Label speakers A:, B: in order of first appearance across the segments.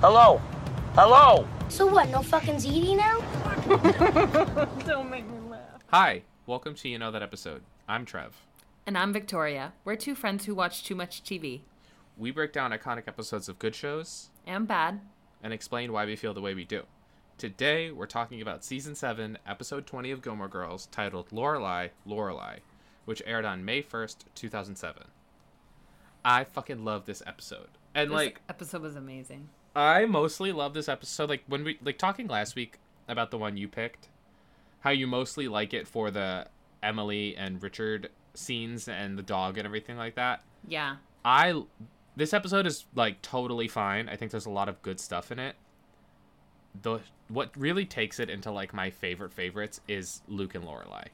A: Hello? Hello?
B: So what? No fucking ZD now?
C: Don't make me laugh.
D: Hi, welcome to You Know That Episode. I'm Trev.
E: And I'm Victoria. We're two friends who watch too much TV.
D: We break down iconic episodes of good shows
E: And bad.
D: and explain why we feel the way we do. Today, we're talking about Season 7, Episode 20 of Gilmore Girls, titled Lorelei, Lorelei, which aired on May 1st, 2007. I fucking love this episode. And,
E: This
D: like,
E: episode was amazing.
D: I mostly love this episode. Like when we like talking last week about the one you picked, how you mostly like it for the Emily and Richard scenes and the dog and everything like that.
E: Yeah.
D: I this episode is like totally fine. I think there's a lot of good stuff in it. The what really takes it into like my favorite favorites is Luke and Lorelai.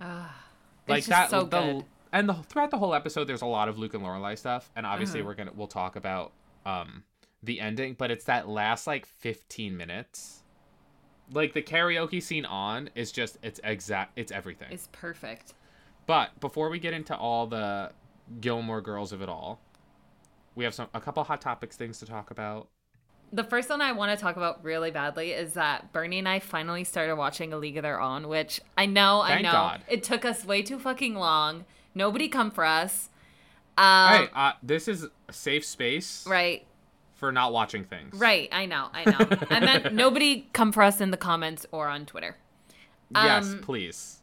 E: Ah,
D: Like
E: it's just
D: that
E: so
D: the-
E: good.
D: and the throughout the whole episode there's a lot of Luke and Lorelai stuff and
E: Uh-huh.
D: obviously we're going to we'll talk about um the ending, but it's that last like 15 minutes. Like the karaoke scene on is just it's exact it's everything.
E: It's perfect.
D: But before we get into all the Gilmore Girls of it all, we have some a couple hot topics things to talk about.
E: The first one I want to talk about really badly is that Bernie and I finally started watching A League of Their Own, which I know, I
D: Thank
E: know.
D: God.
E: It took us way too fucking long. Nobody come for us. Um,
D: All right, uh, this is a safe space
E: Right.
D: for not watching things.
E: Right. I know. I know. I meant nobody come for us in the comments or on Twitter.
D: Yes,
E: Um,
D: please.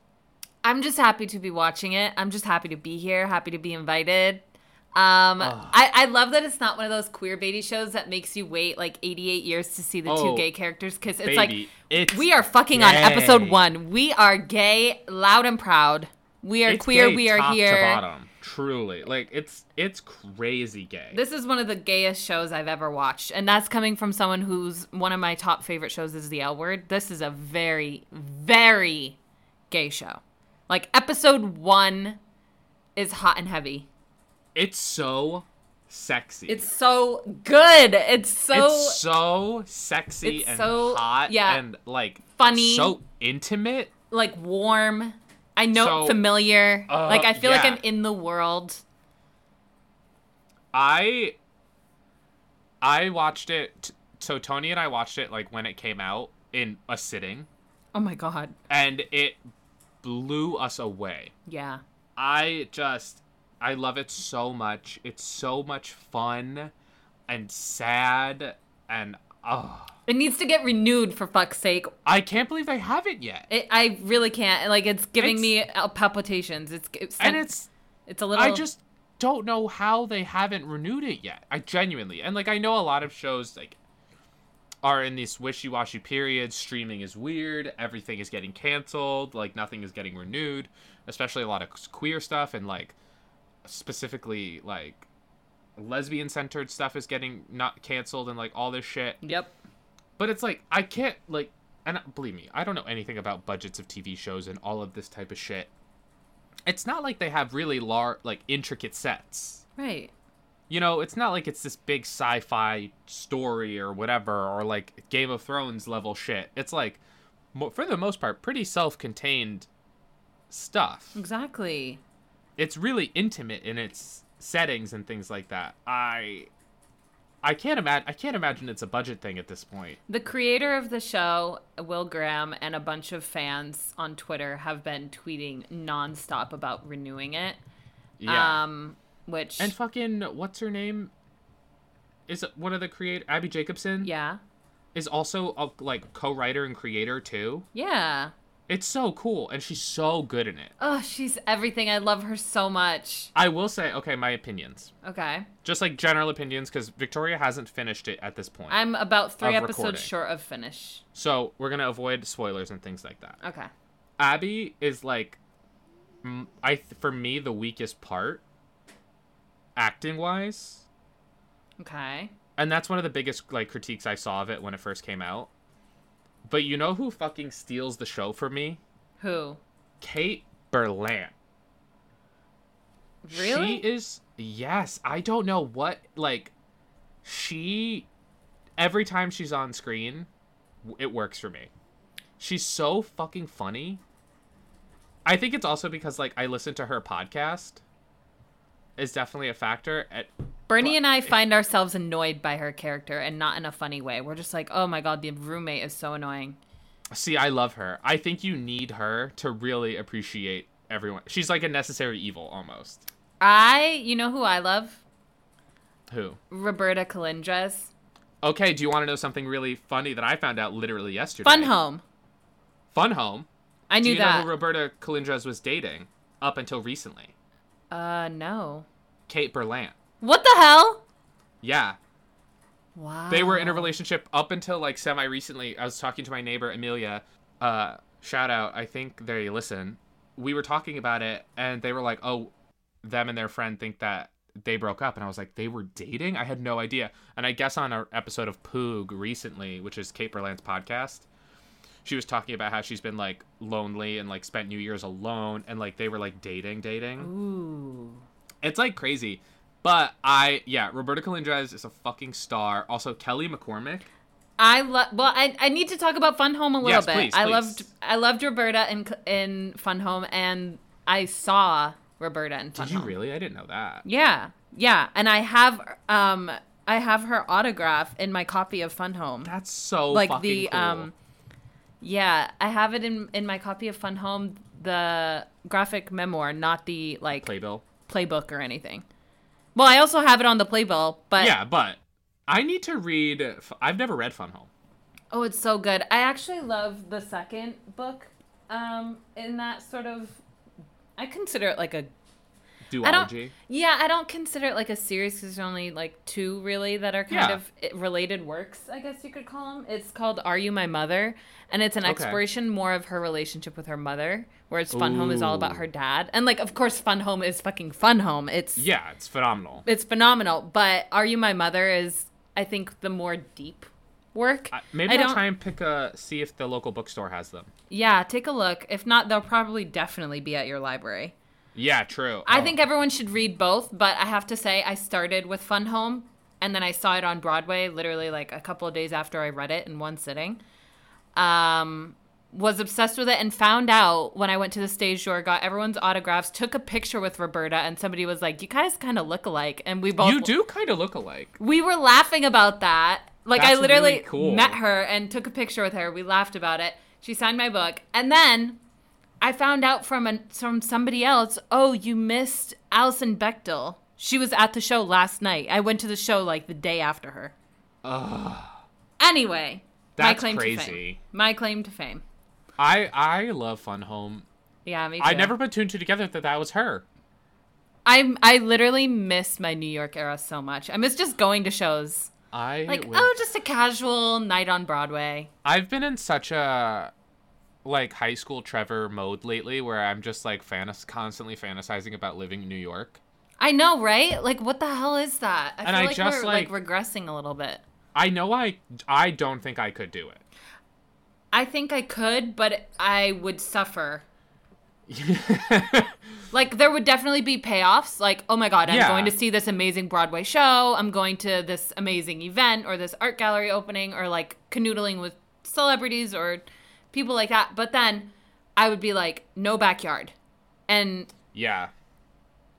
E: I'm just happy to be watching it. I'm just happy to be here, happy to be invited. Um,
D: Ah.
E: I, I love that it's not one of those queer baby shows that makes you wait like 88 years to see the
D: Oh,
E: two gay characters because it's like
D: Baby, it's
E: we are fucking on episode
D: gay.
E: one. We are gay, loud and proud. We are
D: It's
E: queer.
D: gay
E: we are
D: top to
E: here.
D: bottom, truly, like it's it's crazy gay.
E: This is one of the gayest shows I've ever watched, and that's coming from someone who's one of my top favorite shows is The L Word. This is a very, very gay show. Like episode one is hot and heavy.
D: it's so sexy.
E: It's so good. It's so
D: It's so sexy
E: It's
D: and
E: so-
D: hot
E: yeah.
D: and like
E: Funny.
D: so intimate.
E: like warm. I know
D: So-
E: familiar.
D: Uh,
E: like I feel like
D: yeah.
E: I'm in the world.
D: I I watched it. So Tony and I watched it like when it came out in a sitting,
E: Oh my god.
D: and it blew us away.
E: Yeah.
D: I just I love it so much. It's so much fun and sad and oh,
E: It needs to get renewed for fuck's sake.
D: I can't believe they haven't yet.
E: It, I really can't. Like it's giving
D: It's-
E: me uh, palpitations. It's it's
D: and it's
E: it's a little.
D: I just don't know how they haven't renewed it yet. I genuinely and like I know a lot of shows like are in this wishy-washy period. Streaming is weird. Everything is getting canceled. Like nothing is getting renewed, especially a lot of queer stuff and like specifically like lesbian-centered stuff is getting not canceled and like all this shit.
E: Yep.
D: But it's like I can't like and believe me, I don't know anything about budgets of TV shows and all of this type of shit. It's not like they have really large like intricate sets.
E: Right.
D: You know, it's not like it's this big sci-fi story or whatever or like Game of Thrones level shit. It's like mo- for the most part pretty self-contained stuff.
E: Exactly.
D: It's really intimate in its settings and things like that. I I can't imagine I can't imagine it's a budget thing at this point.
E: The creator of the show, Will Graham, and a bunch of fans on Twitter have been tweeting nonstop about renewing it.
D: Yeah.
E: Um, which
D: And fucking what's her name? Is one of the creator Abby Jacobson?
E: yeah,
D: Is also a like co-writer and creator too.
E: yeah.
D: It's so cool and she's so good in it.
E: Oh, she's everything. I love her so much.
D: I will say, okay, my opinions.
E: Okay,
D: Just like general opinions cuz Victoria hasn't finished it at this point.
E: I'm about three
D: Of
E: episodes
D: recording.
E: short of finish.
D: so, we're going to avoid spoilers and things like that.
E: Okay,
D: Abby is like m- I th- for me the weakest part acting-wise.
E: okay.
D: and that's one of the biggest like critiques I saw of it when it first came out. But you know who fucking steals the show for me?
E: Who?
D: Kate Berlant.
E: Really?
D: She is yes, I don't know what like she every time she's on screen, w- it works for me. She's so fucking funny. I think it's also because like I listen to her podcast is definitely a factor. At,
E: Bernie and I find ourselves annoyed by her character and not in a funny way. We're just like, oh my god, the roommate is so annoying.
D: See, I love her. I think you need her to really appreciate everyone. She's like a necessary evil almost.
E: I, you know who I love?
D: Who?
E: Roberta Calindres.
D: Okay, do you want to know something really funny that I found out literally yesterday?
E: Fun home.
D: Fun home.
E: I
D: Do
E: knew
D: you know
E: that.
D: who Roberta Calindres was dating up until recently?
E: uh, no.
D: Kate Berlant.
E: What the hell?
D: Yeah,
E: Wow.
D: they were in a relationship up until like semi recently. I was talking to my neighbor Amelia. Uh, shout out! I think they listen. We were talking about it, and they were like, "Oh, them and their friend think that they broke up," and I was like, "They were dating? I had no idea." And I guess on our episode of Poog recently, which is Kate Berlant's podcast, she was talking about how she's been like lonely and like spent New Year's alone, and like they were like dating, dating.
E: Ooh.
D: It's like crazy. But I yeah, Roberta Calindres is a fucking star. Also Kelly McCormick.
E: I love. Well, I, I need to talk about Fun Home a little
D: Yes,
E: bit.
D: please,
E: I
D: please.
E: loved I loved Roberta in Cl- in Fun Home, and I saw Roberta in Fun
D: Did you
E: Home.
D: really? I didn't know that.
E: Yeah, yeah, and I have um I have her autograph in my copy of Fun Home.
D: That's so
E: like
D: fucking
E: the
D: cool.
E: um, yeah, I have it in in my copy of Fun Home, the graphic memoir, not the like
D: playbill.
E: playbook or anything. Well, I also have it on the playbill, but
D: Yeah, but I need to read F- I've never read Fun Home.
E: Oh, it's so good. I actually love the second book. Um, in that sort of, I consider it like a. I don't.
D: Duology.
E: Yeah, I don't consider it like a series because there's only like two really that are kind
D: Yeah.
E: of i- related works. I guess you could call them. It's called "Are You My Mother," and it's an
D: Okay.
E: exploration more of her relationship with her mother, whereas Fun Home is all about
D: Ooh.
E: her dad. And like, of course, Fun Home is fucking Fun Home. It's
D: Yeah, it's phenomenal.
E: it's phenomenal. But "Are You My Mother" is, I think, the more deep work.
D: I, maybe
E: I
D: I'll
E: don't-
D: try and pick a see if the local bookstore has them.
E: Yeah, take a look. If not, they'll probably definitely be at your library.
D: Yeah, true.
E: I
D: Oh,
E: think everyone should read both, but I have to say I started with Fun Home and then I saw it on Broadway literally like a couple of days after I read it in one sitting. Um was obsessed with it and found out when I went to the stage door, got everyone's autographs, took a picture with Roberta, and somebody was like, "You guys kind of look alike," and we both
D: you do kind of look alike.
E: we were laughing about that. Like
D: That's
E: I literally
D: really cool.
E: met her and took a picture with her. We laughed about it. She signed my book, and then I found out from an, from somebody else. Oh, you missed Alison Bechtel. She was at the show last night. I went to the show like the day after her. Ugh. Anyway, my
D: That's
E: claim to fame.
D: crazy.
E: My claim to fame.
D: I I love Fun Home.
E: Yeah, me too.
D: I never put two and two together that that was her.
E: I I literally miss my New York era so much. I miss just going to shows.
D: I
E: Like,
D: would
E: oh, just a casual night on Broadway.
D: I've been in such a like high school Trevor mode lately where I'm just like fantas- constantly fantasizing about living in New York.
E: I know, right? Like, what the hell is that? I
D: And
E: feel
D: I
E: like
D: just,
E: we're like,
D: like-
E: regressing a little bit.
D: I know I I don't think I could do
E: I think I could, but I would suffer.
D: it.
E: Like, there would definitely be payoffs. Like, oh my God, I'm
D: Yeah.
E: going to see this amazing Broadway show. I'm going to this amazing event or this art gallery opening or like canoodling with celebrities or people like that. But then I would be like, no backyard. And
D: yeah.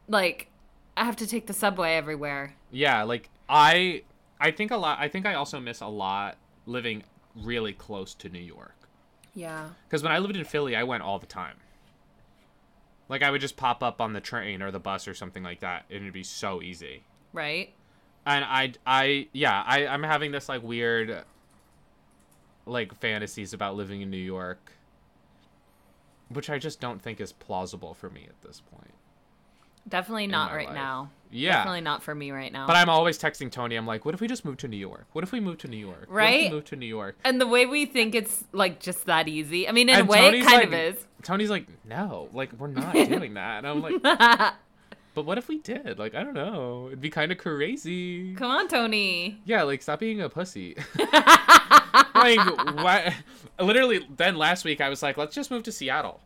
E: like, I have to take the subway everywhere.
D: Yeah, like I I think a lot I think I also miss a lot living really close to New York.
E: Yeah.
D: Cuz when I lived in Philly, I went all the time. Like I would just pop up on the train or the bus or something like that and it'd be so easy.
E: Right?
D: and I, I, yeah, I, I'm having this like weird, like fantasies about living in New York, which I just don't think is plausible for me at this point.
E: Definitely
D: in
E: not
D: my
E: right
D: life.
E: now.
D: Yeah,
E: Definitely not for me right now.
D: but I'm always texting Tony. I'm like, what if we just move to New York? What if we move to New York? What if
E: Right?
D: we move to New York.
E: And the way we think it's like just that easy. I mean, in
D: and
E: a way,
D: Tony's
E: it kind
D: like-
E: of is.
D: Tony's like, no, like we're not doing that. And I'm like, but what if we did? Like, I don't know. It'd be kind of crazy.
E: Come on, Tony.
D: Yeah, like stop being a pussy. like what? Literally, then last week I was like, let's just move to Seattle.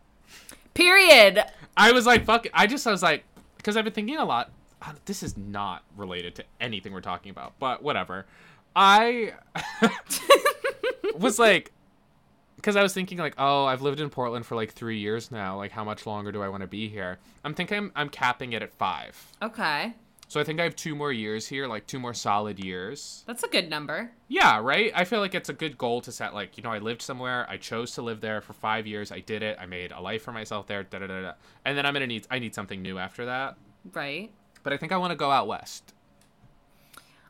E: Period.
D: I was like, fuck. it. I just I was like, because I've been thinking a lot. uh, This is not related to anything we're talking about, but whatever. I was like, because I was thinking like, oh, I've lived in Portland for like three years now. Like, how much longer do I want to be here? I'm thinking I'm, I'm capping it at five.
E: Okay.
D: So I think I have two more years here, like two more solid years.
E: That's a good number.
D: Yeah, right? I feel like it's a good goal to set. Like, you know, I lived somewhere. I chose to live there for five years. I did it. I made a life for myself there. Da da da. da. And then I'm gonna need. I need something new after that.
E: Right.
D: But I think I want to go out west.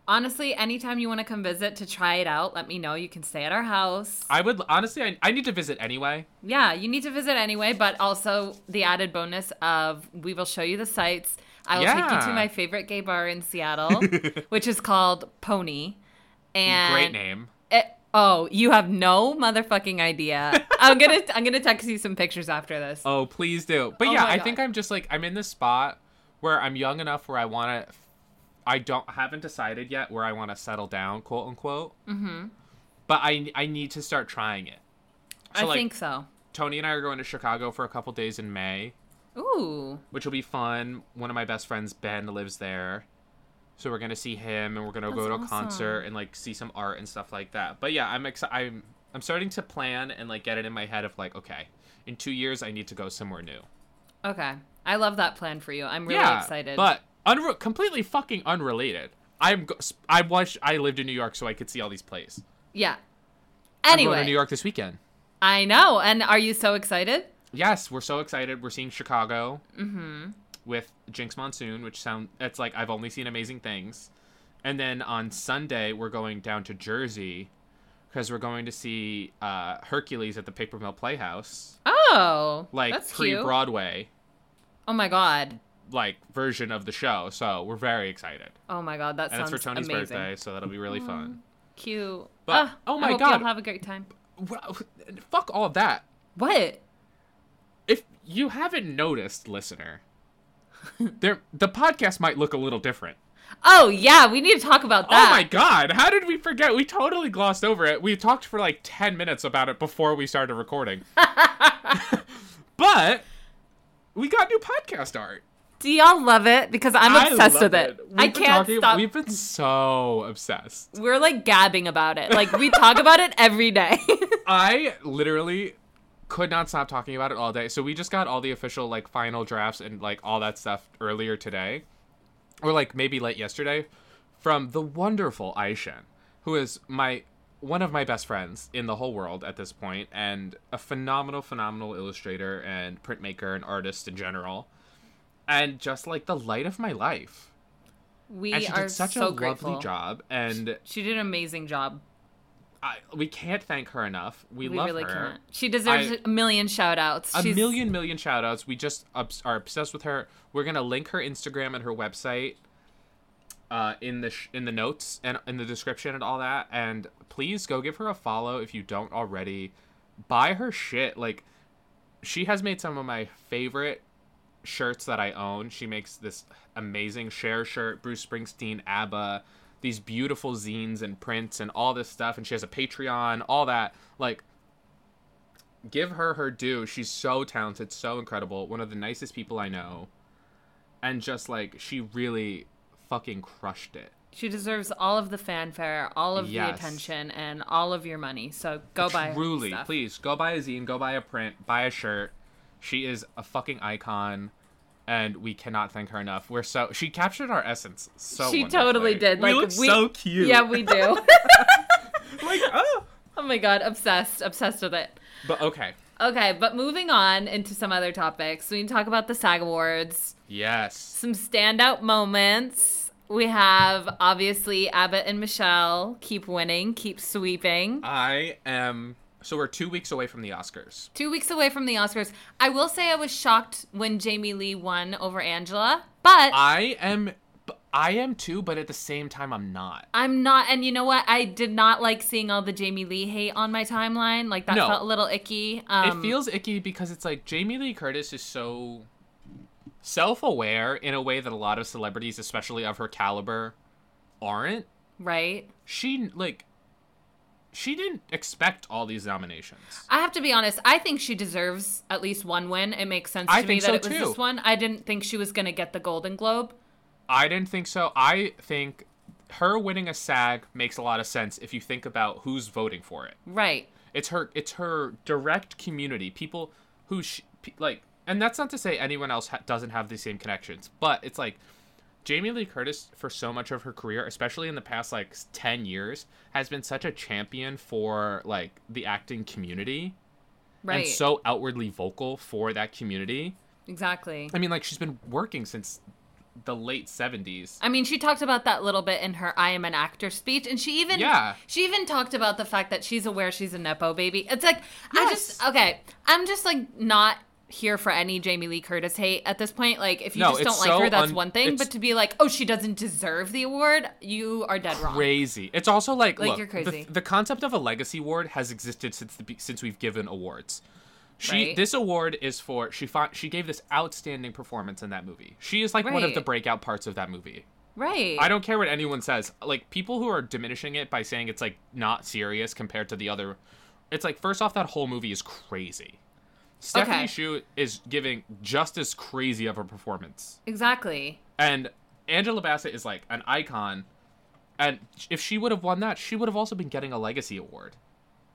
E: Honestly, anytime you want to come visit to try it out, let me know. You can stay at our house.
D: I would honestly. I, I need to visit anyway.
E: Yeah, you need to visit anyway, but also the added bonus of we will show you the sites. I will take you
D: Yeah.
E: to my favorite gay bar in Seattle, which is called Pony. And
D: Great name.
E: It, oh, you have no motherfucking idea. I'm gonna I'm gonna text you some pictures after this.
D: Oh, please do. But
E: Oh
D: yeah,
E: my
D: I
E: God.
D: think I'm just like I'm in this spot where I'm young enough where I want to. I don't haven't decided yet where I want to settle down, quote unquote. Mm-hmm. But I I need to start trying it.
E: I
D: So, like,
E: think so.
D: Tony and I are going to Chicago for a couple days in May,
E: Ooh,
D: which will be fun. One of my best friends, Ben, lives there. So we're gonna see him and we're gonna go
E: That's
D: to a
E: awesome.
D: concert and like see some art and stuff like that. But yeah, I'm excited. I'm I'm starting to plan and like get it in my head of like, okay, in two years I need to go somewhere new.
E: okay. I love that plan for you. I'm really excited.
D: But unre- completely fucking unrelated. I'm go- s- I wish I lived in New York so I could see all these plays.
E: yeah.
D: I'm going
E: Anyway,
D: to New York this weekend.
E: I know. And are you so excited?
D: Yes, we're so excited. We're seeing Chicago
E: Mm-hmm.
D: with Jinx Monsoon, which sound that's like I've only seen amazing things. And then on Sunday we're going down to Jersey because we're going to see uh, Hercules at the Paper Mill Playhouse,
E: Oh,
D: like
E: that's
D: pre
E: cute.
D: Broadway,
E: Oh my god.
D: like version of the show. So we're very excited,
E: Oh my god. That
D: and it's
E: sounds
D: for Tony's
E: amazing.
D: birthday, so that'll be really fun.
E: Cute.
D: But-
E: Ah,
D: oh
E: I
D: my
E: hope
D: God.
E: You'll have a great time.
D: Well, fuck all that.
E: What?
D: If you haven't noticed, listener, there the podcast might look a little different.
E: Oh yeah, we need to talk about that.
D: Oh my god, how did we forget? We totally glossed over it. We talked for like 10 minutes about it before we started recording. but we got new podcast art.
E: Do y'all love it? Because I'm
D: I
E: obsessed
D: love
E: with it.
D: We've
E: I
D: been
E: can't
D: talking-
E: stop.
D: We've been so obsessed.
E: We're like gabbing about it. Like we talk about it every day.
D: I literally could not stop talking about it all day. So we just got all the official like final drafts and like all that stuff earlier today, or like maybe late yesterday, from the wonderful Aishan, who is my one of my best friends in the whole world at this point, and a phenomenal, phenomenal illustrator and printmaker and artist in general, and just like the light of my life.
E: we
D: And she
E: are
D: did such
E: so
D: a
E: grateful.
D: lovely job, and
E: She did an amazing job.
D: I, we can't thank her enough. We,
E: We
D: love
E: really
D: her.
E: can't. She deserves
D: I-
E: a million shout outs.
D: a million million shout outs we just obs- are obsessed with her we're gonna link her instagram and her website uh, in the sh- in the notes and in the description and all that and please go give her a follow if you don't already buy her shit like she has made some of my favorite shirts that i own she makes this amazing share shirt bruce springsteen abba these beautiful zines and prints and all this stuff and she has a patreon all that like give her her due. She's so talented, so incredible, one of the nicest people I know. And just like she really fucking crushed it.
E: She deserves all of the fanfare, all of
D: Yes.
E: the attention, and all of your money. So go buy her
D: Truly,
E: stuff.
D: please go buy a zine, go buy a print, buy a shirt. She is a fucking icon and we cannot thank her enough. We're so she captured our essence so
E: she totally
D: wonderfully.
E: did.
D: We
E: Like
D: look so cute.
E: Yeah, we do.
D: like oh.
E: oh my god, obsessed, obsessed with it.
D: But okay.
E: Okay, but moving on into some other topics, we can talk about the SAG Awards.
D: Yes.
E: Some standout moments. We have obviously Abbott and Michelle keep winning, keep sweeping.
D: I am so we're 2 weeks away from the Oscars.
E: Two weeks away from the Oscars. I will say I was shocked when Jamie Lee won over Angela, but
D: I am I am too, but at the same time I'm not.
E: I'm not. And you know what? I did not like seeing all the Jamie Lee hate on my timeline. Like that
D: No.
E: felt a little icky. Um,
D: it feels icky because it's like Jamie Lee Curtis is so self-aware in a way that a lot of celebrities, especially of her caliber, aren't.
E: right.
D: She like she didn't expect all these nominations.
E: I have to be honest. I think she deserves at least one win. It makes sense to
D: I
E: me
D: think
E: that
D: so,
E: it was
D: too.
E: this one. I didn't think she was going to get the Golden Globe.
D: I didn't think so. I think her winning a SAG makes a lot of sense if you think about who's voting for it.
E: Right.
D: It's her it's her direct community, people who sh- pe- like and that's not to say anyone else ha- doesn't have the same connections, but it's like Jamie Lee Curtis, for so much of her career, especially in the past like s- 10 years, has been such a champion for like the acting community
E: Right.
D: and so outwardly vocal for that community.
E: exactly.
D: I mean, like, she's been working since the late 70s.
E: I mean, she talked about that little bit in her "I am an actor" speech, and she even
D: Yeah.
E: she even talked about the fact that she's aware she's a nepo baby. It's like I just okay, I'm just like not here for any Jamie Lee Curtis hate at this point. Like, if you
D: No,
E: just
D: it's
E: don't like
D: so
E: her, that's
D: un-
E: one thing.
D: it's-
E: But to be like, oh, she doesn't deserve the award, you are dead wrong.
D: Crazy. It's also like,
E: Like,
D: look,
E: you're
D: the-
E: crazy.
D: The, concept of a legacy award has existed since the be- since we've given awards. She
E: Right.
D: this award is for she fought, she gave this outstanding performance in that movie. She is like one of the
E: Right.
D: breakout parts of that movie.
E: Right.
D: I don't care what anyone says. Like people who are diminishing it by saying it's like not serious compared to the other. It's like first off, that whole movie is crazy. Stephanie
E: Okay.
D: Shu is giving just as crazy of a performance,
E: exactly.
D: and Angela Bassett is like an icon. And if she would have won that, she would have also been getting a legacy award.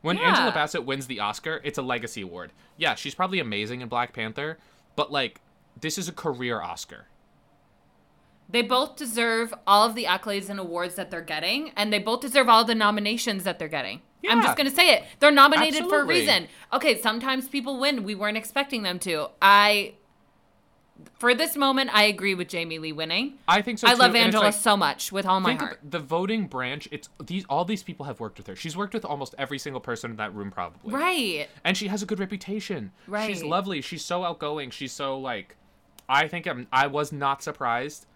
D: When
E: Yeah.
D: Angela Bassett wins the Oscar, it's a legacy award. Yeah, she's probably amazing in Black Panther, but like this is a career Oscar.
E: They both deserve all of the accolades and awards that they're getting, and they both deserve all the nominations that they're getting. I'm
D: Yeah.
E: just gonna say it. They're nominated for a
D: Absolutely.
E: reason. Okay, sometimes people win. We weren't expecting them to. I, for this moment, I agree with Jamie Lee winning.
D: I think so.
E: I
D: too,
E: love
D: and it's,
E: Angela
D: like-
E: so much with all my
D: Think
E: heart.
D: of the voting branch. It's these all these people have worked with her. She's worked with almost every single person in that room, probably.
E: Right.
D: And she has a good reputation.
E: Right.
D: She's lovely. She's so outgoing. She's so like, I think I'm. I was not surprised,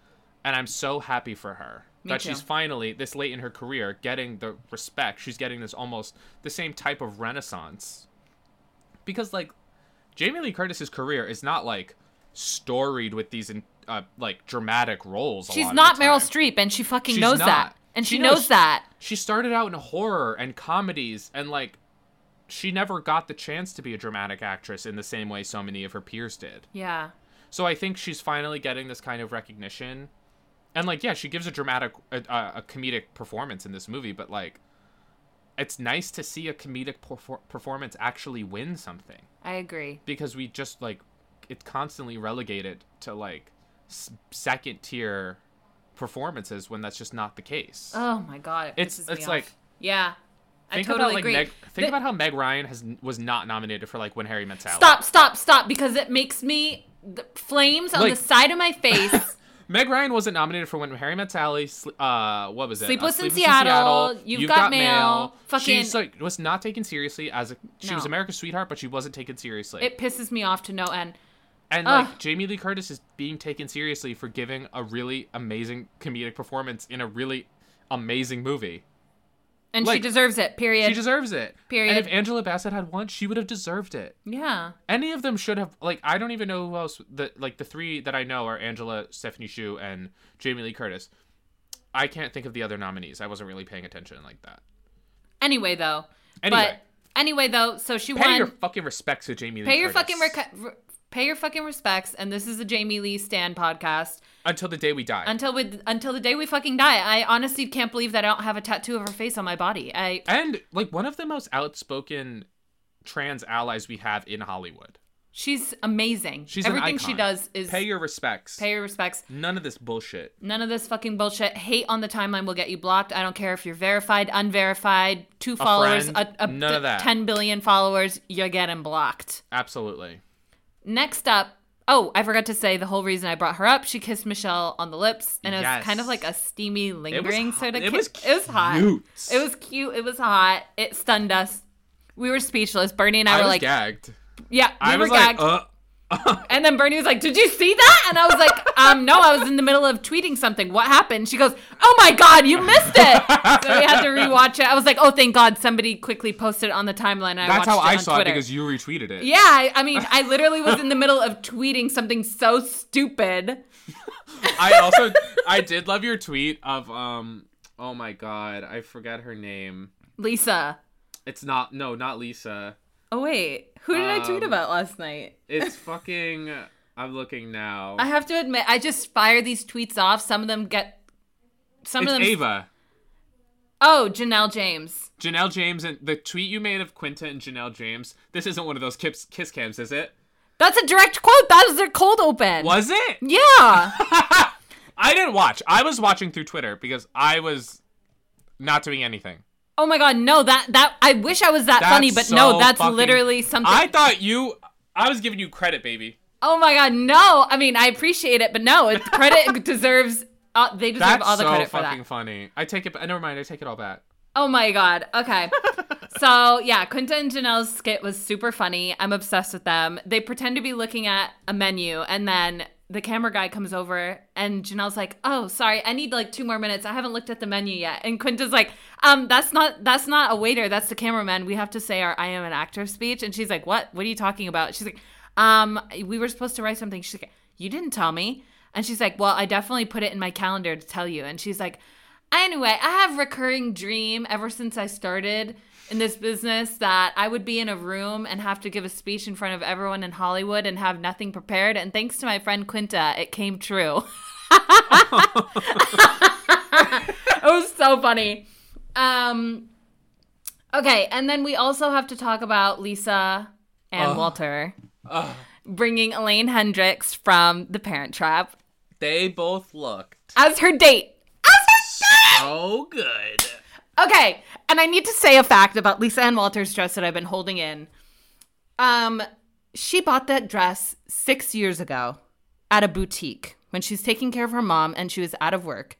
D: and I'm so happy for her
E: Me
D: that
E: too.
D: she's finally this late in her career getting the respect. She's getting this almost the same type of renaissance. Because like, Jamie Lee Curtis's career is not like storied with these in, uh, like dramatic roles. a lot
E: She's
D: of
E: not
D: the
E: Meryl
D: time.
E: Streep, and she fucking
D: She's
E: knows
D: not.
E: that, and she,
D: She
E: knows,
D: knows-
E: that.
D: she started out in horror and comedies and like she never got the chance to be a dramatic actress in the same way so many of her peers did.
E: Yeah.
D: So I think she's finally getting this kind of recognition. And like yeah, she gives a dramatic a, a a comedic performance in this movie, but like it's nice to see a comedic perfor- performance actually win something
E: I agree.
D: because we just like it's constantly relegated to like s- second tier performances when that's just not the case.
E: Oh my god, it
D: It's-
E: pisses
D: it's
E: me
D: like-
E: off. yeah, I
D: Think
E: totally
D: about, like,
E: agree.
D: Meg, think
E: The-
D: about how Meg Ryan has was not nominated for like When Harry Met Sally.
E: Stop, stop, stop, because it makes me the flames on
D: Like-
E: the side of my face.
D: Meg Ryan wasn't nominated for When Harry Met Sally. sl- Uh, what was it? Uh,
E: Sleepless in Seattle, You've Got Mail, fucking-
D: She's like was not taken seriously as a. She was
E: No.
D: America's sweetheart, but she wasn't taken seriously.
E: it pisses me off to no end.
D: and
E: ugh.
D: like Jamie Lee Curtis is being taken seriously for giving a really amazing comedic performance in a really amazing movie.
E: And she
D: Like,
E: deserves it, period.
D: She deserves it.
E: Period.
D: And if Angela Bassett had won, she would have deserved it.
E: yeah.
D: any of them should have like I don't even know who else the like the three that I know are Angela, Stephanie Shu, and Jamie Lee Curtis. I can't think of the other nominees. I wasn't really paying attention like that.
E: Anyway, though.
D: Anyway.
E: But anyway, though, so she
D: Pay
E: won.
D: your fucking respects to Jamie Lee.
E: pay your
D: Curtis
E: fucking recu- re- pay your fucking respects. And this is the Jamie Lee Stan podcast
D: until the day we die.
E: until with until the day we fucking die. I honestly can't believe that I don't have a tattoo of her face on my body. I
D: and like one of the most outspoken trans allies we have in Hollywood.
E: she's amazing.
D: She's an
E: everything she
D: icon.
E: does is
D: pay your respects.
E: pay your respects.
D: None of this bullshit.
E: None of this fucking bullshit. Hate on the timeline will get you blocked. I don't care if you're verified, unverified, two followers,
D: friend,
E: a, a,
D: none of that.
E: 10 billion followers, you're getting blocked.
D: Absolutely.
E: Next up, oh, I forgot to say the whole reason I brought her up. She kissed Michelle on the lips, and it was
D: Yes.
E: kind of like a steamy, lingering
D: hot.
E: sort of
D: It
E: kiss.
D: was
E: It was hot.
D: cute.
E: It was cute. It was hot. It stunned us. We were speechless. Bernie and
D: I
E: I, were
D: was
E: like,
D: gagged.
E: yeah, we
D: I
E: were
D: was like,
E: gagged.
D: uh,
E: And then Bernie was like, "Did you see that?" And I was like, "Um, no, I was in the middle of tweeting something. What happened?" She goes, "Oh my god, you missed it!" So we had to rewatch it. I was like, "Oh, thank God, somebody quickly posted it on the timeline." And I
D: that's
E: watched
D: how
E: it
D: I
E: on
D: saw
E: Twitter.
D: it because you retweeted it.
E: yeah, I, I mean, I literally was in the middle of tweeting something so stupid.
D: I also I did love your tweet of um oh my god, I forgot her name.
E: Lisa,
D: It's not no, not Lisa.
E: oh wait, who did I tweet
D: Um,
E: about last night?
D: It's fucking I'm looking now.
E: I have to admit, I just fire these tweets off. Some of them get, some
D: it's
E: of them.
D: Ava.
E: Oh, Janelle James.
D: Janelle James and the tweet you made of Quinta and Janelle James. This isn't one of those kiss, kiss cams, is it?
E: That's a direct quote. That was their cold open.
D: Was it?
E: Yeah.
D: I didn't watch. I was watching through Twitter because I was not doing anything.
E: Oh my god, no, that that I wish I was that
D: That's
E: funny, but
D: so
E: no, that's
D: fucking-
E: literally something.
D: I thought you. I was giving you credit, baby.
E: oh my god, no. I mean, I appreciate it, but no, it, credit deserves uh, they deserve
D: That's
E: all the
D: so
E: credit for
D: fucking
E: that.
D: funny. I take it. Never mind. I take it all back.
E: Oh my god. Okay. so yeah, Quinta and Janelle's skit was super funny. I'm obsessed with them. They pretend to be looking at a menu, and then the camera guy comes over, and Janelle's like, "Oh, sorry, I need like two more minutes. I haven't looked at the menu yet." And Quinta's like, "Um, that's not that's not a waiter. That's the cameraman. We have to say our I am an actor speech." And she's like, "What? What are you talking about?" She's like, "Um, we were supposed to write something." She's like, "You didn't tell me." And she's like, "Well, I definitely put it in my calendar to tell you." And she's like. Anyway, I have recurring dream ever since I started in this business that I would be in a room and have to give a speech in front of everyone in Hollywood and have nothing prepared. And thanks to my friend Quinta, it came true. it was so funny. Um, okay, and then we also have to talk about Lisa and
D: Ugh.
E: Walter
D: Ugh.
E: bringing Elaine Hendricks from The Parent Trap
D: They both looked
E: as her date.
D: so good.
E: Okay, and I need to say a fact about Lisa Ann Walters' dress that I've been holding in. Um, she bought that dress six years ago at a boutique when she was taking care of her mom and she was out of work.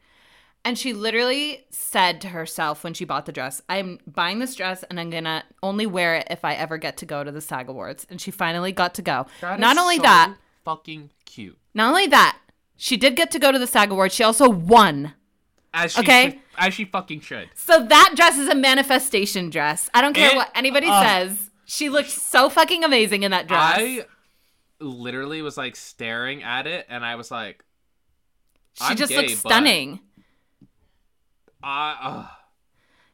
E: And she literally said to herself when she bought the dress, I'm buying this dress and I'm gonna only wear it if I ever get to go to the SAG Awards. And she finally got to go.
D: That
E: Not
D: is
E: only
D: so
E: that,
D: fucking cute.
E: not only that, she did get to go to the SAG Awards, she also won.
D: As she
E: Okay.
D: should- as she fucking should.
E: So that dress is a manifestation dress. I don't care
D: It-
E: what anybody
D: uh,
E: says. She looked so fucking amazing in that dress.
D: I literally was like staring at it, and I was like,
E: she
D: I'm
E: just
D: gay,
E: looked
D: but-
E: stunning.
D: I. "Ah, ugh.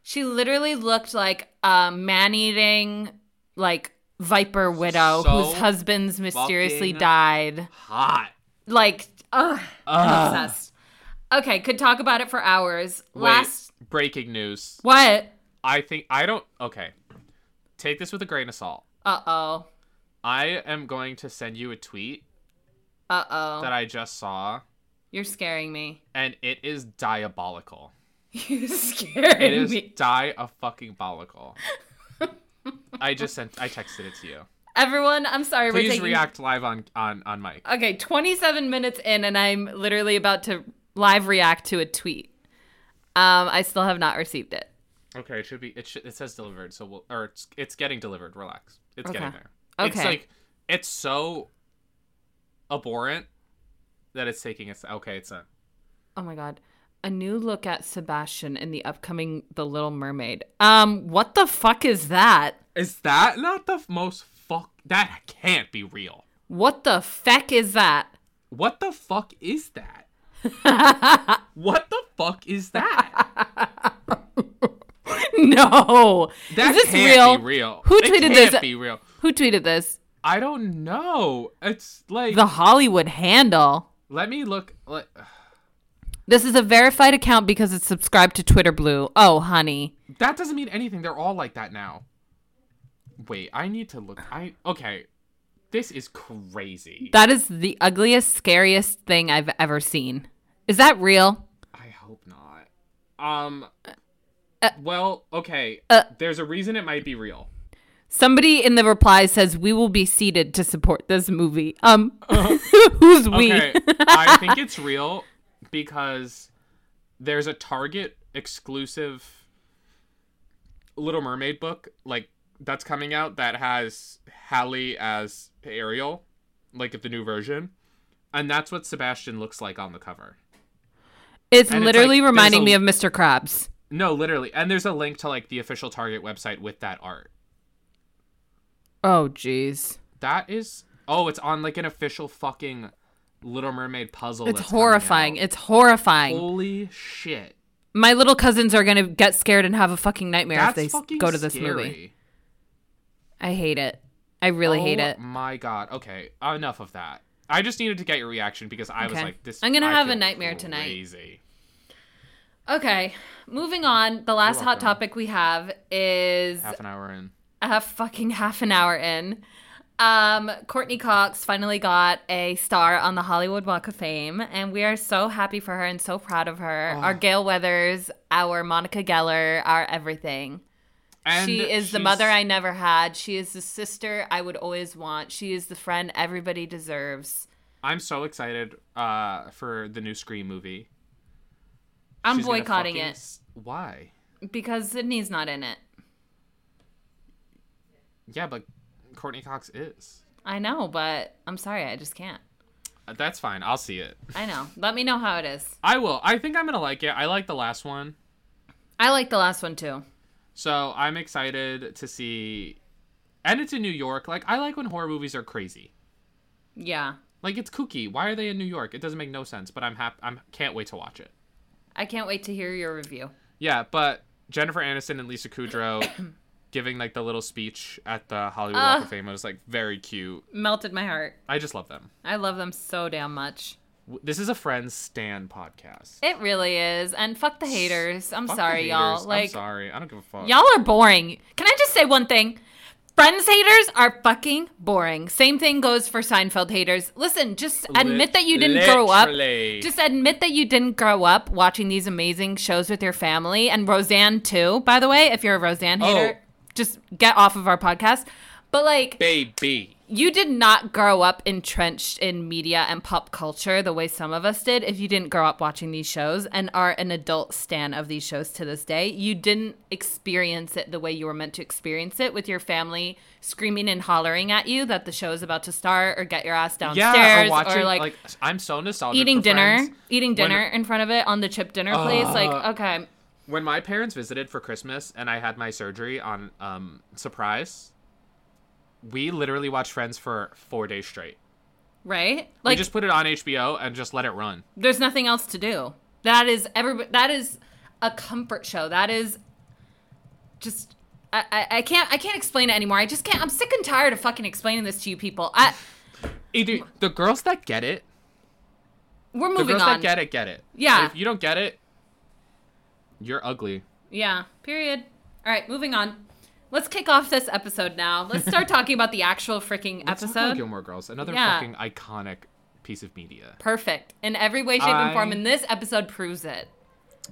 E: She literally looked like a man-eating like viper widow
D: So
E: whose husband's mysteriously
D: fucking-
E: died.
D: hot.
E: Like, ugh, I'm
D: Ugh.
E: obsessed. Okay, could talk about it for hours. Last
D: Wait, breaking news.
E: what?
D: I think I don't. Okay, take this with a grain of salt.
E: Uh oh.
D: I am going to send you a tweet
E: Uh oh.
D: that I just saw,
E: You're scaring me.
D: and it is diabolical.
E: You're
D: It
E: scaring
D: is
E: me.
D: die a fucking bolical. I just sent. I texted it to you.
E: Everyone, I'm sorry. we're
D: Please
E: taking
D: react live on on on mic.
E: Okay, 27 minutes in, and I'm literally about to live react to a tweet. Um, I still have not received it.
D: Okay, it should be. It should, it says delivered, so we'll or it's it's getting delivered. Relax, it's getting
E: Okay.
D: there. It's
E: Okay.
D: like it's so abhorrent that it's taking us. Okay, it's not.
E: Oh my god. A new look at Sebastian in the upcoming The Little Mermaid. Um, what the fuck is that?
D: Is that not the f- most fuck? That can't be real.
E: What the feck is that?
D: What the fuck is that? what the fuck is that?
E: no.
D: That
E: is this
D: can't
E: real?
D: be real.
E: Who
D: It
E: tweeted
D: can't
E: this?
D: Be real.
E: Who tweeted this?
D: I don't know. It's like
E: The Hollywood handle.
D: let me look. Let,
E: This is a verified account because it's subscribed to Twitter Blue. Oh, honey.
D: that doesn't mean anything. They're all like that now. Wait, I need to look. I okay. This is crazy.
E: That is the ugliest, scariest thing I've ever seen. Is that real?
D: I hope not. Um. well, okay. There's a reason it might be real.
E: Somebody in the reply says we will be seated to support this movie. Um, who's we?
D: Okay, I think it's real because there's a Target exclusive Little Mermaid book like that's coming out that has Hallie as Ariel, like the new version, and that's what Sebastian looks like on the cover.
E: It's
D: And it's
E: literally
D: like, there's
E: reminding
D: a-
E: me of Mr. Krabs.
D: No, literally, and there's a link to like the official Target website with that art.
E: Oh, jeez,
D: That is oh, it's on like an official fucking Little Mermaid puzzle.
E: it's
D: that's coming out.
E: horrifying. It's horrifying.
D: Holy shit.
E: My little cousins are gonna get scared and have a fucking nightmare
D: That's
E: if they s-
D: fucking
E: go to this
D: scary.
E: movie. I hate it. I really hate
D: Oh
E: it.
D: My God. Okay. Enough of that. I just needed to get your reaction because I was
E: Okay.
D: like, "This."
E: I'm gonna
D: I
E: have a
D: feel
E: nightmare tonight.
D: crazy.
E: Okay, moving on. The last hot
D: welcome.
E: topic we have is
D: Half an hour in.
E: a fucking half an hour in. Um, Courtney Cox finally got a star on the Hollywood Walk of Fame, and we are so happy for her and so proud of her.
D: Oh.
E: Our Gail Weathers, our Monica Geller, our everything.
D: And
E: she is the
D: she's-
E: mother I never had. She is the sister I would always want. She is the friend everybody deserves.
D: I'm so excited uh, for the new Scream movie.
E: I'm
D: She's gonna
E: boycotting
D: fucking
E: it
D: s- Why?
E: because Sydney's not in it.
D: Yeah, but Courtney Cox is.
E: I know, but I'm sorry, I just can't.
D: Uh, That's fine. I'll see it.
E: I know. Let me know how it is.
D: I will. I think I'm gonna like it. I like the last one,
E: I like the last one too.
D: so I'm excited to see. And it's in New York. Like I like when horror movies are crazy.
E: Yeah.
D: Like it's kooky. Why are they in New York? It doesn't make no sense. But I'm happy. I'm can't wait to watch it.
E: I can't wait to hear your review.
D: Yeah, but Jennifer Aniston and Lisa Kudrow giving like the little speech at the Hollywood Walk of Fame was like very cute.
E: Melted my heart.
D: I just love them.
E: I love them so damn much.
D: W- This is a friends stan podcast.
E: It really is. And fuck the haters. I'm
D: Fuck the
E: sorry, y'all.
D: haters.
E: Like
D: I'm sorry. I don't give a fuck.
E: y'all are boring. Can I just say one thing? Friends haters are fucking boring. Same thing goes for Seinfeld haters. Listen, just admit that you didn't grow up.
D: Literally.
E: Just admit that you didn't grow up watching these amazing shows with your family and Roseanne too. By the way, if you're a
D: Oh.
E: Roseanne hater, just get off of our podcast. But like
D: baby.
E: you did not grow up entrenched in media and pop culture the way some of us did if you didn't grow up watching these shows and are an adult stan of these shows to this day you didn't experience it the way you were meant to experience it with your family screaming and hollering at you that the show is about to start or get your ass downstairs
D: Yeah, or watching
E: like,
D: like, I'm so nostalgic.
E: eating
D: for
E: dinner
D: Friends.
E: eating
D: When- Uh.
E: dinner in front of it on the chip dinner place like okay
D: When my parents visited for Christmas and I had my surgery on um surprise, we literally watched Friends for four days straight.
E: right
D: Like,
E: like
D: we just put it on HBO and just let it run.
E: there's nothing else to do. That is every that is a comfort show. That is just I, I, I can't I can't explain it anymore. I just can't I'm sick and tired of fucking explaining this to you people. I
D: Either the girls that get it,
E: we're
D: the
E: moving
D: girls that
E: on.
D: get it, get it.
E: Yeah.
D: If you don't get it, you're ugly.
E: Yeah. Period. All right, moving on. Let's kick off this episode now. Let's start talking about the actual freaking
D: Let's talk about
E: episode.
D: Gilmore Girls, another
E: Yeah.
D: fucking iconic piece of media.
E: Perfect. In every way, shape, and form,
D: I-
E: and this episode proves it.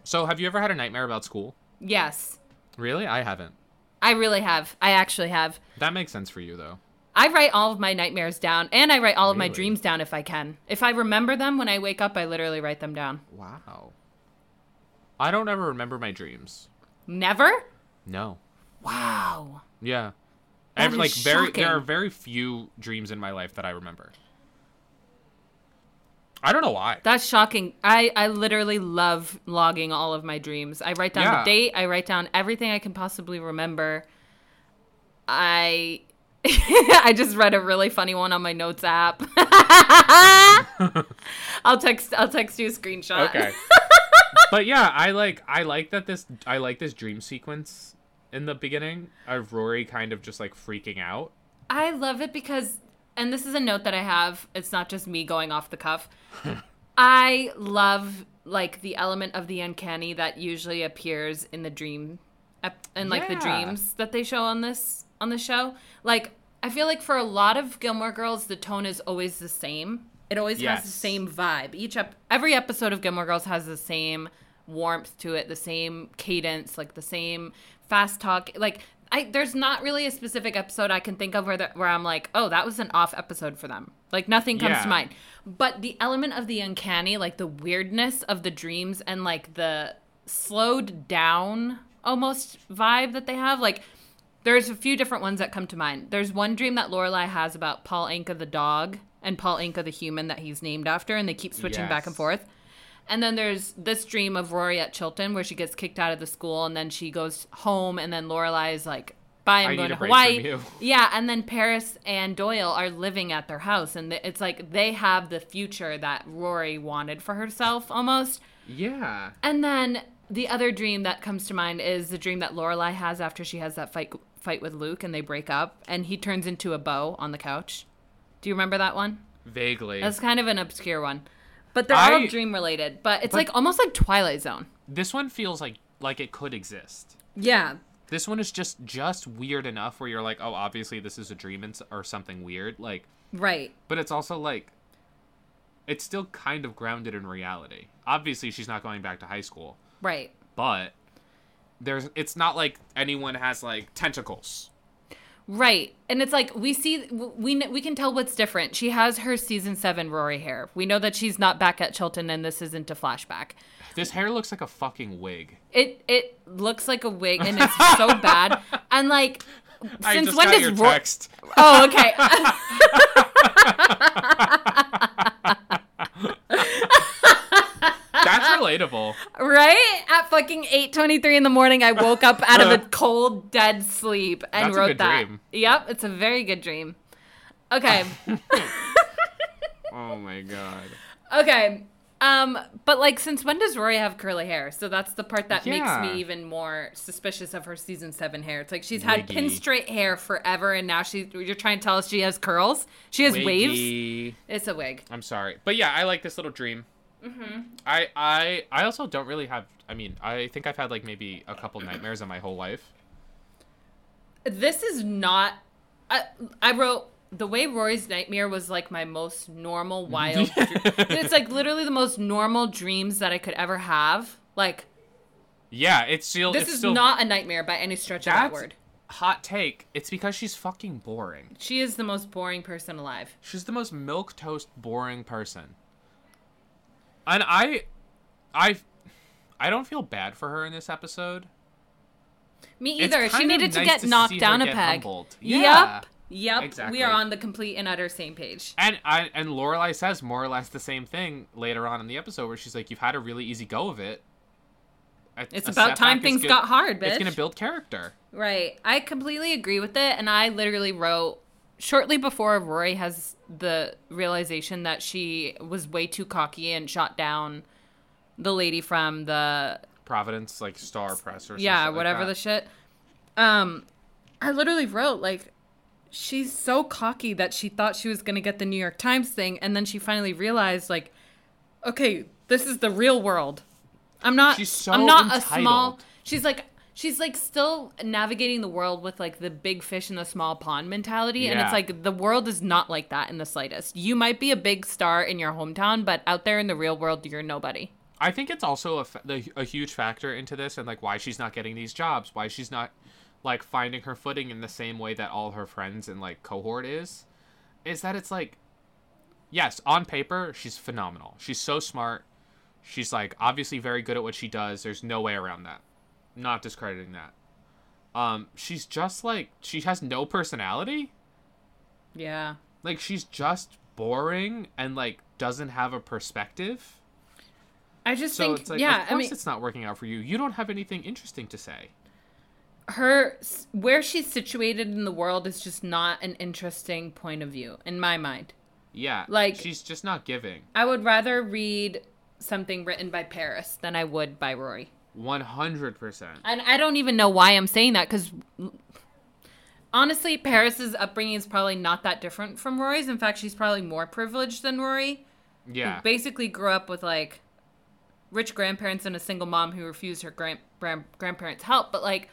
D: So, have you ever had a nightmare about school?
E: Yes.
D: Really? I haven't.
E: I really have. I actually have.
D: That makes sense for you though.
E: I write all of my nightmares down and I write all of my
D: Really?
E: dreams down if I can. If I remember them when I wake up, I literally write them down.
D: Wow. I don't ever remember my dreams.
E: Never?
D: No.
E: Wow.
D: Yeah.
E: That
D: Every-
E: is
D: like very
E: shocking.
D: there are very few dreams in my life that I remember. I don't know why.
E: That's shocking. I, I literally love logging all of my dreams. I write down
D: Yeah.
E: the date, I write down everything I can possibly remember. I I just read a really funny one on my notes app. I'll text I'll text you a screenshot.
D: Okay. but yeah, I like I like that this I like this dream sequence in the beginning of Rory kind of just like freaking out.
E: I love it because, and this is a note that I have. It's not just me going off the cuff. I love like the element of the uncanny that usually appears in the dream, ep- in like the
D: Yeah.
E: dreams that they show on this on the show. Like I feel like for a lot of Gilmore Girls, the tone is always the same. It always has the
D: Yes.
E: same vibe. Each ep- every episode of Gilmore Girls has the same warmth to it, the same cadence, like the same fast talk. Like I there's not really a specific episode I can think of where that where I'm like, "Oh, that was an off episode for them." Like nothing comes
D: Yeah.
E: to mind. But the element of the uncanny, like the weirdness of the dreams and like the slowed down almost vibe that they have, like there's a few different ones that come to mind. There's one dream that Lorelai has about Paul Anka the dog and Paul Anka the human that he's named after, and they keep switching back and
D: Yes.
E: forth. And then there's this dream of Rory at Chilton where she gets kicked out of the school and then she goes home and then Lorelai is like, bye, I'm
D: I
E: going
D: need
E: to
D: a break from
E: Hawaii.
D: you.
E: Yeah, and then Paris and Doyle are living at their house and th- it's like they have the future that Rory wanted for herself almost.
D: Yeah.
E: And then the other dream that comes to mind is the dream that Lorelai has after she has that fight fight with Luke and they break up and he turns into a bow on the couch. Do you remember that one?
D: Vaguely.
E: That's kind of an obscure one. But they're all
D: I-
E: dream related, but it's like almost like Twilight Zone.
D: This one feels like like it could exist.
E: Yeah.
D: This one is just just weird enough where you're like, oh, obviously this is a dream and s- or something weird. Like,
E: Right.
D: but it's also like, it's still kind of grounded in reality. Obviously, she's not going back to high school,
E: Right.
D: but there's it's not like anyone has like tentacles.
E: Right. And it's like we see we we can tell what's different. She has her season 7 Rory hair. We know that she's not back at Chilton and this isn't a flashback.
D: This hair looks like a fucking wig.
E: It it looks like a wig and it's so bad. And like since
D: I just
E: when
D: got
E: does
D: your
E: Ro-
D: text.
E: Oh, okay.
D: That's relatable.
E: right? At fucking 8:23 in the morning I woke up out of a cold dead sleep and
D: Uh. That's a
E: wrote
D: good
E: that.
D: dream.
E: Yep, it's a very good dream. Okay.
D: Oh my god.
E: Okay. Um, but like, since when does Rory have curly hair? So that's the part that
D: Yeah.
E: makes me even more suspicious of her season seven hair. It's like she's had
D: Wiggy.
E: pin straight hair forever, and now she you're trying to tell us she has curls. She has waves.
D: Wiggy.
E: It's a wig.
D: I'm sorry, but yeah, I like this little dream.
E: Mm-hmm.
D: I I I also don't really have. I mean, I think I've had like maybe a couple nightmares in my whole life.
E: This is not. I, I wrote the way Rory's nightmare was like my most normal wild. dream. It's like literally the most normal dreams that I could ever have. Like
D: Yeah, it's still.
E: this
D: it's
E: is
D: still,
E: not a nightmare by any stretch of that
D: That's-
E: word.
D: hot take. It's because she's fucking boring.
E: She is the most boring person alive.
D: She's the most milk toast boring person. And I, I, I don't feel bad for her in this episode.
E: Me
D: It's
E: either. She
D: kind of
E: needed to
D: nice
E: get
D: to
E: knocked
D: see her
E: down a
D: get
E: peg.
D: humbled. Yeah.
E: Yep. Yep.
D: Exactly.
E: We are on the complete and utter same page.
D: And I and Lorelai says more or less the same thing later on in the episode where she's like, "You've had a really easy go of it." A-
E: It's
D: a
E: about
D: setback
E: time
D: is
E: things
D: good-
E: got hard,
D: It's
E: bitch.
D: gonna build character.
E: Right. I completely agree with it. And I literally wrote shortly before Rory has the realization that she was way too cocky and shot down the lady from the
D: Providence, like Star Press, or some
E: yeah
D: shit like
E: whatever
D: that.
E: the shit. Um, I literally wrote like. She's so cocky that she thought she was going to get the New York Times thing. And then she finally realized, like, okay, this is the real world. I'm not.
D: She's so
E: I'm not a small.
D: entitled.
E: She's like. She's like still navigating the world with like the big fish in the small pond mentality, and
D: Yeah.
E: it's like the world is not like that in the slightest. You might be a big star in your hometown, but out there in the real world, you're nobody.
D: I think it's also a, fa- the, a huge factor into this and like why she's not getting these jobs, why she's not like finding her footing in the same way that all her friends and like cohort is, is that it's like, yes, on paper she's phenomenal. She's so smart. She's like obviously very good at what she does. There's no way around that. Not discrediting that. Um, she's just like she has no personality.
E: Yeah.
D: Like she's just boring and like doesn't have a perspective.
E: I just
D: So
E: think
D: it's like,
E: yeah.
D: of
E: I
D: course
E: mean,
D: it's not working out for you. You don't have anything interesting to say.
E: her where she's situated in the world is just not an interesting point of view in my mind.
D: Yeah,
E: Like-
D: she's just not giving.
E: I would rather read something written by Paris than I would by Rory.
D: One hundred percent.
E: And I don't even know why I'm saying that because honestly, Paris's upbringing is probably not that different from Rory's. In fact, she's probably more privileged than Rory.
D: Yeah,
E: Basically, grew up with like rich grandparents and a single mom who refused her grand, grand grandparents' help. But like,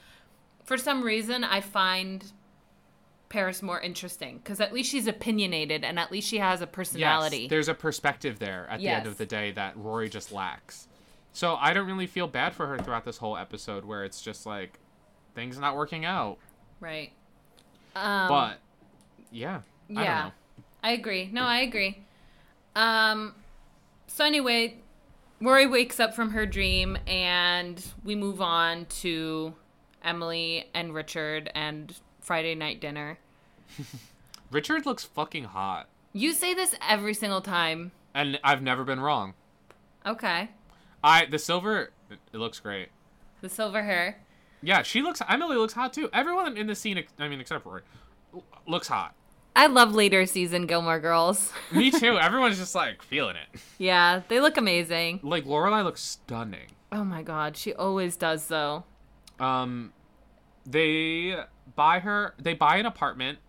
E: for some reason, I find Paris more interesting because at least she's opinionated and at least she has a personality.
D: yes. There's a perspective there at the end
E: Yes.
D: of the day that Rory just lacks. So I don't really feel bad for her throughout this whole episode, where it's just like things not working out.
E: right. Um,
D: but yeah, I don't
E: Yeah.
D: know.
E: I, agree. No, I agree. Um so anyway, Rory wakes up from her dream and we move on to Emily and Richard and Friday night dinner.
D: Richard looks fucking hot,
E: You say this every single time.
D: and I've never been wrong.
E: Okay.
D: I the silver, it it looks great.
E: The silver hair.
D: Yeah, she looks. Emily looks hot too. Everyone in the scene, ex- I mean, except for Rory, l- looks hot.
E: I love later season Gilmore Girls.
D: Me too. Everyone's just like feeling it.
E: yeah, they look amazing.
D: Like Lorelai looks stunning.
E: Oh my god, she always does though.
D: Um, they buy her. They buy an apartment.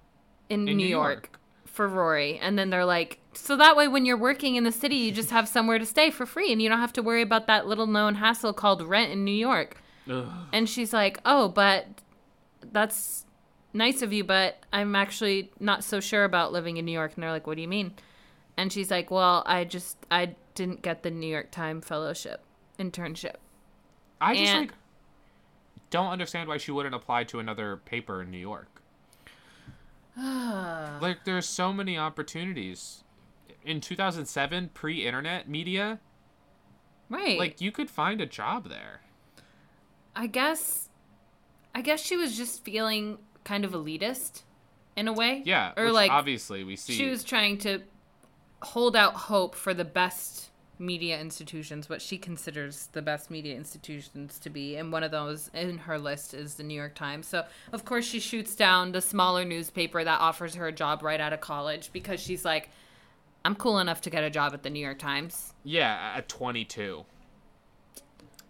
E: in,
D: In
E: New
D: New
E: York,
D: York.
E: for Rory. And then they're like, so that way when you're working in the city, you just have somewhere to stay for free and you don't have to worry about that little known hassle called rent in New York.
D: Ugh.
E: And she's like, oh, but that's nice of you, but I'm actually not so sure about living in New York. And they're like, what do you mean? And she's like, well, I just, I didn't get the New York Times fellowship, internship.
D: I just
E: And-
D: like don't understand why she wouldn't apply to another paper in New York. like there's so many opportunities. In 2007, pre-internet media,
E: Right.
D: like you could find a job there.
E: I guess I guess she was just feeling kind of elitist in a way.
D: Yeah,
E: Or
D: which
E: like
D: obviously we see.
E: she was trying to hold out hope for the best media institutions, what she considers the best media institutions to be, and one of those in her list is the New York Times. So of course she shoots down the smaller newspaper that offers her a job right out of college because she's like, I'm cool enough to get a job at the New York Times.
D: yeah, at 22.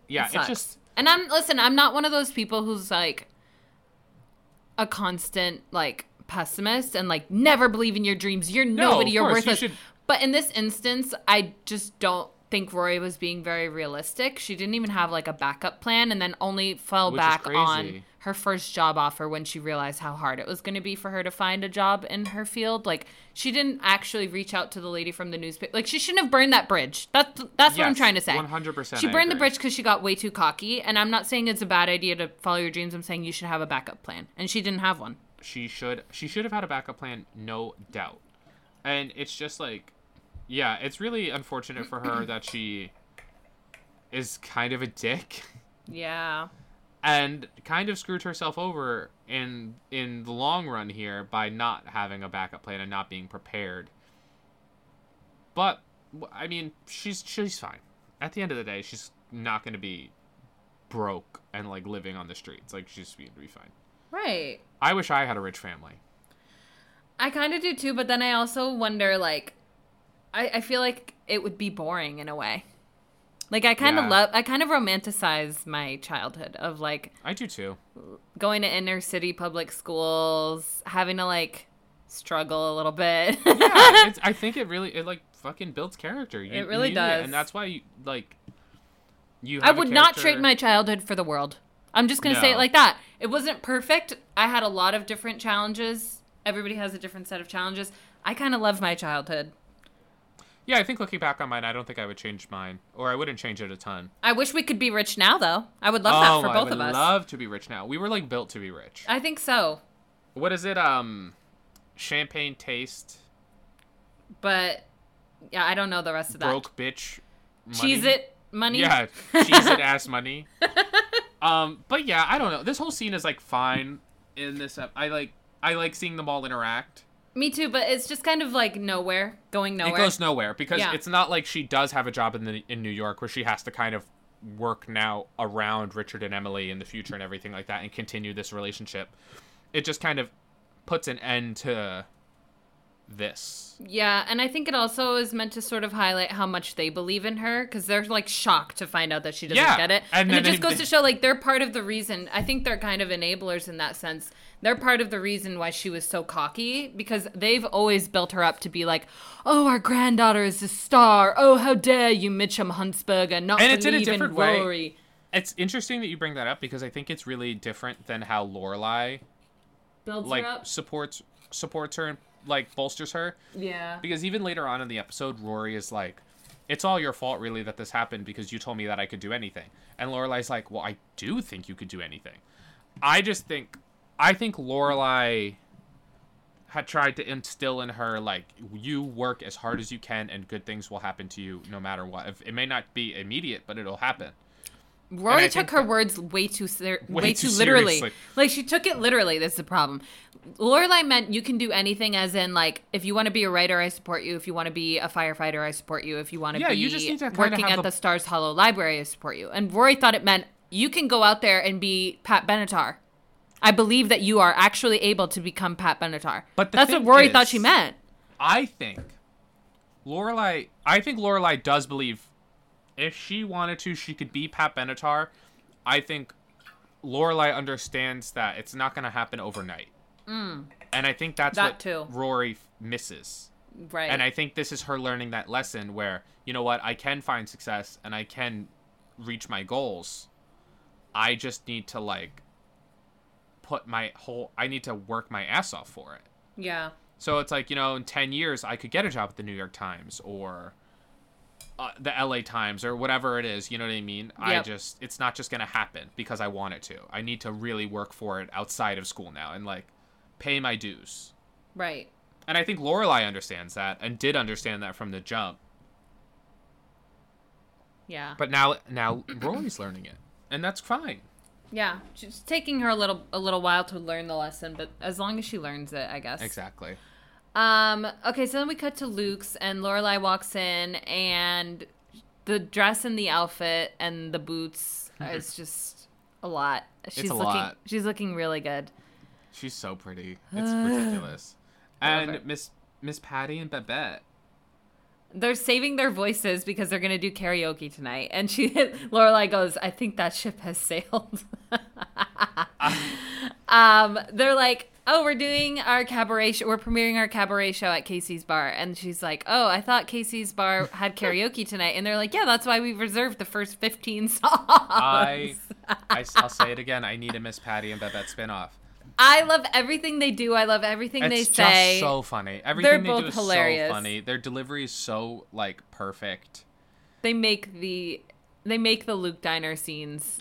D: Yeah,
E: sucks.
D: it's just
E: and I'm listen. I'm not one of those people who's like a constant like pessimist and like never believe in your dreams. You're
D: No,
E: nobody.
D: of
E: You're
D: course, you
E: worthless.
D: should-
E: But in this instance, I just don't think Rory was being very realistic. She didn't even have like a backup plan, and then only fell
D: Which is
E: back on
D: crazy.
E: her first job offer when she realized how hard it was going to be for her to find a job in her field. Like she didn't actually reach out to the lady from the newspaper. Like she shouldn't have burned that bridge. That's that's what I'm
D: Yes,
E: trying to say.
D: 100%
E: She
D: I
E: burned the
D: agree.
E: bridge because she got way too cocky. And I'm not saying it's a bad idea to follow your dreams. I'm saying you should have a backup plan. And she didn't have one.
D: she should she should have had a backup plan, no doubt. And it's just like yeah, it's really unfortunate for her that she is kind of a dick
E: Yeah.
D: and kind of screwed herself over in in the long run here by not having a backup plan and not being prepared. But w- I mean, she's she's fine. At the end of the day, she's not going to be broke and like living on the streets. Like she's going to be fine.
E: Right.
D: I wish I had a rich family.
E: I kind of do too. But then I also wonder like, I, I feel like it would be boring in a way. Like I kind of
D: Yeah.
E: love, I kind of romanticize my childhood of like
D: I do too.
E: going to inner city public schools, having to like struggle a little bit.
D: yeah, it's, I think it really it like fucking builds character. You
E: It really
D: need
E: does.
D: and that's why you like you.
E: I
D: have a
E: would not
D: character-
E: trade my childhood for the world. I'm just going to say it
D: No.
E: like that. It wasn't perfect. I had a lot of different challenges. Everybody has a different set of challenges. I kind of love my childhood.
D: Yeah, I think looking back on mine, I don't think I would change mine, or I wouldn't change it a ton.
E: I wish we could be rich now, though. I would love that for
D: Oh, I
E: both
D: would
E: of us.
D: love to be rich now. We were like built to be rich.
E: I think so.
D: What is it? Um, champagne taste,
E: But yeah, I don't know the rest of that.
D: broke bitch, money.
E: Cheese it, money.
D: Yeah, cheese it ass money. um, but yeah, I don't know. This whole scene is like fine in this. ep- I like I like seeing them all interact.
E: Me too, but it's just kind of like nowhere, going nowhere.
D: It goes nowhere because
E: Yeah.
D: it's not like she does have a job in the in New York where she has to kind of work now around Richard and Emily in the future and everything like that and continue this relationship. It just kind of puts an end to this.
E: Yeah, and I think it also is meant to sort of highlight how much they believe in her because they're like shocked to find out that she doesn't
D: Yeah,
E: get it. And,
D: and
E: it
D: then
E: just
D: they-
E: goes to show like they're part of the reason. I think they're kind of enablers in that sense. They're part of the reason why she was so cocky because they've always built her up to be like, oh, our granddaughter is a star. Oh, how dare you, Mitchum Huntsberger, not
D: And
E: and
D: it's in a
E: believe in,
D: different way.
E: Rory.
D: It's interesting that you bring that up because I think it's really different than how Lorelai
E: Builds
D: like
E: her up.
D: supports supports her and like bolsters her.
E: Yeah.
D: Because even later on in the episode, Rory is like, "It's all your fault, really, that this happened because you told me that I could do anything." And Lorelai's like, "Well, I do think you could do anything. I just think, I think Lorelai had tried to instill in her like, you work as hard as you can, and good things will happen to you no matter what. If, it may not be immediate, but it'll happen." And
E: Rory
D: I
E: took
D: think
E: her words way too ser- way,
D: Way
E: too,
D: too
E: literally.
D: seriously.
E: Like she took it literally. That's the problem. Lorelai meant you can do anything, as in like if you want to be a writer, I support you. If you want to be a firefighter, I support you. If you want to
D: Yeah,
E: be
D: you just need to kinda
E: working
D: have
E: at the...
D: the-
E: Stars Hollow Library, I support you. And Rory thought it meant you can go out there and be Pat Benatar. I believe that you are actually able to become Pat Benatar.
D: But the
E: that's what
D: thing
E: Rory thought
D: is-
E: she meant.
D: I think Lorelai. I think Lorelai does believe if she wanted to, she could be Pat Benatar. I think Lorelai understands that it's not going to happen overnight. And I think that's
E: Mm. That
D: what
E: too.
D: Rory f- misses.
E: Right.
D: And I think this is her learning that lesson where, you know what, I can find success and I can reach my goals. I just need to like put my whole I need to work my ass off for it.
E: Yeah.
D: So it's like, you know, in 10 years, I could get a job at the New York Times or uh, the LA Times or whatever it is. You know what I mean? I
E: Yep.
D: just, it's not just going to happen because I want it to. I need to really work for it outside of school now and like pay my dues.
E: Right.
D: And I think Lorelai understands that and did understand that from the jump.
E: Yeah.
D: But now, now Rory's learning it. And that's fine.
E: yeah. She's taking her a little a little while to learn the lesson, but as long as she learns it, I guess.
D: Exactly.
E: Um, okay, so then we cut to Luke's and Lorelai walks in and the dress and the outfit and the boots is just a lot. She's
D: a
E: looking
D: lot.
E: she's looking really good.
D: She's so pretty. It's ridiculous.
E: Love
D: And
E: her.
D: Miss Miss Patty and Babette.
E: They're saving their voices because they're gonna do karaoke tonight. And she Lorelai goes, I think that ship has sailed. um, they're like, Oh, we're doing our cabaret show we're premiering our cabaret show at Casey's bar and she's like, Oh, I thought Casey's bar had karaoke tonight and they're like, Yeah, that's why we reserved the first fifteen songs.
D: I, I will say it again. I need a Miss Patty and Babette spinoff.
E: I love everything they do. I love everything
D: It's
E: they
D: just
E: say.
D: so funny. Everything they
E: both
D: do is
E: hilarious.
D: so funny. Their delivery is so like perfect.
E: They make the they make the Luke diner scenes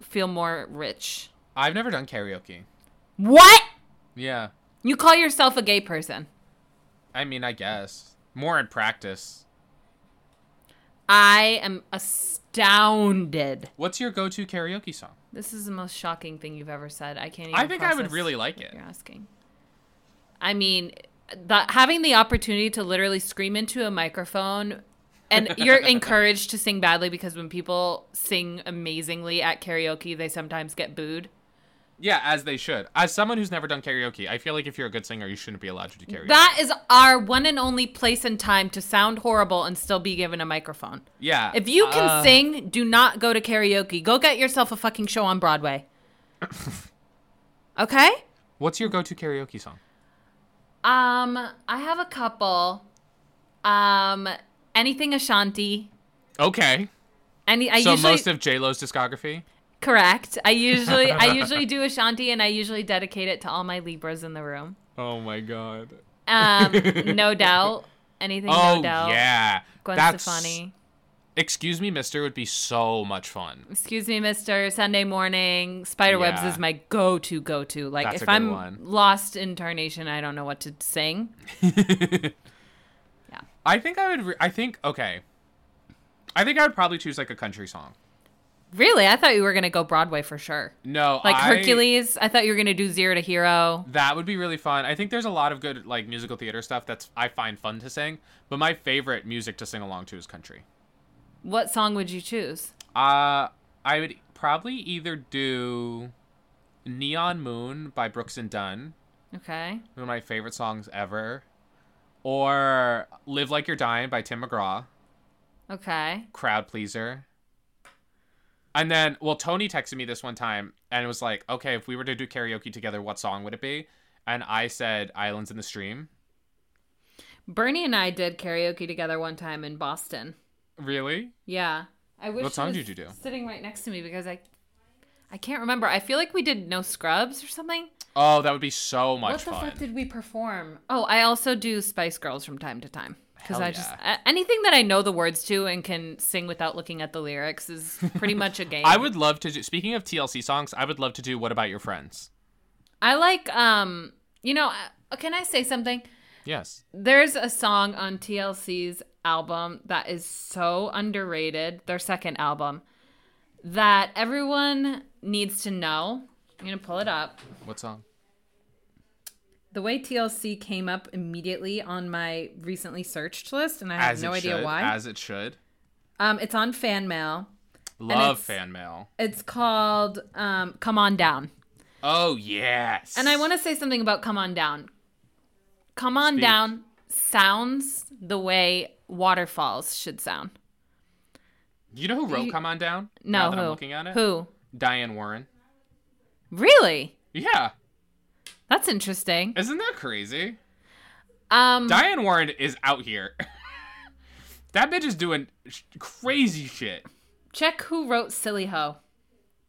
E: feel more rich.
D: I've never done karaoke.
E: What?
D: Yeah,
E: You call yourself a gay person?
D: I mean, I guess more in practice.
E: I am astounded.
D: What's your go-to karaoke song?
E: This is the most shocking thing you've ever said. I can't even
D: I think I would
E: process
D: really like
E: what
D: it.
E: You're asking. I mean, the, having the opportunity to literally scream into a microphone and you're encouraged to sing badly because when people sing amazingly at karaoke, they sometimes get booed.
D: Yeah, as they should. As someone who's never done karaoke, I feel like if you're a good singer, you shouldn't be allowed to do karaoke.
E: That is our one and only place and time to sound horrible and still be given a microphone.
D: yeah.
E: If you can
D: Uh,
E: sing, do not go to karaoke. Go get yourself a fucking show on Broadway. okay?
D: what's your go-to karaoke song?
E: Um, I have a couple. Um, anything Ashanti.
D: Okay.
E: Any I
D: so
E: usually
D: most of J Lo's discography.
E: correct. I usually I usually do Ashanti and I usually dedicate it to all my Libras in the room.
D: Oh my god.
E: Um, no doubt. Anything
D: Oh
E: no doubt.
D: yeah.
E: Gwen
D: That's
E: Stefani.
D: Excuse me, Mister would be so much fun.
E: Excuse me, Mister. Sunday morning. Spiderwebs
D: Yeah.
E: is my go-to go-to. Like
D: That's a
E: if
D: good
E: I'm
D: one.
E: lost in tarnation, I don't know what to sing.
D: I think I would. Re- I think okay. I think I would probably choose like a country song.
E: Really, I thought you were gonna go Broadway for sure.
D: No,
E: Like
D: I-
E: Hercules, I thought you were gonna do Zero to Hero.
D: That would be really fun. I think there's a lot of good like musical theater stuff that's I find fun to sing. But my favorite music to sing along to is country.
E: What song would you choose?
D: Uh, I would probably either do "Neon Moon" by Brooks and Dunn,
E: Okay.
D: one of my favorite songs ever, or "Live Like You're Dying" by Tim McGraw.
E: Okay.
D: crowd pleaser. And then, well, Tony texted me this one time and was like, okay, if we were to do karaoke together, what song would it be? And I said, Islands in the Stream.
E: Bernie and I did karaoke together one time in Boston.
D: Really?
E: Yeah. I wish
D: What
E: she
D: song
E: was
D: did you do?
E: Sitting right next to me because I I can't remember. I feel like we did No Scrubs or something.
D: Oh, that would be so much
E: what the
D: fun.
E: fuck did we perform? Oh, I also do Spice Girls from time to time because
D: Hell
E: I
D: yeah.
E: just a- anything that I know the words to and can sing without looking at the lyrics is pretty much a game.
D: I would love to do, speaking of TLC songs, I would love to do What About Your Friends?
E: I like um. You know, I- can I say something?
D: Yes.
E: There's a song on TLC's album that is so underrated, their second album, that everyone needs to know. I'm going to pull it up.
D: What song?
E: The way TLC came up immediately on my recently searched list, and I have
D: as
E: no
D: it
E: idea
D: should,
E: why.
D: As it should.
E: um, it's on fan mail.
D: Love
E: it's-
D: fan mail.
E: It's called um, Come On Down.
D: Oh, yes.
E: And I want to say something about Come On Down. Come On
D: Speak.
E: Down sounds the way waterfalls should sound.
D: You know who wrote Come On Down? Now
E: No,
D: that
E: who?
D: I'm looking at it?
E: Who?
D: Diane Warren.
E: Really?
D: Yeah.
E: That's interesting.
D: Isn't that crazy?
E: Mm-hmm. Um,
D: Diane Warren is out here. that bitch is doing sh- crazy shit.
E: check who wrote Silly Ho.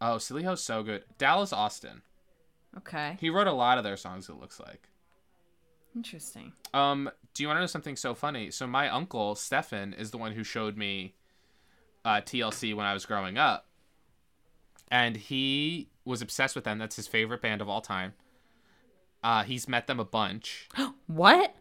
D: Oh, Silly Ho's so good. Dallas Austin.
E: Okay.
D: He wrote a lot of their songs. It looks like.
E: Interesting.
D: Um, do you want to know something so funny? So my uncle Stefan is the one who showed me uh, TLC when I was growing up, and he was obsessed with them. That's his favorite band of all time. Uh, he's met them a bunch.
E: What?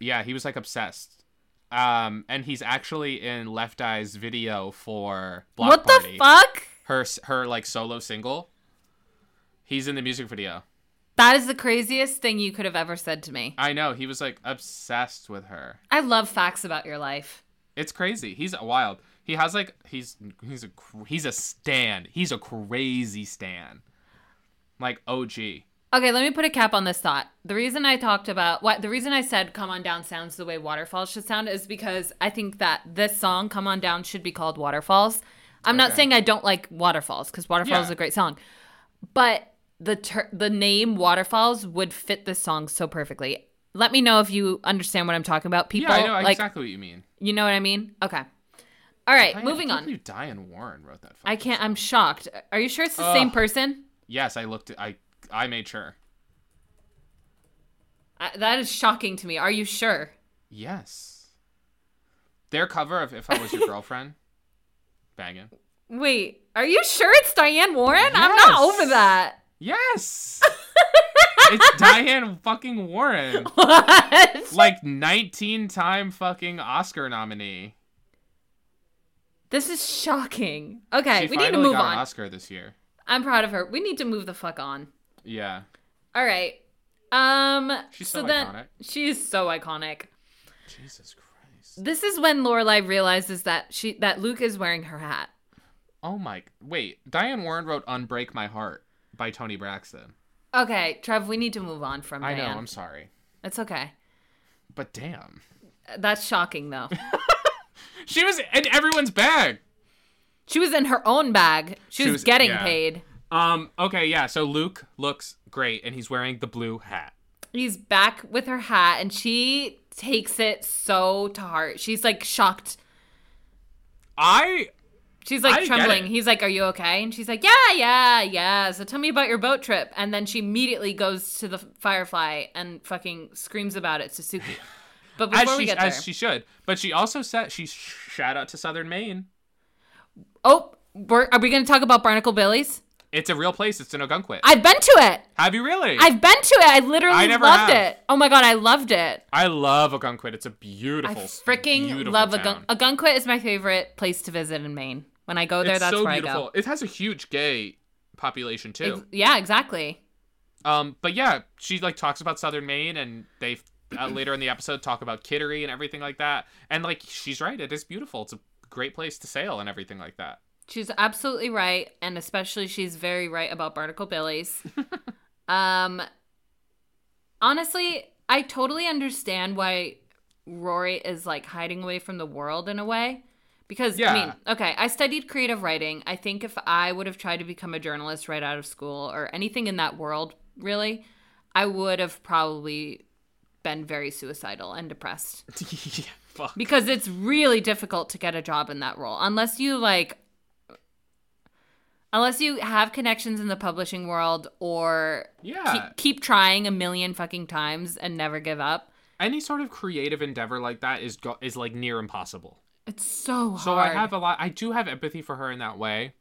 D: Yeah, he was like obsessed. Um, and he's actually in Left Eye's video for Block
E: what
D: Party.
E: the fuck?
D: Her s- her like solo single. He's in the music video.
E: That is the craziest thing you could have ever said to me.
D: I know he was like obsessed with her.
E: I love facts about your life.
D: It's crazy. He's wild. He has like he's he's a cr- he's a stan. He's a crazy stan. Like OG.
E: Okay, let me put a cap on this thought. The reason I talked about what the reason I said "Come on Down" sounds the way waterfalls should sound is because I think that this song "Come on Down" should be called "Waterfalls." I'm not
D: Okay.
E: saying I don't like waterfalls because waterfalls is
D: Yeah.
E: a great song, but the ter- the name waterfalls would fit this song so perfectly. Let me know if you understand what I'm talking about, people.
D: Yeah, I know
E: like
D: exactly what you mean.
E: you know what I mean. Okay. All right,
D: I- I
E: moving
D: can't
E: on.
D: believe Diane Warren wrote that.
E: I
D: fucking
E: can't.
D: song.
E: I'm shocked. Are you sure it's the same
D: Ugh.
E: person?
D: Yes, I looked. I I made sure.
E: I, that is shocking to me. Are you sure?
D: Yes. Their cover of "If I Was Your Girlfriend," banging.
E: Wait, are you sure it's Diane Warren? I'm not
D: Yes.
E: over that.
D: Yes. it's Diane fucking Warren,
E: What?
D: like 19 time fucking Oscar nominee.
E: This is shocking. Okay,
D: She
E: we need to
D: finally
E: move
D: got an
E: on.
D: Oscar this year.
E: I'm proud of her. We need to move the fuck on.
D: Yeah.
E: All right. Um
D: She's
E: so
D: so
E: then
D: iconic.
E: she is so iconic.
D: Jesus Christ.
E: This is when Lorelai realizes that she that Luke is wearing her hat.
D: Oh my. Wait, Diane Warren wrote "Unbreak My Heart" by Tony Braxton.
E: Okay, Trev, we need to move on from
D: I know.
E: Diane.
D: I'm sorry,
E: It's okay.
D: but damn.
E: That's shocking though.
D: She was in everyone's bag.
E: she was in her own bag. She,
D: She
E: was,
D: was-
E: getting
D: yeah.
E: paid.
D: Um. Okay. Yeah. So Luke looks great, and he's wearing the blue hat.
E: he's back with her hat and she takes it so to heart. She's like shocked.
D: I
E: She's
D: I
E: like
D: get
E: trembling.
D: it.
E: He's like, "Are you okay?" And she's like, "Yeah, yeah, yeah." So tell me about your boat trip. And then she immediately goes to the Firefly and fucking screams about it to Suki. But
D: as
E: before we
D: she
E: get there,
D: as she should, but she also said she sh- shout out to Southern Maine.
E: oh, we're, are we going to talk about Barnacle Billy's?
D: It's a real place. It's in Ogunquit.
E: I've been to it.
D: Have you really?
E: I've been to it. I literally
D: I never
E: loved
D: have.
E: it. Oh my god, I loved it.
D: I love Ogunquit. It's a
E: I
D: beautiful,
E: freaking
D: beautiful
E: love
D: town.
E: Agun- Agunquit. Is my favorite place to visit in Maine. When I go there,
D: It's
E: that's
D: so
E: where I
D: beautiful.
E: go.
D: It has a huge gay population too.
E: Ex- yeah, exactly.
D: Um, but yeah, she like talks about Southern Maine, and they uh, later in the episode talk about Kittery and everything like that. And like she's right, it is beautiful. It's a great place to sail and everything like that.
E: She's absolutely right, and especially she's very right about Barnacle Billies. um, honestly, I totally understand why Rory is like hiding away from the world in a way. Because I mean, okay, I studied creative writing. I think if I would have tried to become a journalist right out of school or anything in that world, really, I would have probably been very suicidal and depressed
D: yeah, fuck.
E: because it's really difficult to get a job in that role unless you like unless you have connections in the publishing world or
D: Yeah,
E: keep, keep trying a million fucking times and never give up
D: any sort of creative endeavor like that is go- is like near impossible.
E: it's so hard
D: So I have a lot. I do have empathy for her in that way.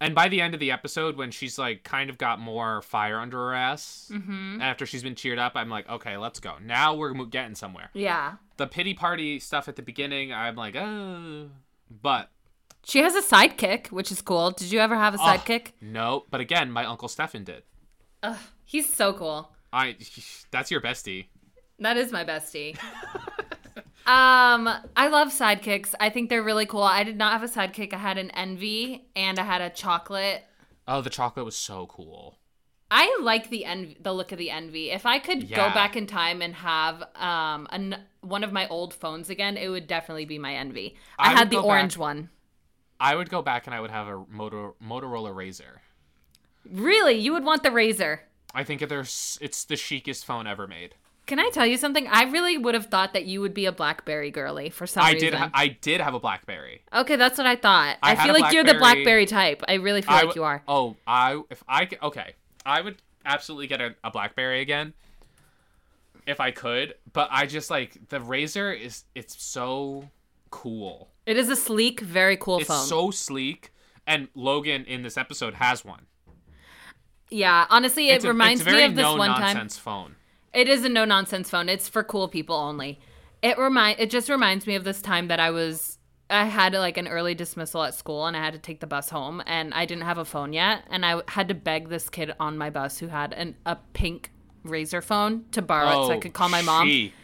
D: And by the end of the episode, when she's like kind of got more fire under her ass
E: mm-hmm.
D: after she's been cheered up, I'm like, okay, let's go. Now we're mo- getting somewhere.
E: yeah
D: The pity party stuff at the beginning, I'm like, oh, but
E: she has a sidekick which is cool did you ever have a
D: Ugh.
E: sidekick
D: No, but again, my uncle Stefan did.
E: Ugh, he's so cool
D: I that's your bestie.
E: That is my bestie. um, I love sidekicks. I think they're really cool. I did not have a sidekick. I had an envy and I had a chocolate.
D: Oh, the chocolate was so cool.
E: I like the envy, the look of the envy. If I could go
D: Yeah.
E: back in time and have um an, one of my old phones again, it would definitely be my envy.
D: I
E: I,
D: would
E: had the
D: go back-
E: orange one.
D: I would go back and I would have a Motor- Motorola Razor.
E: Really, you would want the razor.
D: I think there's it's the chicest phone ever made.
E: Can I tell you something? I really would have thought that you would be a BlackBerry girly for some
D: I
E: reason.
D: did ha- I did have a BlackBerry.
E: okay, that's what I thought.
D: I
E: I,
D: had
E: feel
D: a
E: like you're the
D: BlackBerry.
E: BlackBerry type. I really feel
D: Oh, I
E: like
D: w-
E: you are.
D: Oh, I if I c- okay, I would absolutely get a, a BlackBerry again if I could, but I just like the Razor is it's so cool.
E: It is a sleek, very cool
D: It's
E: phone.
D: so sleek, and Logan in this episode has one.
E: yeah, honestly, it
D: It's a-
E: reminds
D: it's a very
E: me of this
D: no
E: one time.
D: nonsense phone.
E: It is a no nonsense phone. It's for cool people only. It remind it just reminds me of this time that I was I had like an early dismissal at school and I had to take the bus home and I didn't have a phone yet and I had to beg this kid on my bus who had an a pink razor phone to borrow it so Oh, I could call my mom.
D: Oh, chic.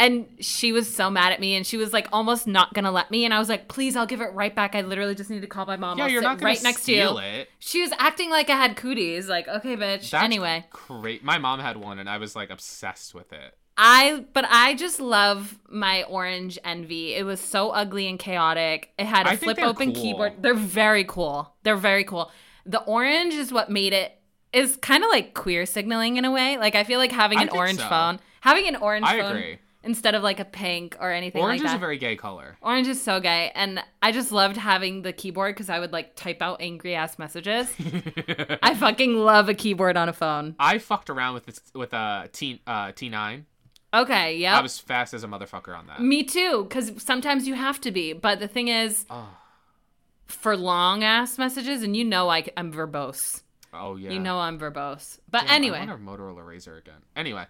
E: And she was so mad at me and she was like almost not gonna let me and I was like, please I'll give it right back. I literally just need to call my mom.
D: Yeah,
E: I'll
D: you're
E: sit
D: not gonna
E: right next
D: steal
E: to you.
D: it.
E: She was acting like I had cooties, like, okay bitch.
D: That's
E: anyway.
D: great. My mom had one, and I was like obsessed with it.
E: I but I just love my orange envy. It was so ugly and chaotic. It had
D: I
E: a
D: think
E: flip
D: they're
E: open
D: cool.
E: keyboard. They're very cool. They're very cool. The orange is what made it is kind of like queer signaling in a way. Like I feel like having
D: I
E: an
D: think
E: orange
D: so.
E: phone, having an orange
D: I
E: phone
D: agree.
E: instead of like a pink or anything
D: Orange
E: like
D: is
E: that.
D: a very gay color.
E: orange is so gay, and I just loved having the keyboard because I would like type out angry ass messages. I fucking love a keyboard on a phone.
D: I fucked around with this with a T uh, T nine.
E: Okay, yeah.
D: I was fast as a motherfucker on that.
E: Me too, because sometimes you have to be. But the thing is,
D: Oh,
E: for long ass messages, and you know I, am verbose.
D: oh yeah.
E: You know I'm verbose. But
D: Damn,
E: anyway,
D: I want a Motorola Razor again. Anyway,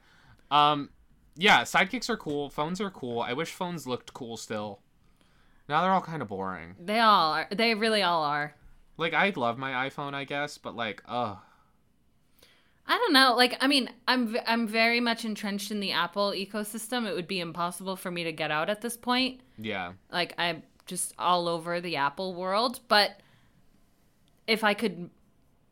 D: um, yeah, sidekicks are cool. Phones are cool. I wish phones looked cool still. Now they're all kind of boring.
E: they all are. They really all are.
D: Like I'd love my iPhone, I guess, but like, ugh.
E: I don't know. Like, I mean, I'm v- I'm very much entrenched in the Apple ecosystem. It would be impossible for me to get out at this point.
D: Yeah.
E: Like, I'm just all over the Apple world. But if I could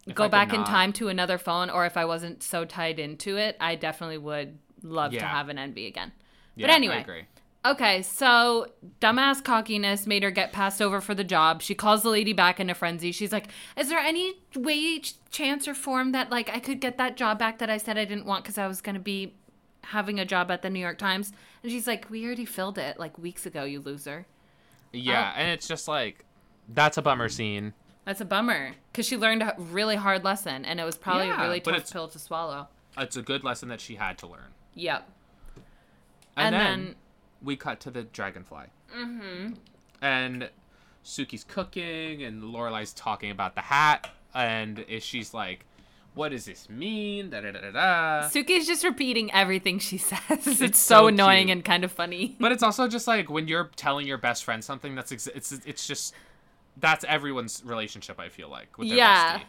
D: If
E: go
D: I could
E: back in
D: not-
E: time to another phone, or if I wasn't so tied into it, I definitely would love to
D: Yeah.
E: have an NB again.
D: Yeah,
E: but anyway,
D: I agree.
E: Okay, so dumbass cockiness made her get passed over for the job. She calls the lady back in a frenzy. She's like, "Is there any way, ch- chance, or form that like I could get that job back that I said I didn't want because I was gonna be having a job at the New York Times?" And she's like, "We already filled it like weeks ago, you loser." um,
D: Yeah, and it's just like, that's a bummer scene.
E: That's a bummer because she learned a really hard lesson, and it was probably
D: Yeah,
E: a really
D: but
E: tough
D: it's-
E: pill to swallow.
D: It's a good lesson that she had to learn.
E: Yep.
D: And,
E: And
D: then,
E: then-
D: we cut to the dragonfly. Mm-hmm. And Suki's cooking, and Lorelai's talking about the hat, and is she's like, "What does this mean?" Da da da da da.
E: Suki's just repeating everything she says. It's, so,
D: so cute.
E: annoying and kind of funny.
D: But it's also just like when you're telling your best friend something. That's ex- it's it's just that's everyone's relationship. I feel like with their
E: Yeah.
D: bestie.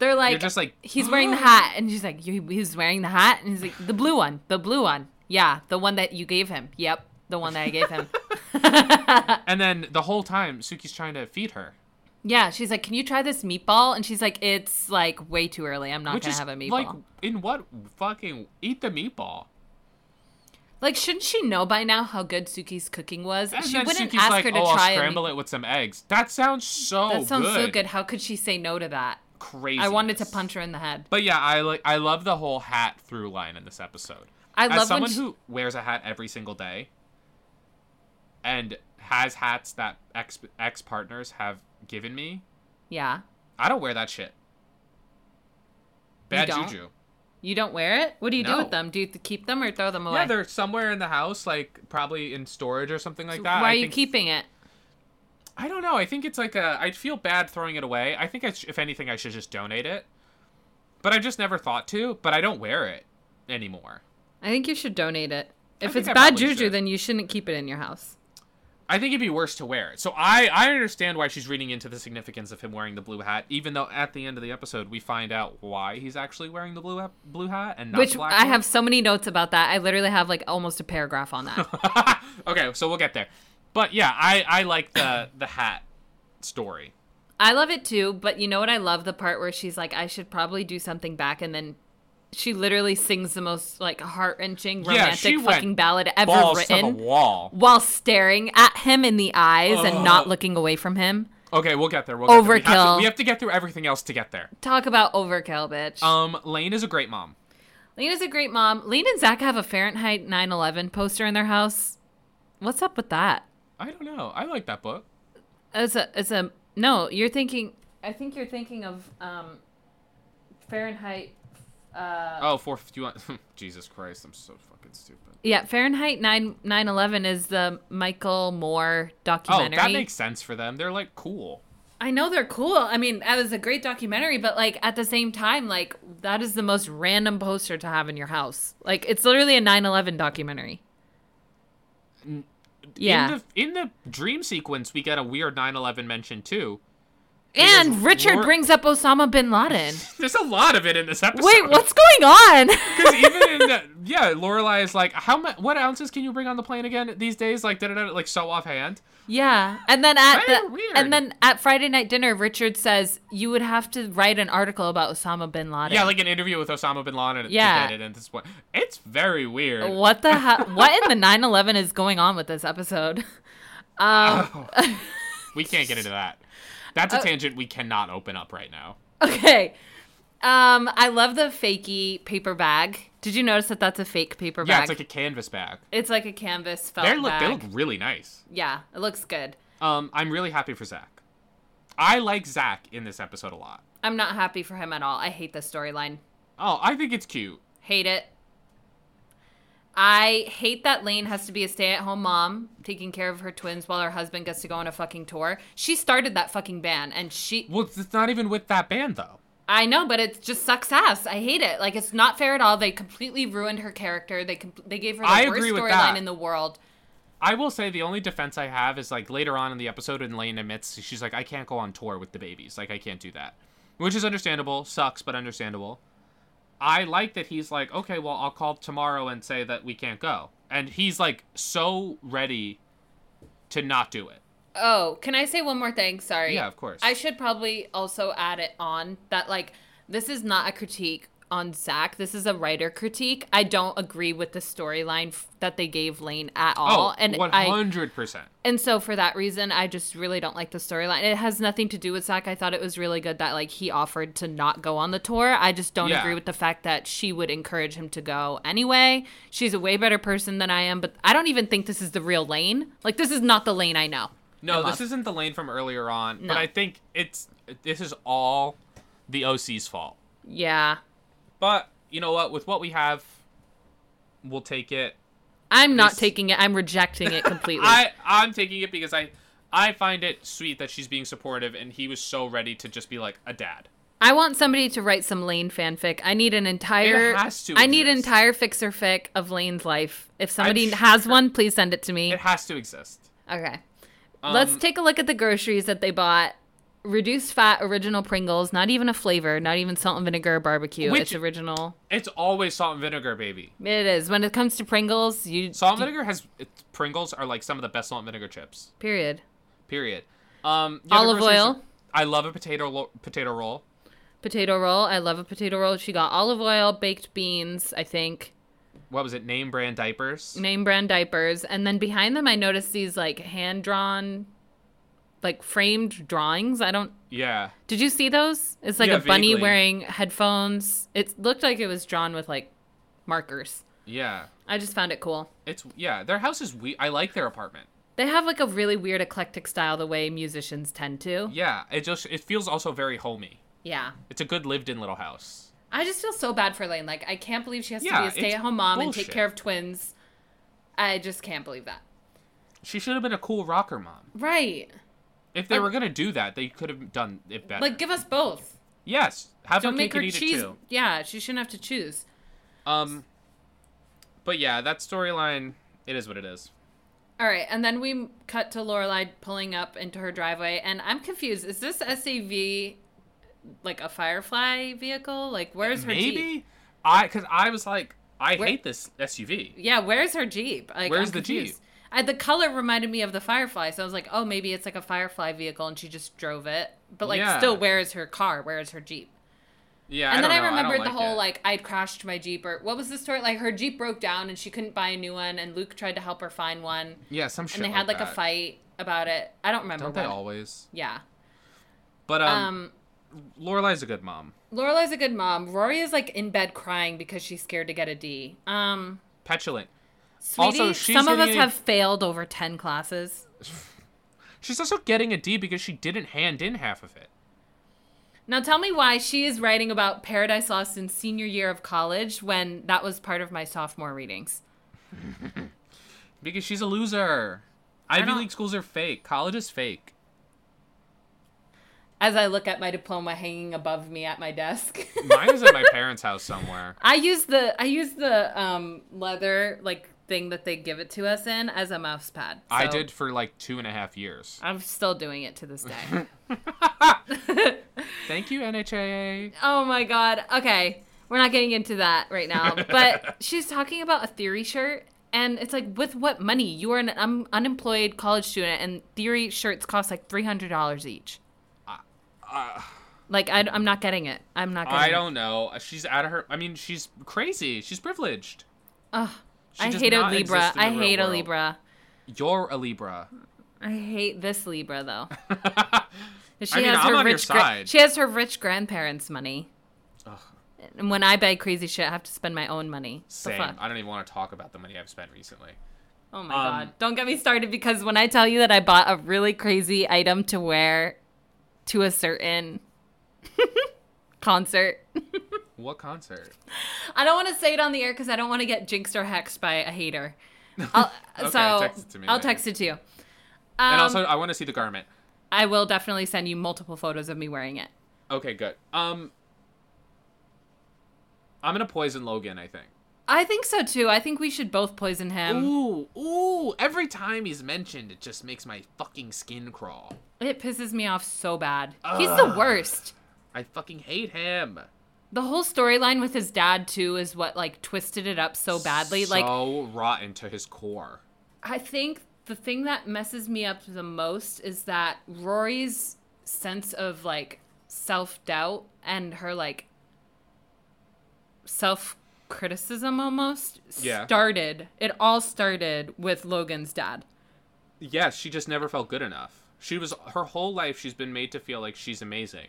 E: They're like,
D: You're just like
E: he's wearing the hat and she's like "You- he's wearing the hat and he's like the blue one the blue one yeah the one that you gave him yep the one that i gave him
D: And then the whole time Suki's trying to feed her,
E: yeah she's like can you try this meatball and she's like it's like way too early i'm not
D: which
E: gonna
D: is
E: have a meatball
D: like
E: like,
D: in what fucking eat the meatball.
E: shouldn't she know by now how good suki's cooking was
D: And
E: she
D: then
E: wouldn't
D: Suki's
E: ask
D: like,
E: her to
D: "Oh,
E: try
D: I'll
E: a
D: scramble
E: meat-
D: it with some eggs." That sounds so
E: that sounds
D: Oh, good.
E: so good how could she say no to that
D: Crazy.
E: i wanted to punch her in the head
D: But yeah, I like I love the whole hat through line in this episode.
E: I love
D: As
E: when
D: someone
E: she-
D: who wears a hat every single day and has hats that ex ex partners have given me.
E: yeah
D: I don't wear that shit. Bad
E: don't?
D: juju.
E: you don't wear it what do you do
D: No.
E: with them do you keep them or throw them away
D: Yeah, they're somewhere in the house, like probably in storage or something like that.
E: why
D: I
E: are you
D: think-
E: keeping it
D: I don't know. I think it's like a. I'd feel bad throwing it away. I think I sh- if anything, I should just donate it. But I just never thought to. But I don't wear it anymore.
E: I think you should donate it. If
D: think
E: it's
D: I
E: bad
D: probably
E: juju,
D: should.
E: then you shouldn't keep it in your house.
D: I think it'd be worse to wear it. So I I understand why she's reading into the significance of him wearing the blue hat, even though at the end of the episode we find out why he's actually wearing the blue hat, blue hat and not
E: Which
D: the black
E: I
D: one.
E: have so many notes about that. I literally have like almost a paragraph on that.
D: okay, so we'll get there. But yeah, I I like the the hat story.
E: I love it too, but you know what I love? The part where she's like, I should probably do something back. And then she literally sings the most like heart wrenching, romantic
D: she went
E: fucking ballad ever
D: Balls to the
E: written
D: wall.
E: while staring at him in the eyes and not
D: Ugh.
E: looking away from him.
D: Okay, we'll get there. We'll get there. We have to-
E: Overkill.
D: we have to get through everything else to get there.
E: Talk about overkill, bitch.
D: Um, Lane is a great mom.
E: Lena's a great mom. Lena and Zach have a Fahrenheit 9 11 poster in their house. What's up with that?
D: I don't know. I like that book.
E: It's a it's a no. You're thinking. I think you're thinking of um, Fahrenheit
C: Uh,
D: Oh, 451. Jesus Christ, I'm so fucking stupid.
E: Yeah, Fahrenheit 9 911 is the Michael Moore
D: Oh,
E: documentary.
D: that makes sense for them. They're like cool.
E: I know they're cool. I mean, that was a great documentary, but like at the same time, like that is the most random poster to have in your house. Like it's literally a 9/11 documentary. Yeah.
D: In the, in the dream sequence, we get a weird 9/11 mention too.
E: and
D: is
E: Richard
D: more-
E: brings up Osama bin Laden.
D: There's a lot of it in this episode.
E: Wait, what's going on?
D: Because even in the, yeah, Lorelai is like, how much? What ounces can you bring on the plane again these days? Like, da da da, like so offhand.
E: yeah. And then at
D: Kinda
E: the
D: weird.
E: and then at Friday night dinner, Richard says you would have to write an article about Osama bin Laden.
D: Yeah, like an interview with Osama bin Laden.
E: Yeah.
D: Yeah, at this point, it's very weird.
E: what the hu- what in the 9/11 is going on with this episode? Um
D: We can't get into that. That's a tangent we cannot open up right now.
E: Okay. Um, I love the fakey paper bag. Did you notice that that's a fake paper
D: Yeah,
E: bag?
D: it's like a canvas bag.
E: it's like a canvas felt
D: They look,
E: bag.
D: they look really nice.
E: Yeah, it looks good.
D: Um, I'm really happy for Zach. I like Zach in this episode a lot.
E: I'm not happy for him at all. I hate this storyline.
D: Oh, I think it's cute.
E: Hate it. I hate that Lane has to be a stay-at-home mom taking care of her twins while her husband gets to go on a fucking tour. She started that fucking ban, and she
D: Well, it's not even with that band though.
E: I know, but it just sucks ass. I hate it. Like it's not fair at all. They completely ruined her character. They com- they gave her the
D: I
E: worst
D: agree with
E: storyline
D: that.
E: in the world.
D: I will say the only defense I have is like later on in the episode, and Lane admits she's like, I can't go on tour with the babies. Like, I can't do that, which is understandable. Sucks, but understandable. I like that he's like, okay, well, I'll call tomorrow and say that we can't go, and he's like so ready to not do it.
E: Oh, can I say one more thing? Sorry.
D: Yeah, of course.
E: I should probably also add it on that, like, this is not a critique on Zach. This is a writer critique. I don't agree with the storyline f- that they gave Lane at all.
D: Oh,
E: and
D: one
E: I,
D: hundred percent.
E: and so for that reason, I just really don't like the storyline. It has nothing to do with Zach. I thought it was really good that, like, he offered to not go on the tour. I just don't
D: Yeah.
E: agree with the fact that she would encourage him to go anyway. She's a way better person than I am, but I don't even think this is the real Lane. Like, this is not the Lane I know.
D: No,
E: and
D: this
E: love.
D: isn't the lane from earlier on,
E: No.
D: but I think it's this is all the OC's fault.
E: Yeah.
D: But you know what? With what we have, we'll take it.
E: I'm not
D: This-
E: taking it. I'm rejecting it completely.
D: I I'm taking it because I I find it sweet that she's being supportive, and he was so ready to just be like a dad.
E: I want somebody to write some Lane fanfic. I need an entire.
D: It has to
E: I need an
D: exist.
E: entire fixer fic of Lane's life. If somebody
D: sure-
E: has one, please send it to me.
D: It has to exist.
E: okay. Let's
D: Um,
E: take a look at the groceries that they bought. Reduced fat original Pringles. Not even a flavor. Not even salt and vinegar or barbecue.
D: Which-
E: it's original.
D: It's always salt and vinegar, baby.
E: It is. When it comes to Pringles, you
D: Salt and vinegar has it's, Pringles are like some of the best salt and vinegar chips.
E: period.
D: Period. Um, the other
E: Olive
D: groceries
E: oil.
D: are- I love a potato lo- potato roll.
E: Potato roll. I love a potato roll. She got olive oil, baked beans. I think.
D: What was it? Name brand diapers.
E: name brand diapers and then behind them i noticed these like hand drawn like framed drawings i don't
D: Yeah.
E: did you see those it's like
D: Yeah,
E: a bunny
D: vaguely.
E: wearing headphones it looked like it was drawn with like markers
D: Yeah.
E: i just found it cool
D: It's yeah. Their house is we. I like their apartment.
E: they have like a really weird eclectic style the way musicians tend to
D: Yeah. It just it feels also very homey.
E: yeah
D: It's a good lived in little house.
E: i just feel so bad for lane like i can't believe she has to
D: Yeah,
E: be a
D: it's
E: stay-at-home mom and
D: bullshit.
E: take care of twins i just can't believe that
D: She should have been a cool rocker mom.
E: right
D: If they
E: Um,
D: were gonna do that, they could have done it better.
E: like give us both
D: yes, have
E: don't
D: her
E: make
D: cake
E: her
D: and eat
E: choose
D: it too.
E: yeah she shouldn't have to choose
D: Um, but yeah, that storyline, it is what it is.
E: All right, and then we cut to Lorelai pulling up into her driveway, and I'm confused. Is this SAV like a Firefly vehicle? Like, where's her Jeep?
D: Maybe I, because I was like, I
E: Where-
D: hate this SUV.
E: Yeah, where's her Jeep? Like,
D: Where's
E: I'm
D: the Jeep?
E: confused. I, the color reminded me of the Firefly, so I was like, oh, maybe it's like a Firefly vehicle, and she just drove it. But like,
D: Yeah.
E: still, where is her car? Where is her Jeep?
D: Yeah,
E: And
D: I
E: then
D: don't
E: I
D: know. don't
E: remembered the
D: like
E: whole
D: it.
E: like I'd crashed my Jeep or what was the story? Like her Jeep broke down and she couldn't buy a new one, and Luke tried to help her find one,
D: yeah, some shit.
E: and they had like, a
D: that.
E: fight about it. I don't remember.
D: Don't they
E: what.
D: always?
E: Yeah.
D: But um,
E: um
D: Lorelai's a good mom.
E: Lorelai's a good mom. Rory is like in bed crying because she's scared to get a D. Um,
D: Petulant.
E: sweetie,
D: Also, she's
E: some of us
D: getting a-
E: have failed over ten classes.
D: She's also getting a D because she didn't hand in half of it.
E: Now tell me why she is writing about Paradise Lost in senior year of college when that was part of my sophomore readings.
D: Because she's a loser. Ivy
E: don't-
D: League schools are fake. College is fake.
E: As I look at my diploma hanging above me at my desk.
D: Mine is at my parents' house somewhere.
E: I use the I use the um leather like thing that they give it to us in as a mouse pad.
D: I
E: So
D: did for like two and a half years.
E: I'm still doing it to this day.
D: Thank you, NHAA.
E: oh my god. Okay. We're not getting into that right now. But she's talking about a theory shirt and it's like with what money? You are an um, unemployed college student and theory shirts cost like $300 each. like I, am not getting it. I'm not getting
D: I
E: it.
D: don't know. She's out of her. I mean, she's crazy. She's privileged.
E: Ugh.
D: She
E: I
D: does
E: hate a
D: not
E: Libra.
D: exist in the
E: I
D: real
E: hate a
D: world.
E: Libra.
D: You're a Libra.
E: I hate this Libra though. She
D: I mean,
E: has
D: I'm
E: her
D: on your
E: rich. gra-
D: side.
E: she has her rich grandparents' money. And when I buy crazy shit, I have to spend my own money. The
D: Same.
E: fuck?
D: I don't even want to talk about the money I've spent recently.
E: Oh my
D: Um,
E: god! Don't get me started because when I tell you that I bought a really crazy item to wear to a certain concert,
D: What concert?
E: I don't want to say it on the air because I don't want to get jinxed or hexed by a hater. I'll,
D: Okay,
E: so
D: text it to me
E: I'll
D: later.
E: text it to you. Um,
D: and also, I want to see the garment.
E: I will definitely send you multiple photos of me wearing it.
D: Okay, good. Um, I'm gonna poison Logan. I think.
E: I think so too. I think we should both poison him.
D: Ooh, ooh! Every time he's mentioned, it just makes my fucking skin crawl.
E: It pisses me off so bad. He's the worst.
D: I fucking hate him.
E: The whole storyline with his dad too is what like twisted it up so badly. Like
D: so rotten to his core.
E: I think the thing that messes me up the most is that Rory's sense of like self-doubt and her like self-criticism almost
D: Yeah.
E: started. It all started with Logan's dad.
D: Yes, she just never felt good enough. She was her whole life she's been made to feel like she's amazing.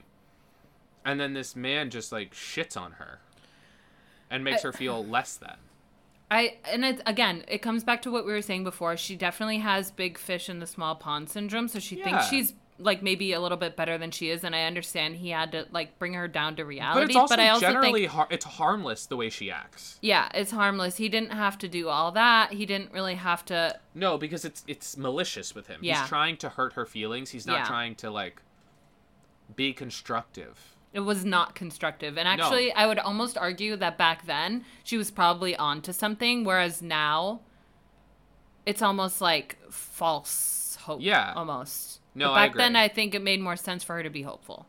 D: And then this man just like shits on her and makes her feel less than.
E: I and it again, it comes back to what we were saying before. She definitely has big fish in the small pond syndrome, so she
D: Yeah.
E: thinks she's like maybe a little bit better than she is, and I understand he had to like bring her down to reality.
D: But it's also
E: I also
D: generally
E: think
D: har- it's harmless the way she acts.
E: yeah, it's harmless. He didn't have to do all that. He didn't really have to.
D: No, because it's it's malicious with him.
E: Yeah.
D: He's trying to hurt her feelings. He's not
E: Yeah.
D: trying to like be constructive.
E: It was not constructive. And actually, I would almost argue that back then she was probably onto something, whereas now it's almost like false hope.
D: Yeah.
E: almost.
D: No,
E: But
D: I
E: back then
D: agree.
E: I think it made more sense for her to be hopeful.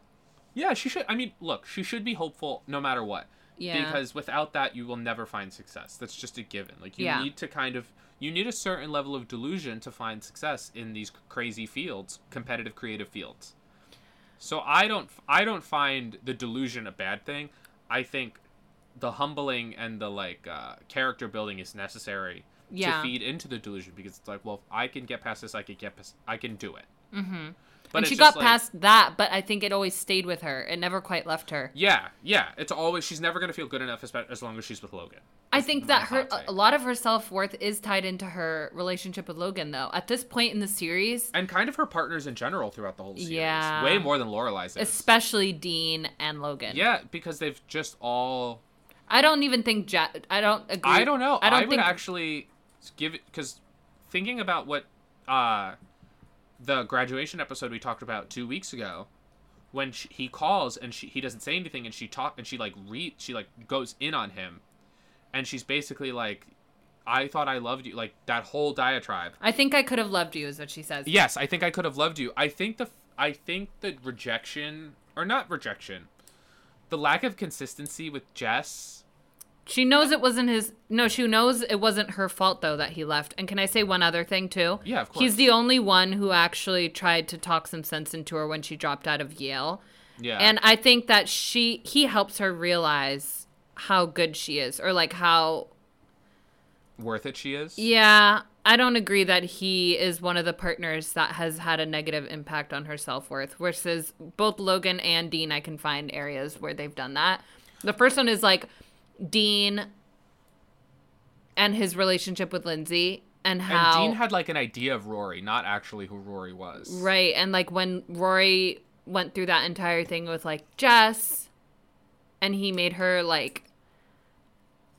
D: Yeah, she should. I mean, look, she should be hopeful no matter what.
E: Yeah.
D: Because without that, you will never find success. That's just a given. Like you
E: Yeah.
D: need to kind of you need a certain level of delusion to find success in these crazy fields, competitive creative fields. So I don't I don't find the delusion a bad thing. I think the humbling and the like uh, character building is necessary
E: Yeah.
D: to feed into the delusion because it's like, well, if I can get past this, I can get past, I can do it. Mm-hmm. But
E: and
D: it's
E: she
D: just
E: got
D: like-
E: past that, but I think it always stayed with her. It never quite left her.
D: Yeah, yeah. It's always she's never gonna feel good enough as, as long as she's with Logan.
E: I think that her
D: hot take.
E: a lot of her self worth is tied into her relationship with Logan, though. At this point in the series,
D: And kind of her partners in general throughout the whole series.
E: Yeah.
D: Way more than Lorelai's is.
E: especially Dean and Logan.
D: Yeah, because they've just all
E: I don't even think ja- I don't agree.
D: I don't know. I,
E: I don't
D: would
E: think
D: actually give it because thinking about what uh the graduation episode we talked about two weeks ago, when she, he calls and she he doesn't say anything and she talk and she like re she like goes in on him, and she's basically like, "I thought I loved you." Like that whole diatribe.
E: I think I could have loved you is what she says.
D: Yes, I think I could have loved you. I think the I think the rejection or not rejection, the lack of consistency with Jess.
E: She knows it wasn't his. No, she knows it wasn't her fault though that he left. And can I say one other thing too?
D: Yeah, of course.
E: He's the only one who actually tried to talk some sense into her when she dropped out of Yale.
D: Yeah.
E: And I think that she he helps her realize how good she is or like how
D: worth it she is.
E: yeah, I don't agree that he is one of the partners that has had a negative impact on her self-worth versus both Logan and Dean I can find areas where they've done that. The first one is like Dean and his relationship with Lindsay
D: And
E: and how
D: Dean had like an idea of Rory, not actually who Rory was.
E: Right. And like when Rory went through that entire thing with like Jess, and he made her like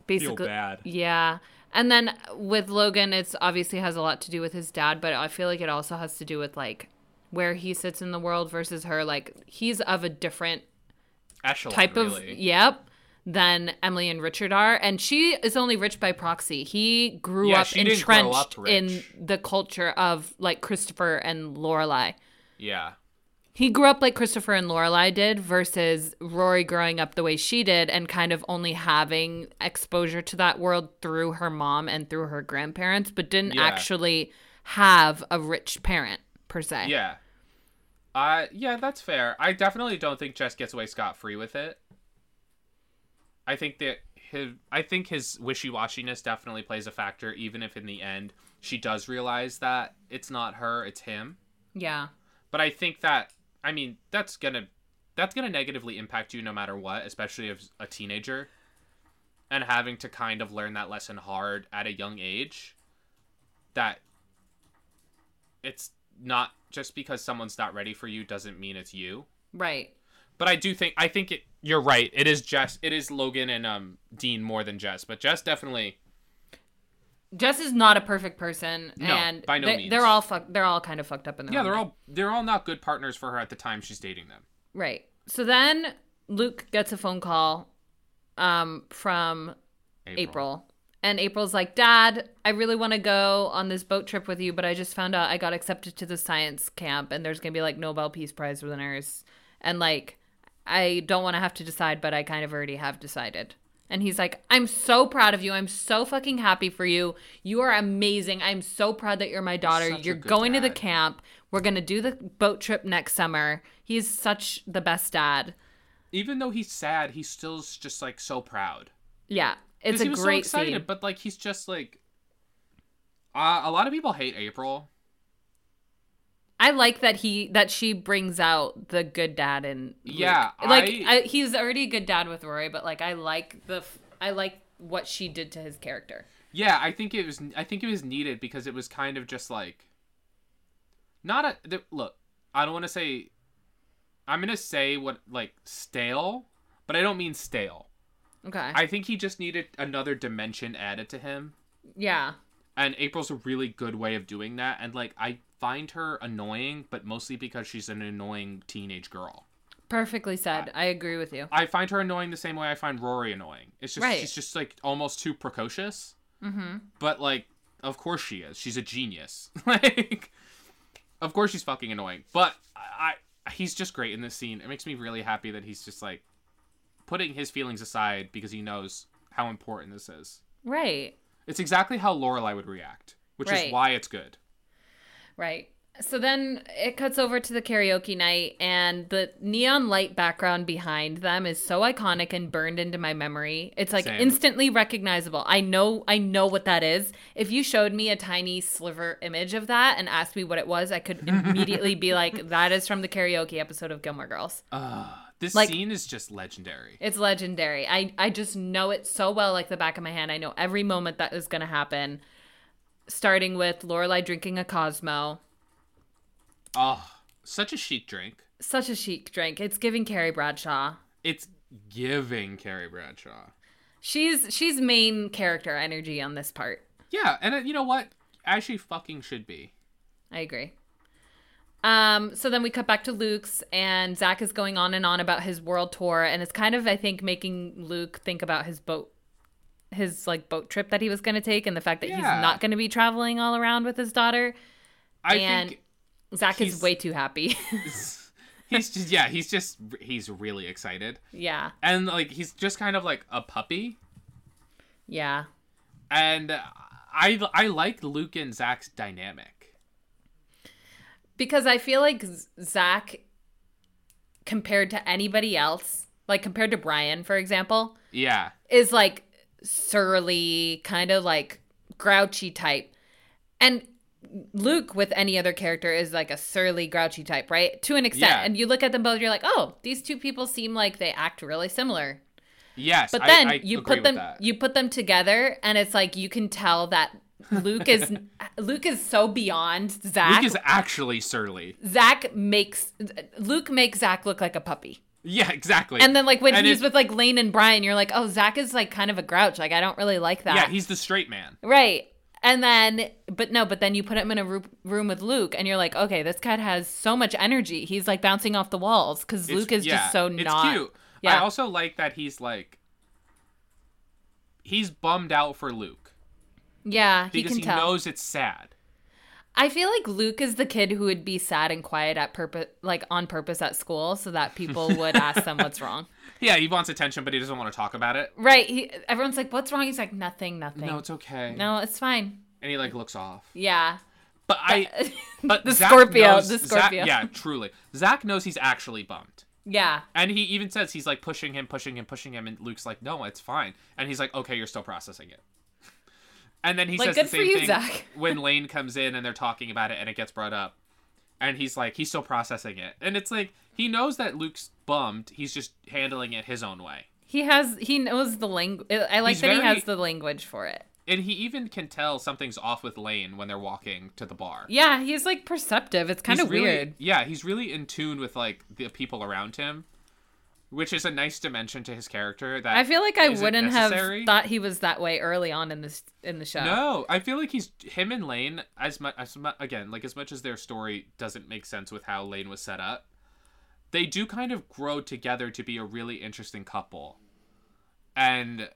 E: basically
D: bad.
E: Yeah, and then with Logan, it's obviously has a lot to do with his dad, but I feel like it also has to do with like where he sits in the world versus her. Like he's of a different
D: Echelon,
E: type
D: really.
E: of yep than Emily and Richard are, and she is only rich by proxy. He grew
D: Yeah,
E: up
D: she didn't grow up
E: entrenched in
D: rich.
E: the culture of like Christopher and Lorelai.
D: Yeah.
E: He grew up like Christopher and Lorelai did versus Rory growing up the way she did and kind of only having exposure to that world through her mom and through her grandparents, but didn't
D: Yeah.
E: actually have a rich parent per se.
D: Yeah. Uh, yeah, that's fair. I definitely don't think Jess gets away scot free with it. I think that his, I think his wishy washiness definitely plays a factor, even if in the end she does realize that it's not her, it's him.
E: Yeah.
D: But I think that I mean that's gonna that's gonna negatively impact you no matter what, especially as a teenager, and having to kind of learn that lesson hard at a young age. That it's not just because someone's not ready for you doesn't mean it's you.
E: Right.
D: But I do think I think it, you're right. It is Jess. It is Logan and um Dean more than Jess, but Jess definitely.
E: Jess is not a perfect person,
D: No,
E: and
D: by no
E: they,
D: means.
E: They're all fuck. They're all kind of fucked up in their
D: Yeah,
E: own
D: they're
E: way.
D: all they're all not good partners for her at the time she's dating them.
E: right. So then Luke gets a phone call, um, from April. And April's like, Dad, I really want to go on this boat trip with you, but I just found out I got accepted to the science camp and there's going to be like Nobel Peace Prize winners. And like, I don't want to have to decide, but I kind of already have decided. And he's like, I'm so proud of you. I'm so fucking happy for you. You are amazing. I'm so proud that you're my daughter.
D: Such a
E: you're
D: good
E: going to the
D: dad.
E: camp. We're going to do the boat trip next summer. He's such the best dad.
D: even though he's sad, he still's just like so proud.
E: Yeah.
D: 'Cause
E: It's
D: he
E: a
D: was
E: great
D: so excited,
E: scene.
D: but like he's just like. Uh, a lot of people hate April.
E: I like that he that she brings out the good dad and
D: Yeah,
E: like
D: I-
E: I, he's already a good dad with Rory, but like I like the f- I like what she did to his character.
D: Yeah, I think it was. I think it was needed because it was kind of just like. Not a th- look. I don't want to say. I'm gonna say what like stale, but I don't mean stale.
E: Okay,
D: I think he just needed another dimension added to him,
E: yeah,
D: and April's a really good way of doing that. And like, I find her annoying, but mostly because she's an annoying teenage girl.
E: perfectly said. I, agree with you.
D: I find her annoying the same way I find Rory annoying. It's just
E: Right.
D: she's just like almost too precocious. Mm-hmm. But like, of course she is. She's a genius. like, of course she's fucking annoying. But I, I, he's just great in this scene. It makes me really happy that he's just like putting his feelings aside because he knows how important this is.
E: Right,
D: It's exactly how Lorelai would react, which
E: Right.
D: is why it's good.
E: right. So then it cuts over to the karaoke night, and the neon light background behind them is so iconic and burned into my memory. It's like
D: Same.
E: instantly recognizable. I know, I know what that is. If you showed me a tiny sliver image of that and asked me what it was, I could immediately be like, "That is from the karaoke episode of Gilmore Girls."
D: This
E: Like-
D: scene is just legendary.
E: It's legendary. I I just know it so well, like the back of my hand. I know every moment that is going to happen. Starting with Lorelai drinking a Cosmo.
D: Oh, such a chic drink.
E: such a chic drink. It's giving Carrie Bradshaw.
D: It's giving Carrie Bradshaw.
E: She's she's main character energy on this part.
D: Yeah, and uh, you know what? As she fucking should be.
E: I agree. Um, so then we cut back to Luke's, and Zach is going on and on about his world tour, and it's kind of I think making Luke think about his boat, his like boat trip that he was going to take, and the fact that he's
D: Yeah.
E: not going to be traveling all around with his daughter.
D: I
E: and
D: think
E: Zach
D: he's-
E: is way too happy.
D: he's just yeah, he's just he's really excited.
E: yeah,
D: And like he's just kind of like a puppy
E: yeah,
D: and I I like Luke and Zach's dynamic.
E: because I feel like Z- Zach, compared to anybody else, like compared to Brian, for example,
D: Yeah.
E: is like surly, kind of like grouchy type. And Luke, with any other character, is like a surly, grouchy type, right? To an extent.
D: Yeah.
E: And you look at them both, you're like, oh, these two people seem like they act really similar.
D: Yes.
E: But
D: I-
E: then
D: I
E: you
D: agree
E: put
D: with
E: them
D: that.
E: you put them together, and it's like you can tell that Luke is Luke is so beyond Zach.
D: Luke is actually surly.
E: Zach makes Luke makes Zach look like a puppy.
D: Yeah, exactly.
E: And then like when
D: And
E: he's
D: it-
E: with like Lane and Brian, you're like, oh, Zach is like kind of a grouch. Like I don't really like that.
D: yeah, he's the straight man.
E: right. And then, but no, but then you put him in a roo- room with Luke, and you're like, okay, this cat has so much energy. He's like bouncing off the walls because
D: It's-
E: Luke is
D: yeah,
E: just so
D: it's
E: not.
D: cute. I
E: Yeah.
D: also like that he's like he's bummed out for Luke
E: Yeah, he
D: because
E: can
D: he,
E: tell.
D: knows it's sad.
E: I feel like Luke is the kid who would be sad and quiet at purpose, like on purpose at school, so that people would ask them what's wrong.
D: Yeah, he wants attention, but he doesn't want to talk about it.
E: Right? He, everyone's like, "What's wrong?" He's like, "Nothing, nothing."
D: No, it's okay.
E: no, it's fine.
D: and he like looks off.
E: Yeah.
D: But I, but
E: the
D: Zach
E: Scorpio,
D: knows-
E: the
D: Zach-
E: Scorpio.
D: yeah, truly, Zach knows he's actually bummed,
E: Yeah.
D: and he even says he's like pushing him, pushing him, pushing him, and Luke's like, "No, it's fine," and he's like, "Okay, you're still processing it." And then he
E: Like,
D: says
E: good
D: the
E: for
D: same
E: you,
D: thing
E: Zach.
D: when Lane comes in and they're talking about it, and it gets brought up, and he's like, he's still processing it, and it's like he knows that Luke's bummed, he's just handling it his own way.
E: He has he knows the language. I like
D: He's
E: that he
D: very-
E: has the language for it.
D: And he even can tell something's off with Lane when they're walking to the bar.
E: Yeah, he's like perceptive. It's kind
D: He's
E: of
D: really-
E: weird.
D: Yeah, he's really in tune with like the people around him, which is a nice dimension to his character. That
E: I feel like I
D: isn't
E: wouldn't
D: necessary.
E: have thought he was that way early on in this in the show.
D: No, I feel like he's him and Lane as much as mu- again like as much as their story doesn't make sense with how Lane was set up. They do kind of grow together to be a really interesting couple, and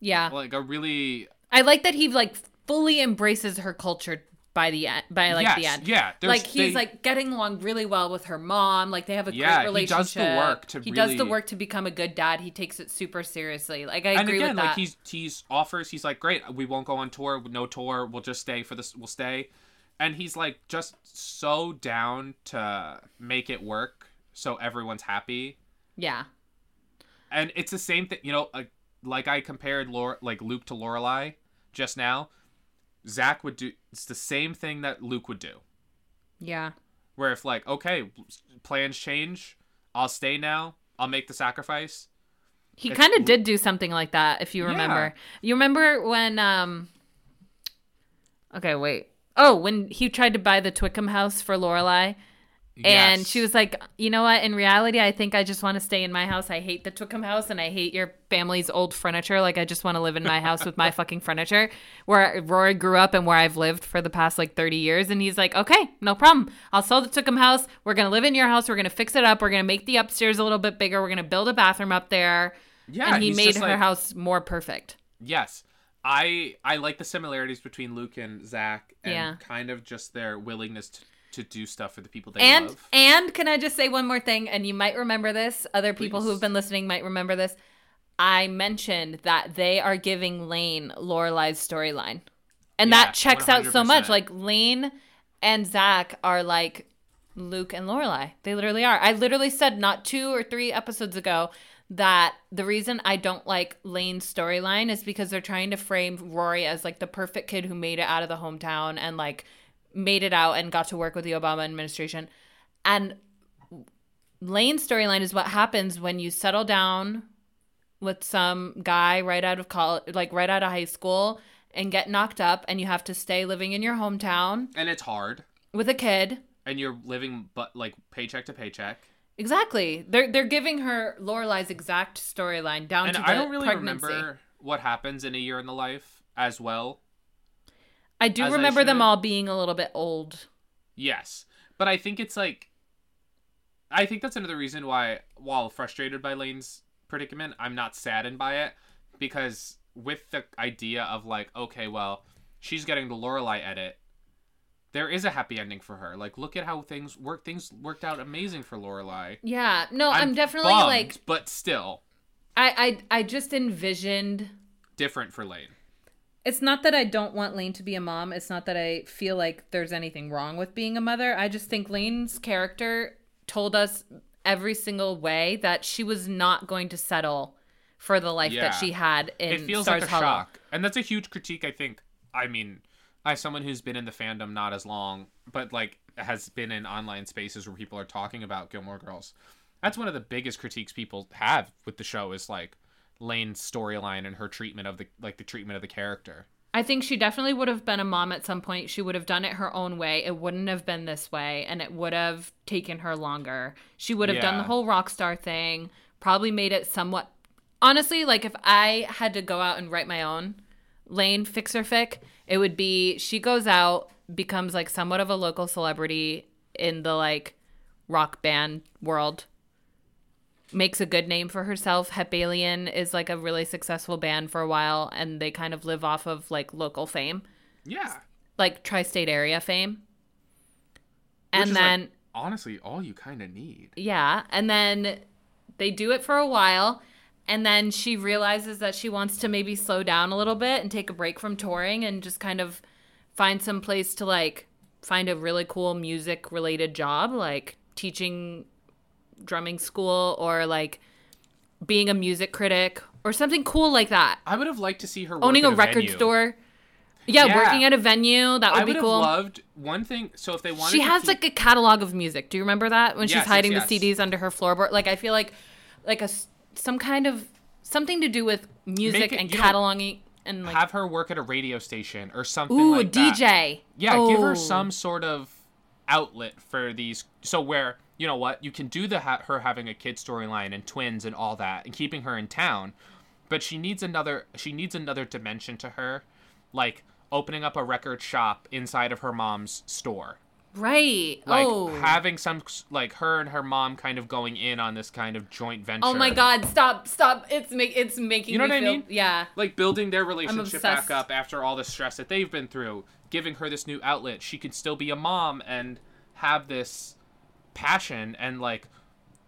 E: Yeah,
D: like a really
E: I like that he like fully embraces her culture by the end. By like
D: yes,
E: the end.
D: yeah. there's-
E: like
D: they-
E: he's like getting along really well with her mom. Like they have a
D: Yeah,
E: great
D: he
E: relationship.
D: does the work to
E: He does the
D: really-
E: work to become a good dad. He takes it super seriously. Like I
D: and
E: agree
D: again
E: with that.
D: like he's he's offers he's like great we won't go on tour no tour we'll just stay for this we'll stay and he's like just so down to make it work so everyone's happy
E: yeah,
D: and it's the same thing you know uh, like i compared Lore, like luke to lorelei just now zach would do it's the same thing that luke would do
E: yeah,
D: where if like okay plans change i'll stay now i'll make the sacrifice
E: he
D: It's-
E: kind of did do something like that. If you remember, you remember when um. Okay, wait. Oh, when he tried to buy the Twickham house for Lorelai, and
D: Yes.
E: she was like, "You know what? In reality, I think I just want to stay in my house. I hate the Twickham house, and I hate your family's old furniture. Like, I just want to live in my house with my fucking furniture, where Rory grew up and where I've lived for the past like thirty years." And he's like, "Okay, no problem. I'll sell the Twickham house. We're gonna live in your house. We're gonna fix it up. We're gonna make the upstairs a little bit bigger. We're gonna build a bathroom up there."
D: Yeah,
E: and he
D: he's
E: made
D: just
E: her
D: like-
E: house more perfect.
D: Yes. I I like the similarities between Luke and Zach and
E: Yeah.
D: kind of just their willingness to, to do stuff for the people they
E: And
D: love.
E: and can I just say one more thing? And you might remember this. Other people who have
D: Please.
E: been listening might remember this. I mentioned that they are giving Lane Lorelai's storyline, and
D: Yeah,
E: that checks out so
D: 100%.
E: much. Like Lane and Zach are like Luke and Lorelai. They literally are. I literally said not two or three episodes ago that the reason I don't like Lane's storyline is because they're trying to frame Rory as like the perfect kid who made it out of the hometown and like made it out and got to work with the Obama administration. And Lane's storyline is what happens when you settle down with some guy right out of college, like right out of high school, and get knocked up, and you have to stay living in your hometown
D: and it's hard.
E: with a kid.
D: And you're living but like paycheck to paycheck.
E: Exactly. They're they're giving her Lorelai's exact storyline down
D: And
E: to the
D: I don't really
E: pregnancy.
D: remember what happens in a year in the life as well.
E: I do
D: as I
E: remember them
D: should.
E: all being a little bit old.
D: Yes. But I think it's like I think that's another reason why while frustrated by Lane's predicament, I'm not saddened by it because with the idea of like okay, well, she's getting the Lorelei edit. There is a happy ending for her. Like look at how things work things worked out amazing for Lorelei.
E: Yeah. No, I'm, definitely
D: bummed,
E: like
D: but still
E: I, I I just envisioned
D: different for Lane.
E: it's not that I don't want Lane to be a mom. It's not that I feel like there's anything wrong with being a mother. I just think Lane's character told us every single way that she was not going to settle for the life
D: Yeah.
E: that she had in
D: it feels
E: Stars
D: like a
E: Hollow.
D: shock and that's a huge critique i think i mean as someone who's been in the fandom not as long but like has been in online spaces where people are talking about gilmore girls that's one of the biggest critiques people have with the show is like lane's storyline and her treatment of the like the treatment of the character
E: I I think she definitely would have been a mom at some point. She would have done it her own way. It wouldn't have been this way, and it would have taken her longer. She would have done the
D: Yeah.
E: whole rock star thing, probably made it somewhat. Honestly, like if I had to go out and write my own lane fixer fic, it would be she goes out, becomes like somewhat of a local celebrity in the like rock band world makes a good name for herself. Hep Alien is like a really successful band for a while, and they kind of live off of like local fame,
D: Yeah.
E: like tri state area fame.
D: Which
E: And
D: is, like,
E: then,
D: honestly, all you kind of need.
E: yeah, and then they do it for a while. And then she realizes that she wants to maybe slow down a little bit and take a break from touring and just kind of find some place to like find a really cool music related job, like teaching drumming school or like being a music critic or something cool like that.
D: I would have liked to see her work
E: Owning
D: at
E: a record
D: venue.
E: store. Yeah,
D: Yeah.
E: working at a venue. That would
D: I would
E: be
D: have
E: cool.
D: loved one thing. So if they wanted,
E: she
D: to
E: has
D: keep-
E: like a catalog of music. Do you remember that when
D: Yes,
E: she's
D: yes,
E: hiding
D: yes.
E: the CDs under her floorboard? Like I feel like like a s- some kind of something to do with music
D: it-
E: and
D: you know,
E: cataloging and like
D: have her work at a radio station or something.
E: ooh
D: like that.
E: DJ.
D: Yeah, give
E: Oh.
D: her some sort of outlet for these. So where you know what you can do the ha- her having a kid storyline and twins and all that and keeping her in town, but she needs another. She needs another dimension to her, like opening up a record shop inside of her mom's store.
E: right.
D: Like
E: oh.
D: having some like her and her mom kind of going in on this kind of joint venture.
E: oh my God! Stop! Stop! It's make it's making
D: You know
E: me
D: what I
E: feel
D: mean?
E: yeah.
D: like building their relationship back
E: obsessed.
D: up after all the stress that they've been through, giving her this new outlet. She can still be a mom and have this passion, and like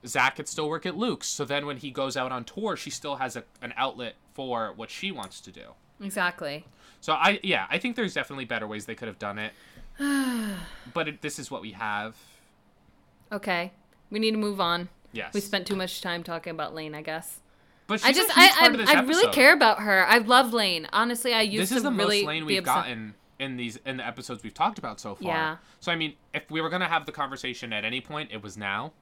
D: Zach could still work at Luke's. So then when he goes out on tour, she still has a, an outlet for what she wants to do.
E: Exactly.
D: So I, yeah, I think there's definitely better ways they could have done it, but it, this is what we have.
E: Okay. We need to move on.
D: Yes,
E: We spent too much time talking about Lane, I guess.
D: But she's
E: I just
D: a huge part
E: I
D: of this
E: I, I really
D: episode.
E: care about her. I love Lane. Honestly, I used
D: this is
E: to
D: the
E: really
D: most lane
E: be
D: we've
E: obsessed.
D: gotten in these in the episodes we've talked about so far.
E: Yeah.
D: So I mean, if we were gonna have the conversation at any point, it was now.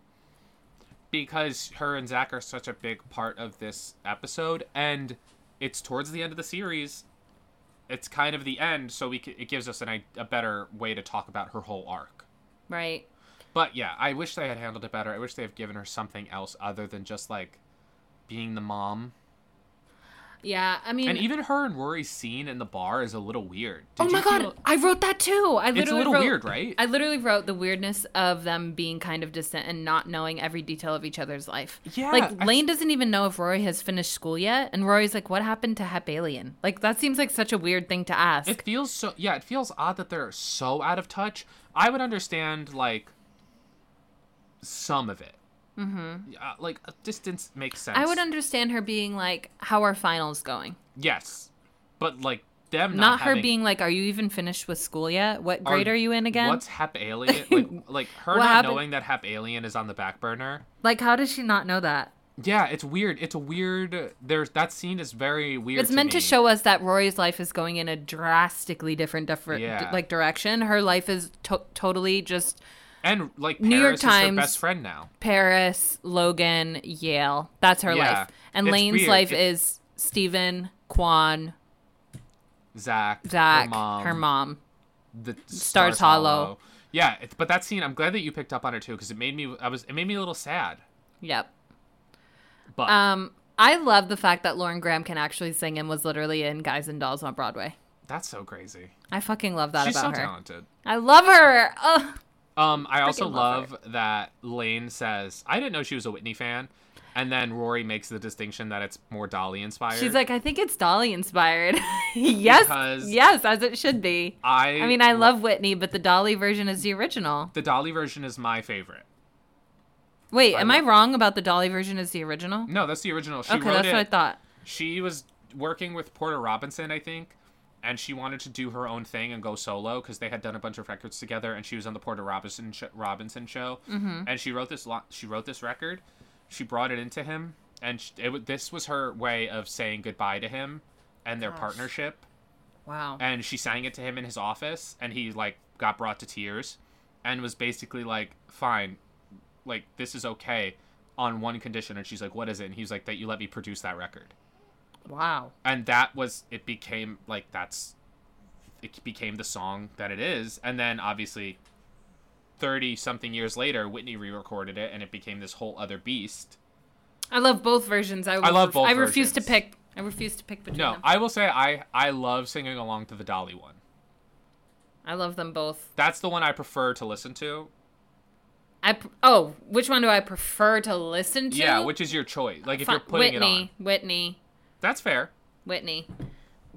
D: Because her and Zach are such a big part of this episode, and it's towards the end of the series. It's kind of the end, so we c- it gives us an, i- a better way to talk about her whole arc.
E: Right.
D: But yeah, I wish they had handled it better. I wish they have given her something else other than just like being the mom.
E: Yeah. I mean,
D: And even her and Rory's scene in the bar is a little weird.
E: oh
D: Did
E: my
D: you
E: god,
D: feel-
E: I wrote that too. I literally
D: it's a little
E: wrote,
D: weird, right?
E: I literally wrote the weirdness of them being kind of distant and not knowing every detail of each other's life.
D: Yeah,
E: Like
D: I-
E: Lane doesn't even know if Rory has finished school yet, and Rory's like, "What happened to Hep Alien?" Like that seems like such a weird thing to ask.
D: It feels so yeah, it feels odd that they're so out of touch. I would understand like some of it. Mm-hmm. Yeah, like a distance makes sense.
E: I would understand her being like, "How are finals going?"
D: yes, but like them
E: Not,
D: not,
E: her
D: having-
E: being like, "Are you even finished with school yet? What grade are, you in again?"
D: What's Hep Alien? Like, like her
E: What
D: not
E: happened-
D: knowing that Hep Alien is on the back burner.
E: Like, how does she not know that?
D: Yeah, it's weird. It's a weird. There's that scene is very weird.
E: It's meant to
D: me.
E: show us that Rory's life is going in a drastically different, different
D: Yeah.
E: like direction. Her life is to- totally just
D: and like Paris
E: New York
D: is
E: Times-
D: her best friend now.
E: Paris, Logan, Yale. That's her
D: Yeah.
E: life. And
D: It's
E: Lane's
D: weird.
E: life
D: It-
E: is Stephen, Quan,
D: Zach,
E: Zach,
D: her mom, the
E: Stars Hollow.
D: Yeah, it, but that scene, I'm glad that you picked up on it too, because it made me, I was, it made me a little sad.
E: Yep.
D: But
E: Um, I love the fact that Lauren Graham can actually sing and was literally in Guys and Dolls on Broadway.
D: that's so crazy.
E: I fucking love that
D: She's so
E: about her.
D: talented.
E: I love her. Oh,
D: Um, I also
E: Freaking love
D: love, that Lane says, "I didn't know she was a Whitney fan," and then Rory makes the distinction that it's more Dolly inspired.
E: she's like, I think it's Dolly inspired. yes,
D: Because-
E: yes, as it should be.
D: "I,
E: I mean, I love Whitney, but the Dolly version is the original.
D: the Dolly version is my favorite."
E: Wait, am I
D: love-
E: wrong about the Dolly version is the original?
D: No, that's the original. She
E: okay,
D: wrote
E: that's
D: it.
E: what I thought.
D: She was working with Porter Robinson, I think, and she wanted to do her own thing and go solo because they had done a bunch of records together, and she was on the Porter Robinson sh- Robinson show, mm-hmm. and she wrote this lo- she wrote this record, she brought it into him, and sh it, w- this was her way of saying goodbye to him and their partnership,
E: Wow.
D: and she sang it to him in his office, and he like got brought to tears, and was basically like, fine, like this is okay. On one condition, and she's like, "What is it?" And he's like, "That you let me produce that record."
E: Wow.
D: and that was it became like that's it became the song that it is. And then obviously, thirty something years later, Whitney re-recorded it, and it became this whole other beast.
E: I love both versions. I,
D: love
E: ref-
D: both
E: I refuse to
D: versions.
E: pick. I refuse to pick between
D: No,
E: them. I-,
D: I will say I I love singing along to the Dolly one.
E: love them both.
D: That's the one I prefer to listen to.
E: I pr- oh, which one do I prefer to listen to?
D: Yeah, which is your choice? Like if
E: Fi-
D: you're putting
E: Whitney,
D: it on,
E: Whitney,
D: that's fair.
E: Whitney.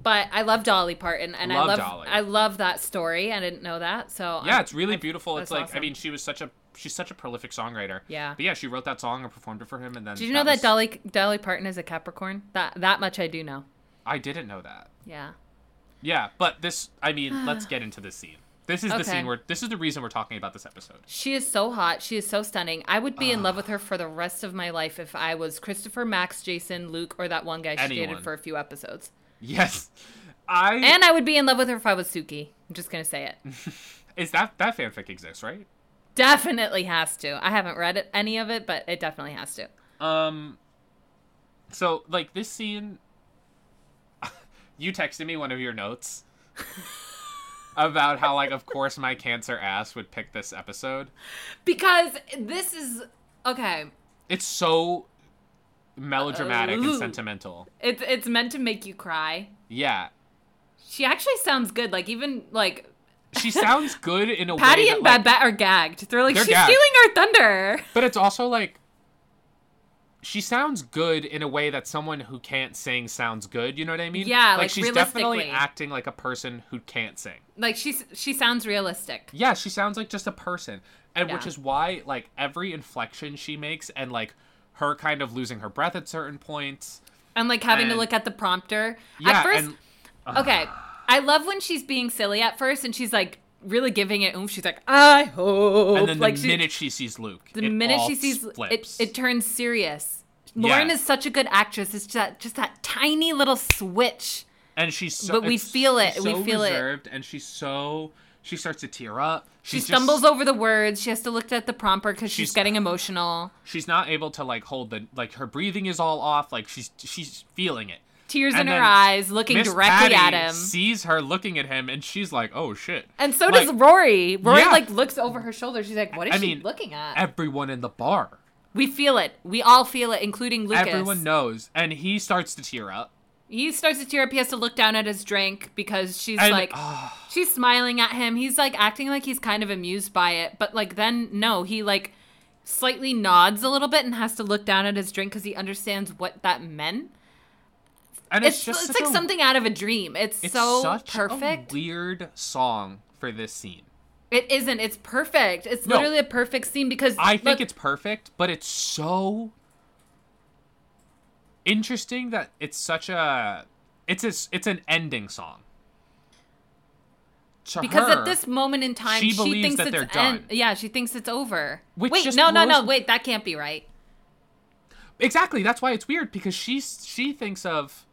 E: But I love Dolly Parton, and
D: Love
E: I love
D: Dolly.
E: I love that story. I didn't know that, so
D: Yeah,
E: I'm-
D: it's really
E: I-
D: beautiful. It's
E: that's
D: like I
E: awesome.
D: mean, she was such a she's such a prolific songwriter.
E: Yeah.
D: but yeah, she wrote that song and performed it for him, and then
E: Did you know that
D: was-
E: Dolly Dolly Parton is a Capricorn? That that much I do know.
D: I didn't know that.
E: Yeah.
D: Yeah, but this I mean, let's get into this scene. This is the
E: Okay.
D: scene where this is the reason we're talking about this episode.
E: She is so hot. She is so stunning. I would be in love with her for the rest of my life if I was Christopher, Max, Jason, Luke, or that one guy she
D: Anyone.
E: dated for a few episodes.
D: Yes, I
E: And I would be in love with her if I was Suki. I'm just gonna say it.
D: is that that fanfic exists, right?
E: definitely has to. I haven't read it, any of it, but it definitely has to.
D: Um, so like this scene, you texted me one of your notes about how like of course my cancer ass would pick this episode.
E: Because this is okay.
D: It's so melodramatic and
E: Ooh.
D: sentimental.
E: It's it's meant to make you cry.
D: Yeah.
E: She actually sounds good. Like even like
D: She sounds good in a way
E: Patty and
D: that, like-
E: Babette are gagged. They're like
D: They're
E: she's
D: gagged.
E: stealing our thunder.
D: But it's also like she sounds good in a way that someone who can't sing sounds good, you know what I mean?
E: Yeah,
D: like,
E: like,
D: she's definitely
E: realistically.
D: acting like a person who can't sing.
E: Like she's she sounds realistic.
D: Yeah, she sounds like just a person. And which
E: Yeah.
D: is why like every inflection she makes and like her kind of losing her breath at certain points.
E: And like having to
D: And-
E: look at the prompter.
D: Yeah,
E: at first
D: and
E: Okay. I love when she's being silly at first and she's like really giving it oomph. She's like, I hope
D: and then
E: oh, like
D: the
E: she-
D: minute she sees Luke,
E: the
D: it
E: minute
D: all
E: she sees it,
D: flips.
E: it turns serious.
D: Yeah.
E: Lauren is such a good actress. It's just that, just that tiny little switch.
D: and she's so,
E: But we
D: it's-
E: feel it,
D: she's
E: we
D: so
E: feel it.
D: reserved, and she's so she starts to tear up.
E: She
D: She's just-
E: stumbles over the words. She has to look at the prompter because she's,
D: She's-
E: getting emotional.
D: She's not able to like hold the like her breathing is all off. Like she's she's feeling it.
E: Tears
D: And
E: in her
D: then
E: eyes, looking
D: Miss
E: directly
D: Patty
E: at him.
D: sees her looking at him, and she's like, "Oh shit!"
E: and so
D: Like,
E: does Rory. Rory
D: Yeah.
E: like looks over her shoulder. She's like, "What is
D: I
E: she
D: mean,
E: looking at?"
D: everyone in the bar.
E: we feel it. We all feel it, including Lucas.
D: Everyone knows, and he starts to tear up.
E: He starts to tear up. He has to look down at his drink because she's
D: And,
E: like,
D: ah.
E: she's smiling at him. He's like acting like he's kind of amused by it, but like then no, he like slightly nods a little bit and has to look down at his drink because he understands what that meant.
D: And it's,
E: It's
D: just
E: it's,
D: such
E: like
D: a-
E: something out of a dream. It's,
D: It's
E: so
D: such
E: perfect.
D: A weird song for this scene.
E: it isn't. It's perfect. It's
D: No.
E: literally a perfect scene because
D: I think
E: look,
D: it's perfect, but it's so interesting that it's such a it's a, it's an ending song. To
E: because
D: her-
E: at this moment in time
D: she
E: she,
D: believes
E: thinks
D: that
E: it's
D: they're done.
E: en- yeah, she thinks it's over.
D: Which
E: wait,
D: just
E: no, no, no.
D: blows-
E: Wait, that can't be right.
D: exactly that's why it's weird because she she thinks of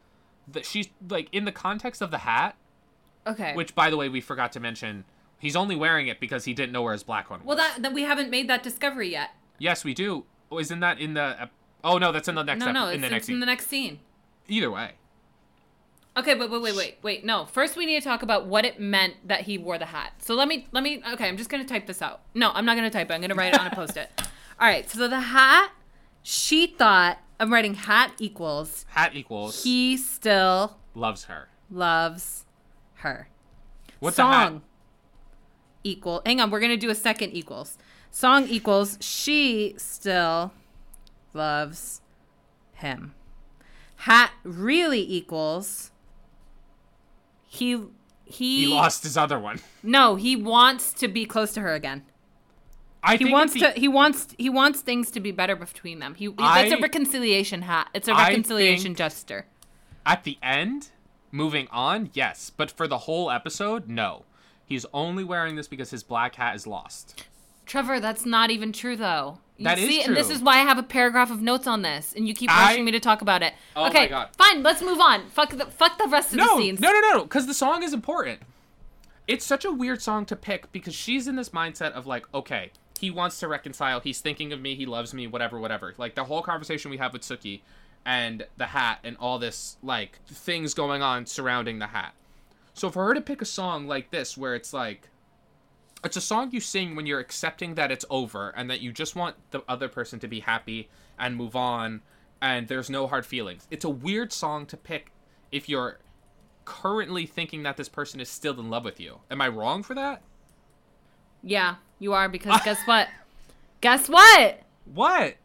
D: that she's like in the context of the hat,
E: Okay.
D: which by the way we forgot to mention. He's only wearing it because he didn't know where his black one was.
E: well, that, that we haven't made that discovery yet.
D: yes, we do. Oh, Isn't that in the? ep- Oh no, that's in the next.
E: No,
D: ep-
E: no, it's,
D: in the
E: it's
D: next.
E: in
D: scene.
E: the next scene.
D: Either way,
E: Okay, but wait, wait, wait, wait. No, first we need to talk about what it meant that he wore the hat. So let me, let me. Okay, I'm just gonna type this out. No, I'm not gonna type it. I'm gonna write it on a post-it. All right. So the hat. She thought I'm writing hat equals
D: hat equals
E: he still
D: loves her.
E: loves her.
D: What's a hat?
E: Song equal. Hang on, we're gonna do a second equals. Song equals she still loves him. Hat really equals he he,
D: He lost his other one.
E: No, he wants to be close to her again.
D: I
E: He
D: think
E: wants
D: it's the-
E: to. He wants. He wants things to be better between them. He. he it's
D: I-
E: a reconciliation hat. It's a
D: I
E: reconciliation
D: think-
E: gesture.
D: at the end. Moving on, yes, but for the whole episode, no. He's only wearing this because his black hat is lost.
E: Trevor, that's not even true though. You
D: That is
E: see, and this
D: true.
E: is why I have a paragraph of notes on this, and you keep
D: I-
E: rushing me to talk about it.
D: Oh my
E: okay,
D: God.
E: fine, let's move on. Fuck the fuck the rest of
D: No,
E: the
D: no,
E: scenes.
D: no, no, because the song is important. It's such a weird song to pick because she's in this mindset of like, okay, he wants to reconcile. He's thinking of me. He loves me. Whatever, whatever. Like the whole conversation we have with Suki and the hat and all this like things going on surrounding the hat. So for her to pick a song like this, where it's like, it's a song you sing when you're accepting that it's over and that you just want the other person to be happy and move on, and there's no hard feelings. It's a weird song to pick if you're currently thinking that this person is still in love with you. Am I wrong for that?
E: Yeah, you are because guess what? Guess what?
D: What?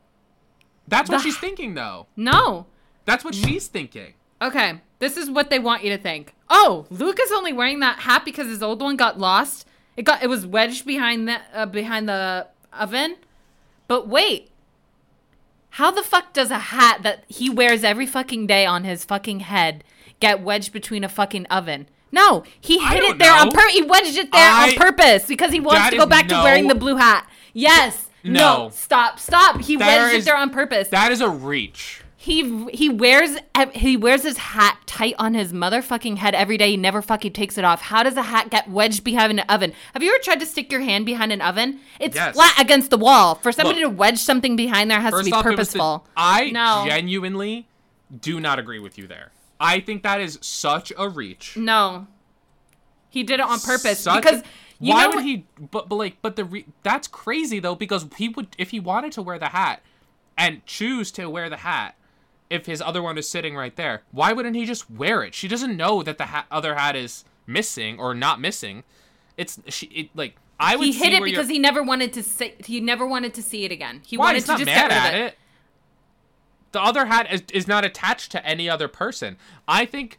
D: That's what
E: The-
D: she's thinking, though.
E: No.
D: That's what she's thinking.
E: Okay, this is what they want you to think. Oh, Luke is only wearing that hat because his old one got lost. It got it was wedged behind the uh, behind the oven. But wait, how the fuck does a hat that he wears every fucking day on his fucking head get wedged between a fucking oven? No, he
D: I
E: hid
D: don't
E: it there on
D: know.
E: pur- He wedged it there
D: I-
E: on purpose because he wants
D: That
E: to go
D: is
E: back
D: no-
E: to wearing the blue hat. Yes. No.
D: No.
E: Stop. Stop. He
D: There
E: wedged
D: is-
E: it there on purpose.
D: That is a reach.
E: He he wears he wears his hat tight on his motherfucking head every day. He never fucking takes it off. How does a hat get wedged behind an oven? Have you ever tried to stick your hand behind an oven? It's
D: Yes.
E: flat against the wall. For somebody
D: Look.
E: to wedge something behind there has to
D: First
E: be
D: off, it was the-
E: purposeful.
D: I
E: No.
D: genuinely do not agree with you there. I think that is such a reach.
E: no, he did it on purpose
D: Such-
E: because you
D: why
E: know
D: would
E: what-
D: he? But, but like, but the re- that's crazy though because he would if he wanted to wear the hat and choose to wear the hat. If his other one is sitting right there, why wouldn't he just wear it? She doesn't know that the ha- other hat is missing or not missing. It's she it like I would
E: he
D: see
E: hid it
D: where you're-
E: because he never wanted to see he never wanted to see it again. He
D: Why?
E: wanted
D: He's
E: to
D: not
E: just
D: mad
E: get rid
D: at
E: of
D: it. The other hat is, is not attached to any other person. I think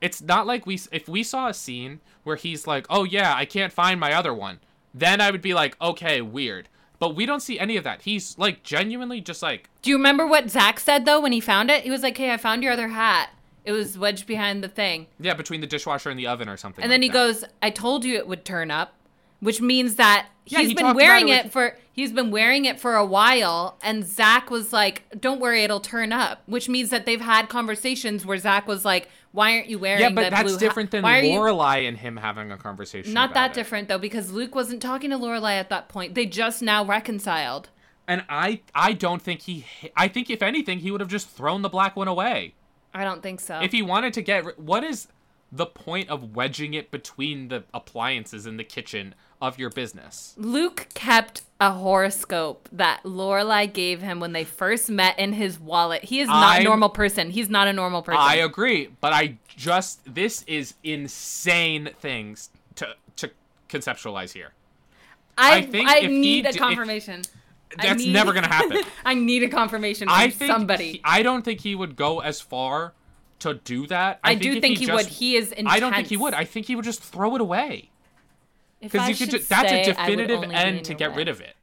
D: it's not like we if we saw a scene where he's like, "Oh yeah, I can't find my other one." Then I would be like, "Okay, weird." But we don't see any of that. He's like genuinely just like,
E: Do you remember what Zach said though when he found it? He was like, "Hey, I found your other hat. It was wedged behind the thing."
D: yeah, between the dishwasher and the oven or something.
E: And
D: like
E: then he
D: that.
E: goes, "I told you it would turn up," which means that
D: Yeah,
E: he's
D: he
E: been
D: talked
E: wearing
D: about it
E: it,
D: with-
E: for he's been wearing it for a while. And Zach was like, "Don't worry, it'll turn up," which means that they've had conversations where Zach was like, "Why aren't you wearing?"
D: Yeah, but
E: the
D: that's
E: blue hat?
D: different than
E: Why are you-"
D: Lorelai and him having a conversation.
E: Not
D: about
E: that
D: it.
E: different though, because Luke wasn't talking to Lorelai at that point. They just now reconciled.
D: And I, I don't think he. I think if anything, he would have just thrown the black one away.
E: I don't think so.
D: if he wanted to get ri- what is the point of wedging it between the appliances in the kitchen of your business
E: Luke kept a horoscope that Lorelai gave him when they first met in his wallet. He is not
D: I'm-
E: a normal person. He's not a normal person.
D: i agree but i just this is insane things to to conceptualize here
E: I,
D: I think
E: I
D: if he
E: need
D: d-
E: a
D: if-
E: confirmation. I
D: that's
E: need-
D: never gonna happen
E: I need a confirmation from
D: i think
E: somebody.
D: he- i don't think he would go as far to do that
E: I,
D: think
E: do
D: if
E: think he,
D: just-
E: would. He is intense.
D: i don't think he would i think he would just throw it away
E: If
D: because
E: I
D: you could
E: should
D: ju- that's a
E: stay, I would
D: definitive
E: only be in
D: end to
E: your
D: get
E: way.
D: rid of it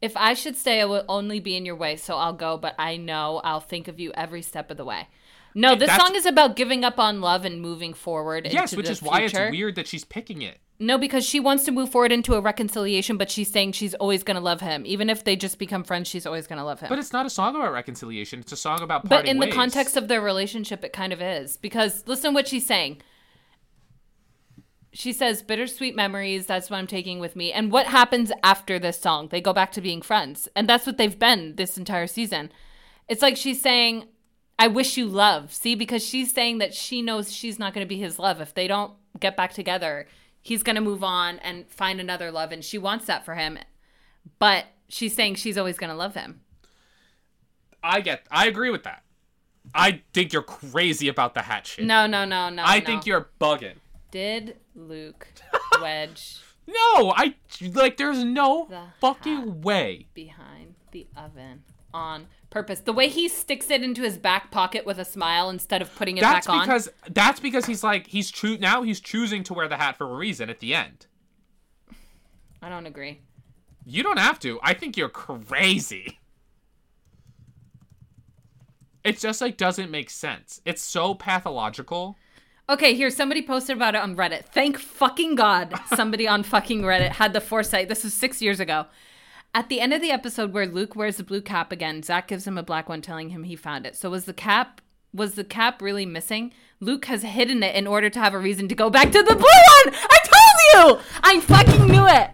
E: If I should stay, I will only be in your way, so I'll go, but I know I'll think of you every step of the way. No, this
D: That's-
E: song is about giving up on love and moving forward.
D: yes
E: into
D: which
E: the
D: is why it's
E: future.
D: weird that she's picking it
E: No, because she wants to move forward into a reconciliation, but she's saying she's always going to love him. Even if they just become friends, she's always going to love him.
D: But it's not a song about reconciliation. It's a song about
E: But
D: parting
E: in
D: ways.
E: the context of their relationship, it kind of is. Because listen what she's saying. She says, bittersweet memories, that's what I'm taking with me. And what happens after this song? They go back to being friends. And that's what they've been this entire season. It's like she's saying, I wish you love. See, because she's saying that she knows she's not going to be his love. If they don't get back together, he's going to move on and find another love. And she wants that for him. But she's saying she's always going to love him.
D: I get, I agree with that. I think you're crazy about the hat shit.
E: No, no, no, no.
D: I
E: no.
D: think you're bugging.
E: Did Luke wedge
D: No, I like. There's no
E: The
D: fucking
E: hat.
D: way.
E: behind the oven on purpose? The way he sticks it into his back pocket with a smile instead of putting it
D: That's
E: back
D: because that's because he's like he's true now. He's choosing to wear the hat for a reason. At the end,
E: on. I don't agree.
D: you don't have to. I think you're crazy. It just like doesn't make sense. It's so pathological.
E: Okay, here somebody posted about it on Reddit. Thank fucking God somebody on fucking Reddit had the foresight. This was six years ago. At the end of the episode where Luke wears the blue cap again, Zach gives him a black one telling him he found it. So was the cap was the cap really missing? Luke has hidden it in order to have a reason to go back to the blue one! I told you! I fucking knew it!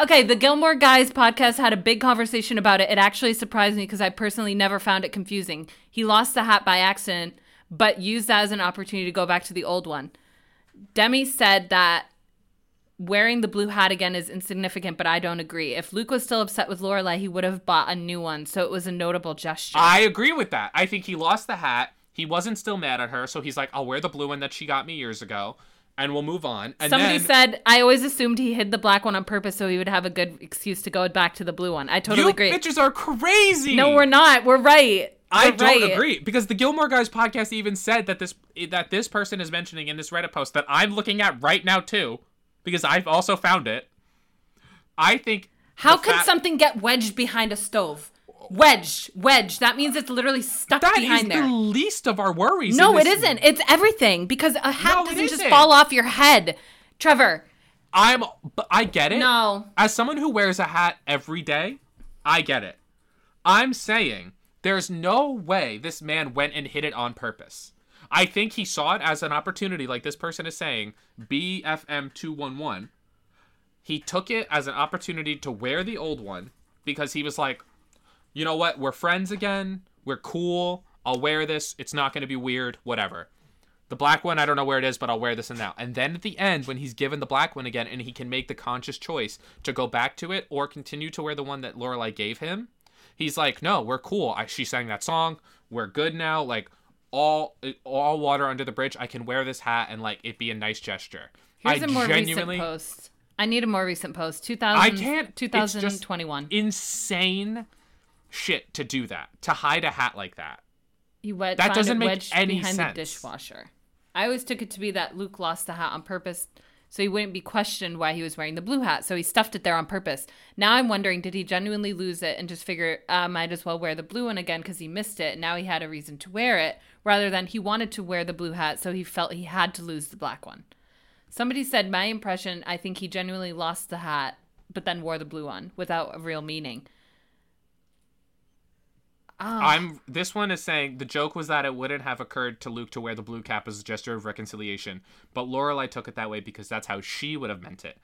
E: Okay, the Gilmore Guys podcast had a big conversation about it. It actually surprised me because I personally never found it confusing. He lost the hat by accident, but used that as an opportunity to go back to the old one. Demi said that wearing the blue hat again is insignificant, but I don't agree. If Luke was still upset with Lorelai, he would have bought a new one, so it was a notable gesture.
D: I agree with that. I think he lost the hat. He wasn't still mad at her, so he's like, I'll wear the blue one that she got me years ago, and we'll move on. And
E: Somebody
D: then
E: said, I always assumed he hid the black one on purpose so he would have a good excuse to go back to the blue one. I totally
D: you
E: agree.
D: bitches are crazy.
E: No, we're not. We're right.
D: I
E: We're
D: don't
E: right.
D: agree because the Gilmore Guys podcast even said that this that this person is mentioning in this Reddit post that I'm looking at right now too, because I've also found it. I think
E: How
D: the
E: could
D: fact-
E: something get wedged behind a stove? Wedged, wedged. That means it's literally stuck
D: that is
E: behind there.
D: the least of our worries?
E: No,
D: in
E: it
D: this-
E: isn't. It's everything because a hat
D: No, it
E: doesn't just
D: isn't.
E: fall off your head, Trevor.
D: I'm but I get it.
E: No.
D: As someone who wears a hat every day, I get it. I'm saying there's no way this man went and hid it on purpose. I think he saw it as an opportunity, like this person is saying, BFM211. He took it as an opportunity to wear the old one because he was like, you know what? We're friends again. We're cool. I'll wear this. It's not going to be weird. Whatever. The black one, I don't know where it is, but I'll wear this and now. And then at the end, when he's given the black one again and he can make the conscious choice to go back to it or continue to wear the one that Lorelai gave him, he's like, no, we're cool. I, she sang that song. We're good now. Like, all all water under the bridge. I can wear this hat and, like, it be a nice gesture.
E: Here's
D: I
E: a more
D: genuinely
E: recent post. I need a more recent post. 2000,
D: I can't. it's just
E: 2021.
D: Insane shit to do that. To hide a hat like that.
E: You wed-
D: That
E: found
D: doesn't
E: it
D: make
E: wedged
D: any
E: behind
D: sense.
E: the dishwasher. I always took it to be that Luke lost the hat on purpose so he wouldn't be questioned why he was wearing the blue hat. So he stuffed it there on purpose. Now I'm wondering, did he genuinely lose it and just figure, uh, might as well wear the blue one again because he missed it. And now he had a reason to wear it rather than he wanted to wear the blue hat. So he felt he had to lose the black one. Somebody said, my impression, I think he genuinely lost the hat, but then wore the blue one without a real meaning. Oh.
D: I'm this one is saying the joke was that it wouldn't have occurred to Luke to wear the blue cap as a gesture of reconciliation, but Lorelai took it that way because that's how she would have meant it.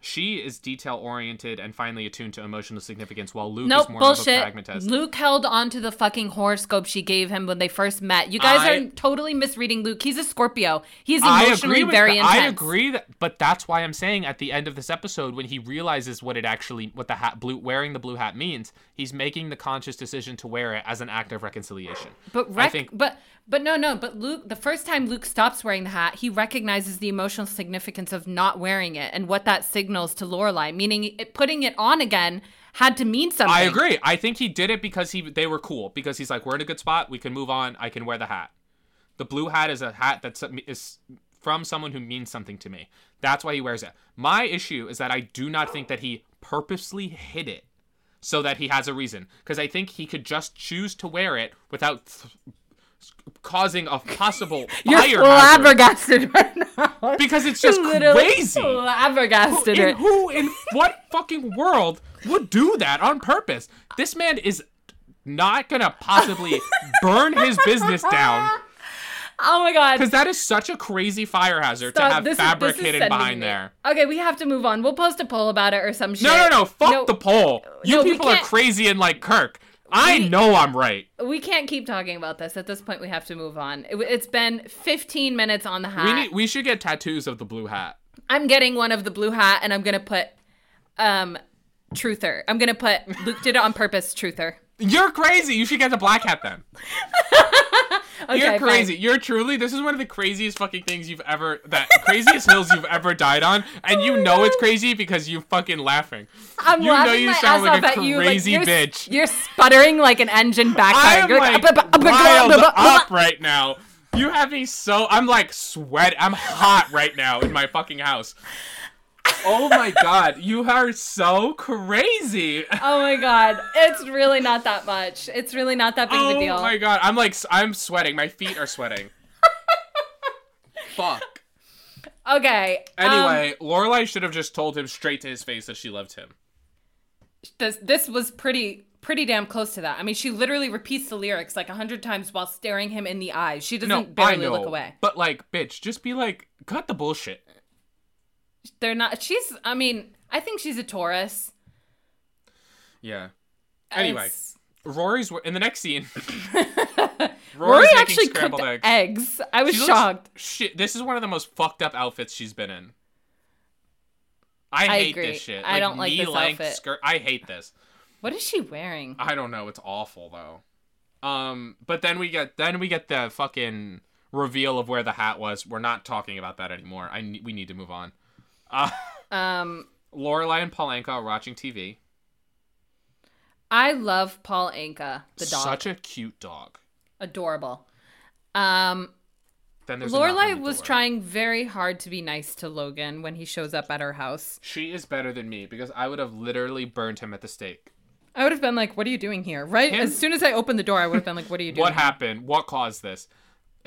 D: She is detail oriented and finely attuned to emotional significance, while Luke
E: Nope,
D: is more of a
E: bullshit.
D: pragmatist.
E: Luke held on to the fucking horoscope she gave him when they first met. You guys
D: I-
E: are totally misreading Luke. He's a Scorpio. He's
D: I
E: emotionally
D: agree with
E: very
D: that.
E: intense.
D: I agree that, but that's why I'm saying at the end of this episode, when he realizes what it actually, what the hat blue, wearing the blue hat means, he's making the conscious decision to wear it as an act of reconciliation.
E: But
D: I
E: rec-
D: think
E: but but no no. But Luke, the first time Luke stops wearing the hat, he recognizes the emotional significance of not wearing it and what that signals to Lorelai. Meaning, it, putting it on again had to mean something.
D: I agree. I think he did it because he they were cool. Because he's like, we're in a good spot. We can move on. I can wear the hat. The blue hat is a hat that some- is from someone who means something to me. That's why he wears it. My issue is that I do not think that he purposely hid it so that he has a reason. Because I think he could just choose to wear it without th- causing a possible
E: You're
D: fire hazard.
E: flabbergasted right now.
D: Because it's just
E: Literally
D: crazy.
E: Flabbergasted.
D: In
E: right-
D: who in what fucking world would do that on purpose? This man is not gonna possibly burn his business down
E: oh my god.
D: because that is such a crazy fire hazard
E: Stop.
D: to have
E: This is-
D: fabric
E: this is
D: hidden
E: sending
D: behind
E: me-
D: there.
E: Okay, we have to move on. We'll post a poll about it or some shit.
D: No, no, no! Fuck the poll. You
E: no, we
D: people are
E: can't-
D: crazy and like Kirk. I
E: We-
D: know I'm right.
E: We can't keep talking about this. At this point, we have to move on. It, has been 15 minutes on the hat.
D: We need, we should get tattoos of the blue hat.
E: I'm getting one of the blue hat, and I'm gonna put, um, truther. I'm gonna put Luke did it on purpose. Truther.
D: You're crazy. You should get the black hat then.
E: Okay,
D: You're
E: fine.
D: crazy. You're truly. This is one of the craziest fucking things you've ever. That craziest hills you've ever died on, and you know it's crazy because you fucking laughing.
E: I'm
D: you
E: laughing
D: know you
E: my
D: sound like
E: ass off
D: a
E: at you.
D: crazy
E: like, you're, s-
D: bitch.
E: You're sputtering like an engine
D: I
E: backfire.
D: am
E: You're
D: like riled up right now. You have me so. I'm like sweat. I'm hot right now in my fucking house. Oh my god, you are so crazy.
E: Oh my god, it's really not that much. It's really not that big of a deal.
D: Oh my god, I'm like s- I'm sweating. My feet are sweating. Fuck.
E: Okay. um,
D: Anyway, Lorelai should have just told him straight to his face that she loved him.
E: this this was pretty pretty damn close to that. I mean, she literally repeats the lyrics like a hundred times while staring him in the eyes. She doesn't
D: No, I
E: barely
D: know.
E: look away.
D: But like, bitch, just be like, cut the bullshit.
E: They're not. She's. I mean, I think she's a Taurus.
D: Yeah. Anyway,
E: It's-
D: Rory's wor- in the next scene.
E: Rory
D: Rory's making
E: actually cooked
D: scrambled
E: eggs.
D: eggs.
E: I was
D: She looks-
E: shocked.
D: Shit, this is one of the most fucked up outfits she's been in. I,
E: I
D: hate
E: agree.
D: this shit.
E: I don't like this
D: knee-length
E: outfit.
D: Skirt. I hate this.
E: What is she wearing?
D: I don't know. It's awful though. Um, but then we get then we get the fucking reveal of where the hat was. We're not talking about that anymore. I ne- we need to move on. Uh,
E: Um,
D: Lorelai and Polanka are watching TV.
E: I love Paul Anka, the dog.
D: Such a cute dog.
E: Adorable. Um,
D: Then there's a knock on
E: Lorelai
D: the
E: was
D: door.
E: trying very hard to be nice to Logan when he shows up at her house.
D: She is better than me because I would have literally burned him at the stake.
E: I would have been like, "What are you doing here?" Right
D: Him-
E: as soon as I opened the door, I would have been like, "What are you doing?"
D: What
E: here?"
D: happened? What caused this?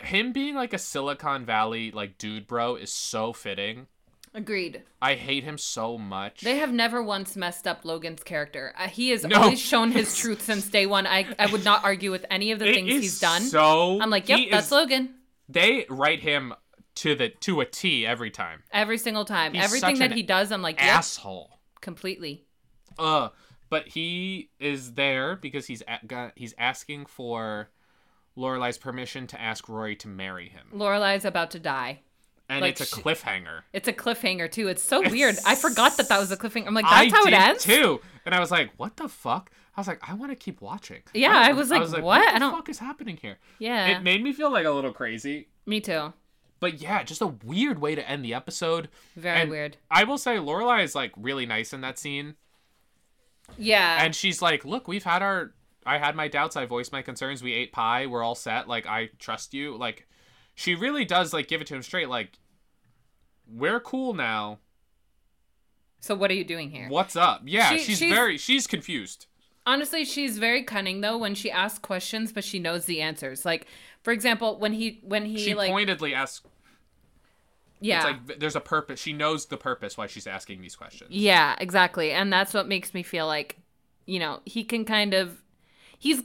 D: Him being like a Silicon Valley like dude bro is so fitting.
E: Agreed.
D: I hate him so much.
E: They have never once messed up Logan's character. Uh, he has
D: No.
E: always shown his truth since day one. I, I would not argue with any of the
D: It
E: things
D: is
E: he's done.
D: So
E: I'm like, yep,
D: he
E: that's
D: is-
E: Logan.
D: They write him to the to a T every time.
E: Every single time.
D: He's
E: Everything
D: such
E: that
D: an
E: he does, I'm like, yep,
D: Asshole.
E: completely.
D: Uh, but he is there because he's a- got, he's asking for Lorelai's permission to ask Rory to marry him,
E: Lorelai's about to die.
D: and
E: Like
D: it's a
E: she-
D: cliffhanger.
E: It's a cliffhanger too. It's so weird. I forgot that that was a cliffhanger. I'm like,
D: I
E: that's how
D: did
E: it ends.
D: too, and I was like, "What the fuck?" I was like, "I want to keep watching."
E: Yeah,
D: don't-
E: I was like,
D: what,
E: "What?
D: the
E: I don't-
D: fuck is happening here?"
E: Yeah,
D: It made me feel like a little crazy,
E: me too.
D: but yeah, just a weird way to end the episode.
E: Very
D: And
E: weird.
D: I will say, Lorelai is like really nice in that scene.
E: Yeah,
D: and she's like, "Look, we've had our I had my doubts, I voiced my concerns, we ate pie, we're all set. Like I trust you." Like she really does like give it to him straight like we're cool now.
E: So what are you doing here?
D: What's up? Yeah,
E: She-
D: she's,
E: she's-
D: very she's confused.
E: Honestly, she's very cunning though when she asks questions, but she knows the answers. Like, for example, when he when he
D: She
E: like
D: pointedly asks
E: yeah
D: it's like th- there's a purpose. She knows the purpose why she's asking these questions.
E: yeah exactly, and that's what makes me feel like you know he can kind of he's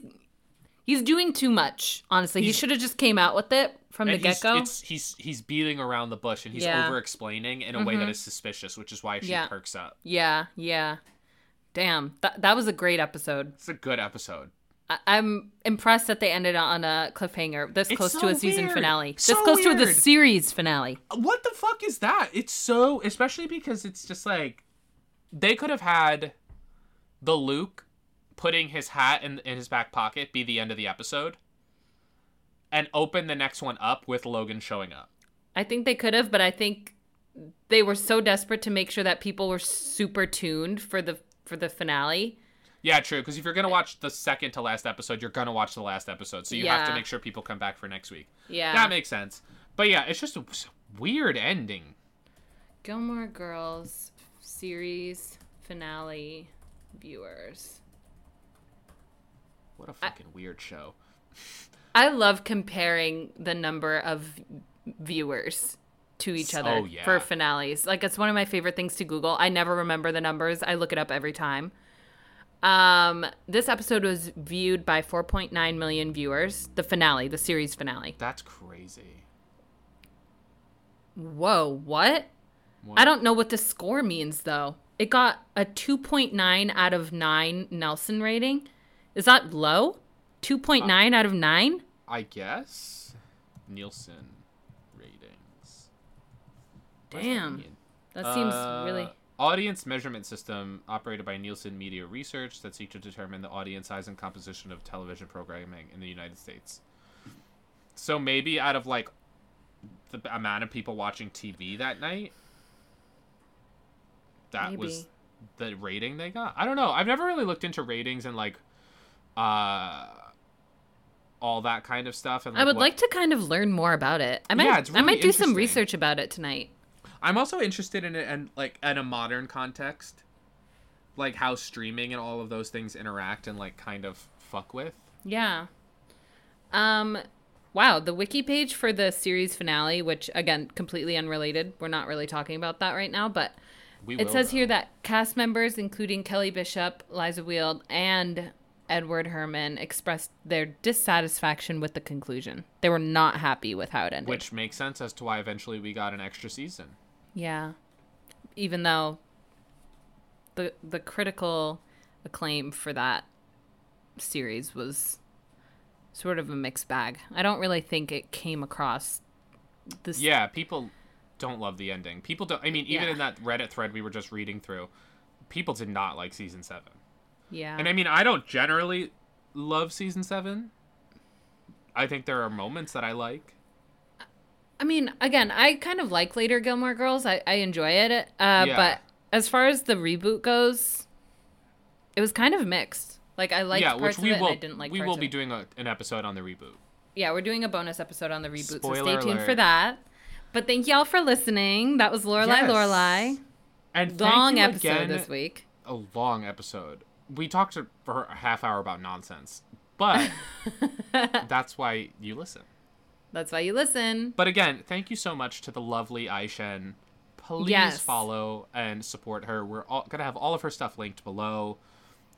E: he's doing too much. Honestly, he
D: He's-
E: should have just came out with it from the
D: And he's,
E: get go.
D: it's- he's he's beating around the bush and he's
E: Yeah. Mm-hmm.
D: over explaining in a way that is suspicious, which is why she
E: Yeah.
D: perks up.
E: Yeah, yeah. Damn, that that was a great episode.
D: It's a good episode.
E: I- I'm impressed that they ended on a cliffhanger this
D: It's
E: close
D: so
E: to a season
D: weird.
E: finale. This
D: So
E: close to the
D: weird.
E: series finale.
D: what the fuck is that? It's so especially because it's just like they could have had the Luke putting his hat in in his back pocket be the end of the episode and open the next one up with Logan showing up.
E: I think they could have, but I think they were so desperate to make sure that people were super tuned for the for the finale.
D: Yeah, true, cuz if you're going to watch the second to last episode, you're going to watch the last episode. So you have to
E: Yeah.
D: make sure people come back for next week.
E: Yeah.
D: That makes sense. But yeah, it's just a weird ending.
E: Gilmore Girls series finale viewers.
D: What a fucking weird show.
E: I love comparing the number of viewers to each other
D: Oh, yeah.
E: for finales. Like it's one of my favorite things to Google. I never remember the numbers. I look it up every time. Um, this episode was viewed by 4.9 million viewers. The finale, the series finale.
D: That's crazy.
E: Whoa, what? I don't know what the score means though. It got a 2.9 out of 9 Nelson rating. Is that low? 2.9
D: Uh,
E: out of 9?
D: I guess Nielsen ratings. What does that
E: Damn.
D: mean?
E: That seems
D: Uh,
E: really
D: Audience measurement system operated by Nielsen Media Research that seek to determine the audience size and composition of television programming in the United States. So maybe out of like the b- amount of people watching TV that night, that was
E: Maybe.
D: the rating they got. I don't know. I've never really looked into ratings and like uh all that kind of stuff and like
E: I would
D: what-
E: like to kind of learn more about it. I might,
D: Yeah, it's
E: I might
D: really
E: do some
D: interesting.
E: research about it tonight.
D: I'm also interested in it and like in a modern context, like how streaming and all of those things interact and like kind of fuck with.
E: Yeah. Um, wow, the wiki page for the series finale, which again, completely unrelated. We're not really talking about that right now, but
D: We
E: it
D: will,
E: says
D: though.
E: here that cast members, including Kelly Bishop, Liza Wield, and Edward Herman, expressed their dissatisfaction with the conclusion. They were not happy with how it ended.
D: which makes sense as to why eventually we got an extra season.
E: Yeah. Even though the the critical acclaim for that series was sort of a mixed bag. I don't really think it came across this
D: Yeah, people don't love the ending. People don't. I mean, even
E: Yeah.
D: in that Reddit thread we were just reading through, people did not like season seven.
E: yeah.
D: And I mean, I don't generally love season seven. I think there are moments that I like.
E: I mean, again, I kind of like later Gilmore Girls. I, I enjoy it. Uh,
D: Yeah.
E: But as far as the reboot goes, it was kind of mixed. Like I liked
D: yeah, which
E: parts
D: we
E: of it
D: will.
E: and I didn't like
D: we
E: parts
D: will
E: of
D: be
E: it.
D: doing a, an episode on the reboot.
E: Yeah, we're doing a bonus episode on the reboot, so stay
D: Spoiler
E: tuned for
D: alert.
E: that. But thank y'all for listening. That was Lorelai
D: Yes.
E: Lorelai.
D: And thank
E: Long
D: you
E: episode
D: again-
E: this week.
D: A long episode. We talked to- for a half hour about nonsense, but that's why you listen.
E: That's why you listen.
D: But again, thank you so much to the lovely Aishen. Please
E: Yes.
D: follow and support her. We're all gonna have all of her stuff linked below.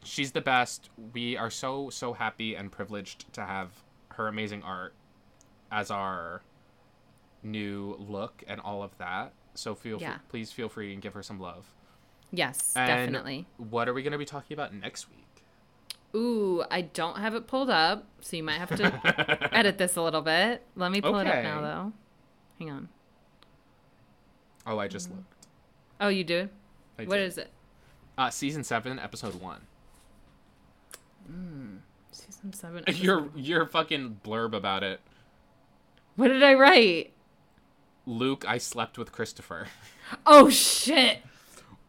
D: She's the best. We are so so happy and privileged to have her amazing art as our new look and all of that. So feel
E: Yeah.
D: free, please feel free and give her some love.
E: Yes,
D: And
E: definitely.
D: What are we gonna be talking about next week?
E: Ooh, I don't have it pulled up, so you might have to edit this a little bit. Let me pull it up
D: Okay.
E: now, though. Hang on.
D: Oh, I just looked.
E: Oh, you do?
D: I
E: Mm. What
D: did.
E: is it?
D: uh, season seven, episode one?
E: Season seven.
D: Your your fucking blurb about it.
E: What did I write?
D: Luke, I slept with Christopher.
E: Oh shit!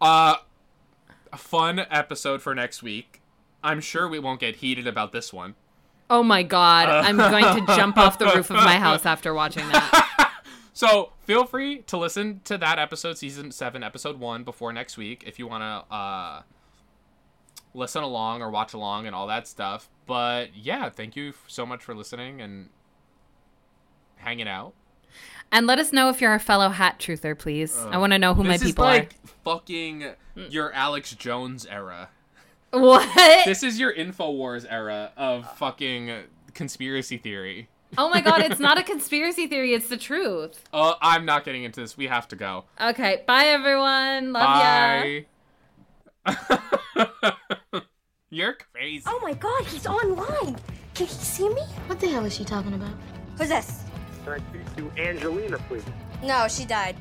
D: Uh, a fun episode for next week. I'm sure we won't get heated about this one.
E: Oh my god!
D: Uh.
E: I'm going to jump off the roof of my house after watching that.
D: So feel free to listen to that episode, season seven, episode one, before next week if you want to uh, listen along or watch along and all that stuff. But yeah, thank you f- so much for listening and hanging out.
E: And let us know if you're a fellow hat truther, please. I want to know who my
D: Uh, This is
E: people Hmm.
D: like fucking your Alex Jones era.
E: are. What?
D: This is your Infowars era
E: Uh.
D: of fucking conspiracy theory.
E: Oh my god! It's not a conspiracy theory. It's the truth.
D: Oh, I'm not getting into this. We have to go.
E: Okay. Bye, everyone. Love ya.
D: Bye. You're crazy.
B: Oh my god, he's online! Can he see me?
F: What the hell is she talking about?
G: Who's this?
A: Can I speak to Angelina, please?
G: No, she died.